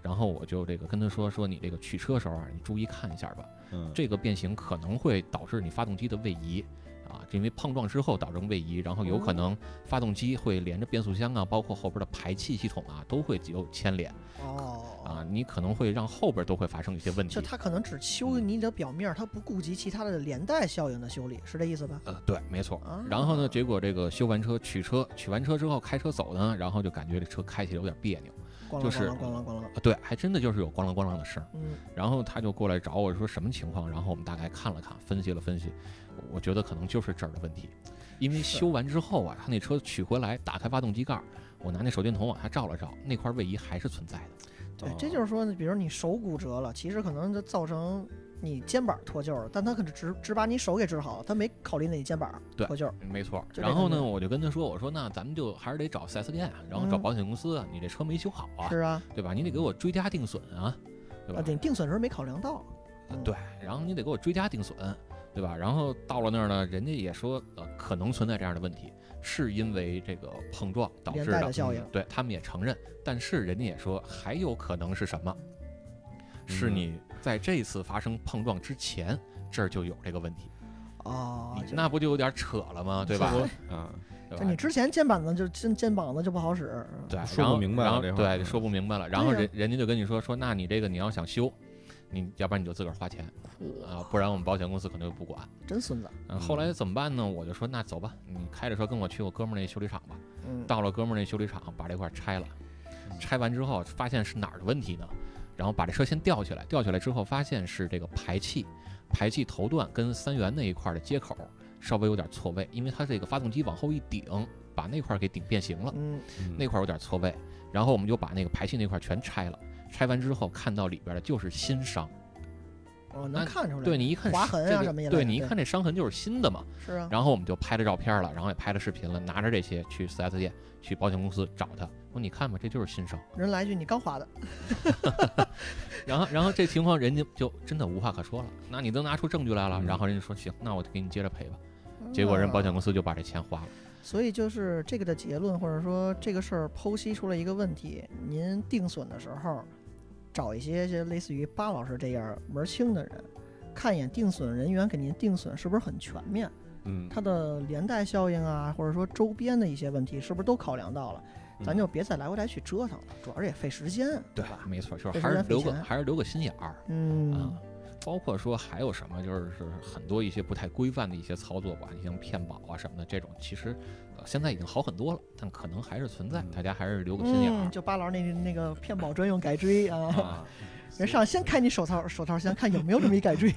Speaker 6: 然后我就这个跟他说说，你这个取车时候啊，你注意看一下吧，
Speaker 7: 嗯，
Speaker 6: 这个变形可能会导致你发动机的位移啊，因为碰撞之后导致位移，然后有
Speaker 4: 哦
Speaker 6: 可能发动机会连着变速箱啊，包括后边的排气系统啊，都会有牵连
Speaker 4: 哦，
Speaker 6: 啊，你可能会让后边都会发生一些问题
Speaker 4: 就。他可能只
Speaker 7: 嗯
Speaker 4: 修你的表面，他不顾及其他的连带效应的修理，是这意思吧？
Speaker 6: 呃，对，没错
Speaker 4: 啊。
Speaker 6: 然后呢，结果这个修完车取车，取完车之后开车走呢，然后就感觉这车开起来有点别扭
Speaker 4: 咣啷
Speaker 6: 就
Speaker 4: 咣
Speaker 6: 是
Speaker 4: 啷咣啷咣啷，
Speaker 6: 啊，对，还真的就是有咣啷咣啷的声儿。
Speaker 4: 嗯，
Speaker 6: 然后他就过来找我说什么情况，然后我们大概看了看，分析了分析，我我觉得可能就是这儿的问题，因为修完之后啊，他那车取回来，打开发动机盖儿，我拿那手电筒往下照了照，那块位移还是存在的。
Speaker 4: 对，
Speaker 6: 哦
Speaker 4: 这就是说，比如你手骨折了，其实可能就造成你肩膀脱臼了，但他可能只只把你手给治好了，他没考虑你肩膀
Speaker 6: 对
Speaker 4: 脱臼。
Speaker 6: 嗯没错。
Speaker 4: 就这
Speaker 6: 然后
Speaker 4: 感
Speaker 6: 呢，
Speaker 4: 觉
Speaker 6: 我就跟他说，我说那咱们就还是得找 4S 店啊，然后找
Speaker 4: 嗯
Speaker 6: 保险公司啊，你这车没修好啊，
Speaker 4: 是啊，
Speaker 6: 对吧？你得给我追加定损啊，对吧
Speaker 4: 啊，？对，定损时候没考量到。嗯
Speaker 6: 对，然后你得给我追加定损，对吧？然后到了那儿呢，人家也说，呃，可能存在这样的问题，是因为这个碰撞导
Speaker 4: 连
Speaker 6: 致
Speaker 4: 带
Speaker 6: 的
Speaker 4: 的效应
Speaker 6: 嗯对他们也承认，但是人家也说，还有可能是什么？是
Speaker 7: 嗯
Speaker 6: 你在这次发生碰撞之前，这儿就有这个问题，
Speaker 4: 哦，
Speaker 6: 你
Speaker 4: 就
Speaker 6: 那不就有点扯了吗？对吧？
Speaker 7: 啊，
Speaker 6: 对
Speaker 4: 就
Speaker 6: 吧
Speaker 4: 你之前肩膀子就肩肩膀子就不好使，
Speaker 6: 对，
Speaker 7: 说
Speaker 6: 然
Speaker 7: 不
Speaker 6: 后
Speaker 7: 明白
Speaker 6: 然
Speaker 7: 了
Speaker 6: 后
Speaker 7: 这会儿
Speaker 6: 对，
Speaker 7: 嗯
Speaker 6: 说不明白了，然后
Speaker 4: 对呀
Speaker 6: 人人家就跟你说说，那你这个你要想修，你要不然你就自个儿花钱啊，不然我们保险公司可能就不管。
Speaker 4: 呃真孙子。
Speaker 6: 嗯，后来怎么办呢？我就说那走吧，你开着车跟我去我哥们儿那修理厂吧。
Speaker 4: 嗯，
Speaker 6: 到了哥们儿那修理厂，把这块儿拆了，拆完之后啊发现是哪儿的问题呢？然后把这车先吊起来，吊起来之后发现是这个排气，排气头段跟三元那一块儿的接口稍微有点错位，因为它这个发动机往后一顶，把那块儿给顶变形了。
Speaker 4: 嗯，
Speaker 6: 那块儿有点错位，然后我们就把那个排气那块儿全拆了。拆完之后，看到里边儿的就是新伤，
Speaker 4: 哦，
Speaker 6: 那
Speaker 4: 能看出来。
Speaker 6: 对你一看
Speaker 4: 划
Speaker 6: 是
Speaker 4: 痕啊
Speaker 6: 这个
Speaker 4: 什么一类
Speaker 6: 对
Speaker 4: 的
Speaker 6: 你一
Speaker 4: 对
Speaker 6: 看这伤痕就是新的嘛。
Speaker 4: 是啊，
Speaker 6: 然后我们就拍了照片了，然后也拍了视频了，拿着这些去 4S 店、去保险公司找他，我说你看吧，这就是新 伤。
Speaker 4: 人来一句你刚划的，
Speaker 6: 然后，然后这情况人家就真的无话可说了，那
Speaker 4: 嗯
Speaker 6: 你都拿出证据来了，然后人家说行，那我就给你接着赔吧。结果人保险公司就把这钱花了，
Speaker 4: 所以就是这个的结论，或者说这个事儿剖析出了一个问题：您定损的时候，找一些些类似于巴老师这样门儿清的人，看一眼定损人员给您定损是不是很全面，
Speaker 7: 嗯，
Speaker 4: 它的连带效应啊，或者说周边的一些问题是不是都考量到了？
Speaker 6: 嗯
Speaker 4: 咱就别再来回来去折腾了，主要是也费时
Speaker 6: 啊
Speaker 4: 间，对吧？
Speaker 6: 没错，就是
Speaker 4: 这
Speaker 6: 还
Speaker 4: 是
Speaker 6: 是
Speaker 4: 在费
Speaker 6: 留个
Speaker 4: 钱
Speaker 6: 还是留个心眼儿
Speaker 4: 嗯
Speaker 6: 啊。包括说还有什么，就是是很多一些不太规范的一些操作吧，你像骗保啊什么的，这种其实、呃现在已经好很多了，但可能还是存在，大家还是留个心眼儿
Speaker 4: 嗯，。就巴老师那那个骗保专用改锥啊，
Speaker 6: 啊，
Speaker 4: 人上先开你手套手套箱，看有没有这么一 改锥。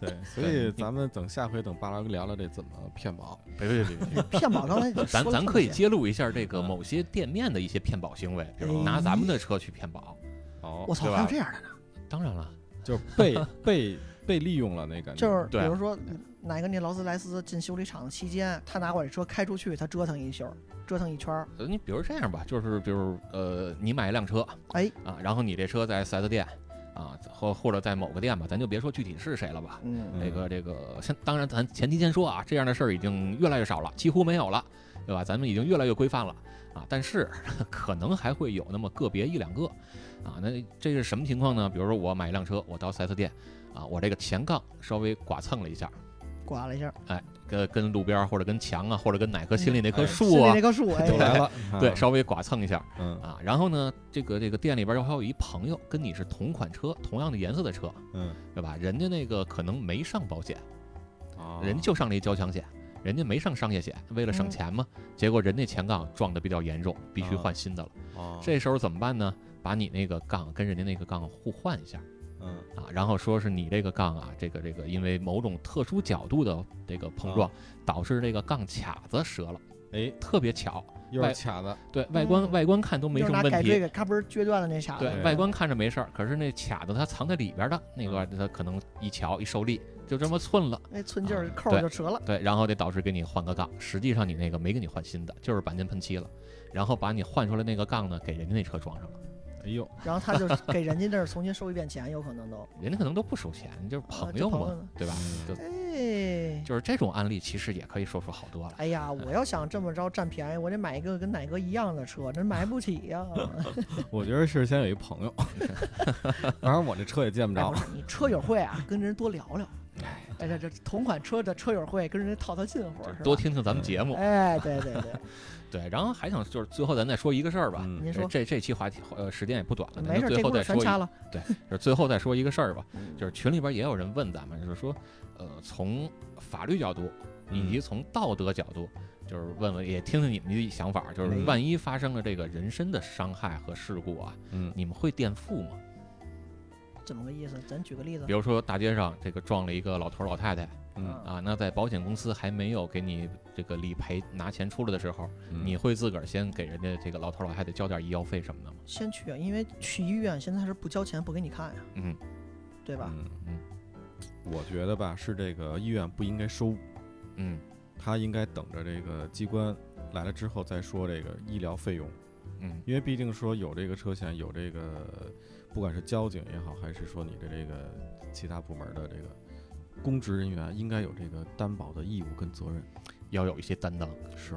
Speaker 7: 对，哎所以咱们等下回等巴拉哥聊聊这怎么骗保。
Speaker 6: 别别别 别，
Speaker 4: 骗保刚才已经
Speaker 6: 咱
Speaker 4: 说了
Speaker 6: 咱
Speaker 4: 这么
Speaker 6: 可以
Speaker 4: 些
Speaker 6: 揭露一下这个某些店面的一些骗保行为，比如拿咱们的车去骗保，
Speaker 7: 哦
Speaker 4: 我操，
Speaker 6: 对吧
Speaker 4: 还有这样的呢！
Speaker 6: 当然了，
Speaker 7: 就是被被被利用了那感觉，
Speaker 4: 就是比
Speaker 6: 对
Speaker 4: 如说哪个那劳斯莱斯进修理厂的期间，他拿我这车开出去，他折腾一宿，折腾一圈儿，
Speaker 6: 呃，你比如这样吧，就是比如呃，你买一辆车，
Speaker 4: 哎
Speaker 6: 啊，然后你这车在 4S 店啊，或或者在某个店吧，咱就别说具体是谁了吧。
Speaker 4: 嗯，
Speaker 6: 这个这个，先当然咱前提先说啊，这样的事儿已经越来越少了，几乎没有了，对吧？咱们已经越来越规范了啊，但是 可能还会有那么个别一两个啊。那这是什么情况呢？比如说我买一辆车，我到 4S 店啊，我这个前杠稍微剐蹭了一下，
Speaker 4: 刮了一下，
Speaker 6: 跟跟路边儿或者跟墙啊，或者跟哪棵心里那棵
Speaker 7: 哎
Speaker 4: 心
Speaker 6: 树
Speaker 4: 里
Speaker 6: 啊
Speaker 4: 那，棵树，
Speaker 7: 又
Speaker 4: 哎，
Speaker 7: 来了，
Speaker 6: 对，
Speaker 7: 啊，
Speaker 6: 稍微剐蹭一下。
Speaker 7: 嗯
Speaker 6: 啊，然后呢，这个这个店里边儿还有一朋友跟你是同款车、同样的颜色的车，
Speaker 7: 嗯，
Speaker 6: 对吧？人家那个可能没上保险，
Speaker 7: 啊
Speaker 6: 人家就上了一交强险，人家没上商业险，为了
Speaker 4: 嗯
Speaker 6: 省钱嘛，结果人那前杠撞得比较严重，必须
Speaker 7: 啊
Speaker 6: 换新的了。
Speaker 7: 哦
Speaker 6: 这时候怎么办呢？把你那个杠跟人家那个杠互换一下
Speaker 7: 嗯
Speaker 6: 啊，然后说是你这个杠啊，这个这个因为某种特殊角度的这个碰撞，导致这个杠卡子折了，
Speaker 7: 哎，
Speaker 6: 特别巧，
Speaker 7: 又
Speaker 6: 外
Speaker 7: 是卡的，
Speaker 6: 对外观、
Speaker 4: 嗯
Speaker 6: 外观看都没
Speaker 4: 就
Speaker 6: 什
Speaker 4: 是
Speaker 6: 么
Speaker 4: 拿
Speaker 6: 问
Speaker 4: 改
Speaker 6: 题
Speaker 4: 锥，给咔嘣儿撅断了那啥，
Speaker 6: 对
Speaker 7: 对
Speaker 6: 外观看着没事儿，可是那卡子它藏在里边儿的那个，它可能一瞧一受力，就这么寸了。
Speaker 4: 那寸劲儿
Speaker 6: 啊
Speaker 4: 扣
Speaker 6: 对
Speaker 4: 儿就折了，
Speaker 6: 对，然后得导致给你换个杠，实际上你那个没给你换新的，就是钣金喷漆了，然后把你换出来那个杠呢，给人家那车装上了，
Speaker 7: 哎呦，
Speaker 4: 然后他就给人家那儿重新收一遍钱，有可能都，
Speaker 6: 人家可能都不收钱，就是
Speaker 4: 啊
Speaker 6: 朋
Speaker 4: 就
Speaker 6: 友
Speaker 4: 朋
Speaker 6: 嘛，
Speaker 4: 友呢
Speaker 6: 对吧？就
Speaker 4: 哎。
Speaker 6: 就是这种案例，其实也可以说出好多来。
Speaker 4: 哎呀，我要想这么着占便宜，我得买一个跟奶哥一样的车，真买不起 呀、
Speaker 7: 我觉得是先有一朋友， 反正我这车也见不
Speaker 4: 哎，
Speaker 7: 着
Speaker 4: 不，是你车友会啊，跟人多聊聊。哎，这这同款车的车友会，跟人家套套近乎
Speaker 6: 就是
Speaker 4: 吧
Speaker 6: 多听听咱们节目，
Speaker 4: 哎，对对对，
Speaker 6: 对，然后还想就是最后咱再说一个事儿吧，
Speaker 7: 嗯
Speaker 4: 您
Speaker 6: 哎这
Speaker 4: 说
Speaker 6: 这这期话题呃时间也不短了，咱
Speaker 4: 没
Speaker 6: 就
Speaker 4: 事，
Speaker 6: 最
Speaker 4: 这
Speaker 6: 后
Speaker 4: 故
Speaker 6: 再
Speaker 4: 事
Speaker 6: 说
Speaker 4: 全
Speaker 6: 一
Speaker 4: 掐了。
Speaker 6: 就是最后再说一个事儿吧，
Speaker 4: 嗯
Speaker 6: 就是群里边也有人问咱们，就是说，呃，从法律角度以及从道德角度，就是问问也听听你们的想法，就是
Speaker 4: 嗯
Speaker 6: 万一发生了这个人身的伤害和事故啊，
Speaker 7: 嗯
Speaker 6: 你们会垫付吗？
Speaker 4: 怎么个意思？咱举个例子
Speaker 6: 比。如说大街上这个撞了一个老头儿老太太
Speaker 7: 嗯
Speaker 4: 啊
Speaker 6: 啊，那在保险公司还没有给你这个理赔拿钱出来的时候，
Speaker 7: 嗯
Speaker 6: 你会自个儿先给人家这个老头儿老太太交点医药费什么的吗？
Speaker 4: 先去啊，因为去医院现在是不交钱不给你看呀、
Speaker 6: 嗯
Speaker 4: 对吧？
Speaker 7: 嗯
Speaker 6: 嗯
Speaker 7: 我觉得吧，是这个医院不应该收，
Speaker 6: 嗯
Speaker 7: 他应该等着这个机关来了之后再说这个医疗费用。
Speaker 6: 嗯
Speaker 7: 因为毕竟说有这个车险，有这个不管是交警也好，还是说你的这个其他部门的这个公职人员，应该有这个担保的义务跟责任。
Speaker 6: 要有一些担当。
Speaker 7: 是，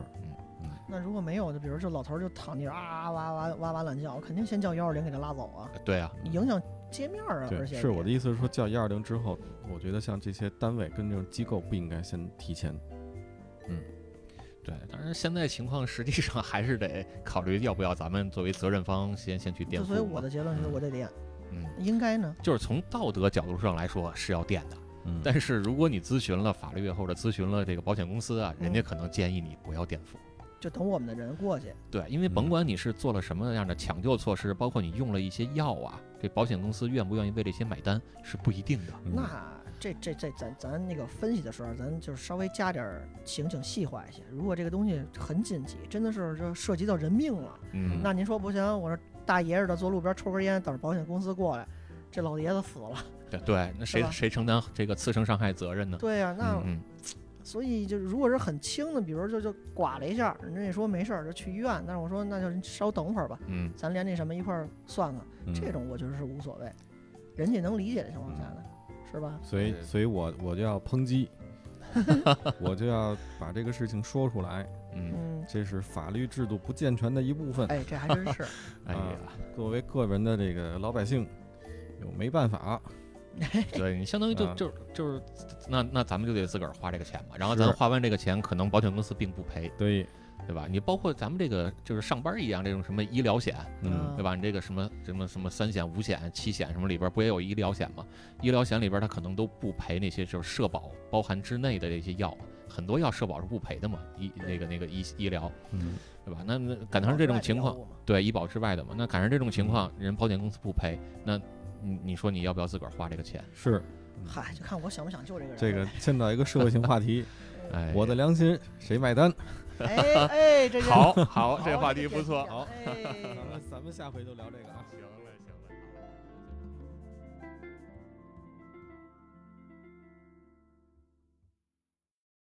Speaker 4: 那如果没有，就比如这老头儿就躺地上啊哇哇哇哇懒觉，我肯定先叫幺二零给他拉走啊，
Speaker 6: 对啊，
Speaker 4: 你影响街面儿啊。
Speaker 7: 对，
Speaker 4: 而且
Speaker 7: 是我的意思是说，叫幺二零之后，我觉得像这些单位跟这种机构不应该先提前。
Speaker 6: 对，但是现在情况实际上还是得考虑要不要咱们作为责任方先先去
Speaker 4: 就
Speaker 6: 垫付
Speaker 4: 所
Speaker 6: 嘛。
Speaker 4: 以我的结论是我得点，
Speaker 6: 嗯，
Speaker 4: 应该呢。
Speaker 6: 就是从道德角度上来说是要垫的，
Speaker 7: 嗯
Speaker 6: 但是如果你咨询了法律或者咨询了这个保险公司啊，
Speaker 4: 嗯
Speaker 6: 人家可能建议你不要垫付。
Speaker 4: 就等我们的人过去，
Speaker 6: 对，因为
Speaker 7: 嗯
Speaker 6: 甭管你是做了什么样的抢救措施，包括你用了一些药啊，这保险公司愿不愿意为这些买单是不一定的。
Speaker 7: 嗯
Speaker 4: 那这这这咱咱那个分析的时候，咱就是稍微加点儿情景细化一些。如果这个东西很紧急，真的是这涉及到人命了，
Speaker 6: 嗯，
Speaker 4: 那您说不行，我这大爷似的坐路边抽根烟，等着保险公司过来，这老爷子死了。
Speaker 6: 对对，那谁
Speaker 4: 是吧
Speaker 6: 谁承担这个次生伤害责任呢？
Speaker 4: 对呀、那、
Speaker 6: 嗯
Speaker 4: 所以就如果是很轻的，比如就就剐了一下，人家也说没事儿，就去医院。但是我说那就稍等会儿吧，
Speaker 6: 嗯
Speaker 4: 咱连那什么一块儿算算。
Speaker 7: 嗯
Speaker 4: 这种我觉得是无所谓，人家能理解的情况下呢，
Speaker 6: 嗯
Speaker 4: 是吧？
Speaker 7: 所以， 所以我我就要抨击，我就要把这个事情说出来。
Speaker 6: 嗯嗯，
Speaker 4: 嗯，
Speaker 7: 这是法律制度不健全的一部分。
Speaker 4: 哎，这还真 是，
Speaker 6: 哎呀，
Speaker 7: 作为个人的这个老百姓，有没办法，
Speaker 6: 对你相当于就
Speaker 7: 啊
Speaker 6: 就就是，那那咱们就得自个儿花这个钱嘛。然后
Speaker 7: 是
Speaker 6: 咱花完这个钱，可能保险公司并不赔，
Speaker 7: 对，
Speaker 6: 对吧？你包括咱们这个就是上班一样，这种什么医疗险，
Speaker 7: 嗯
Speaker 6: 对吧？你这个什么什么什么三险、五险、七险什么里边不也有医疗险吗？医疗险里边它可能都不赔那些就是社保包含之内的这些药，很多药社保是不赔的嘛，医那个那个医医疗，
Speaker 7: 嗯，
Speaker 6: 对吧？那那赶上这种情况，，对医保之外的嘛，那赶上这种情况，人保险公司不赔，那你你说你要不要自个儿花这个钱？
Speaker 7: 是
Speaker 4: 嗨，就看我想不想救这个人。
Speaker 7: 这个，牵到一个社会性话题，
Speaker 6: 哎，
Speaker 7: 我的良心谁买单？
Speaker 4: 哎哎，这个
Speaker 6: 好好，
Speaker 4: 好
Speaker 6: 这话题不错，
Speaker 4: 好，这个哎
Speaker 7: 咱们咱们下回就聊这个啊，行嘞。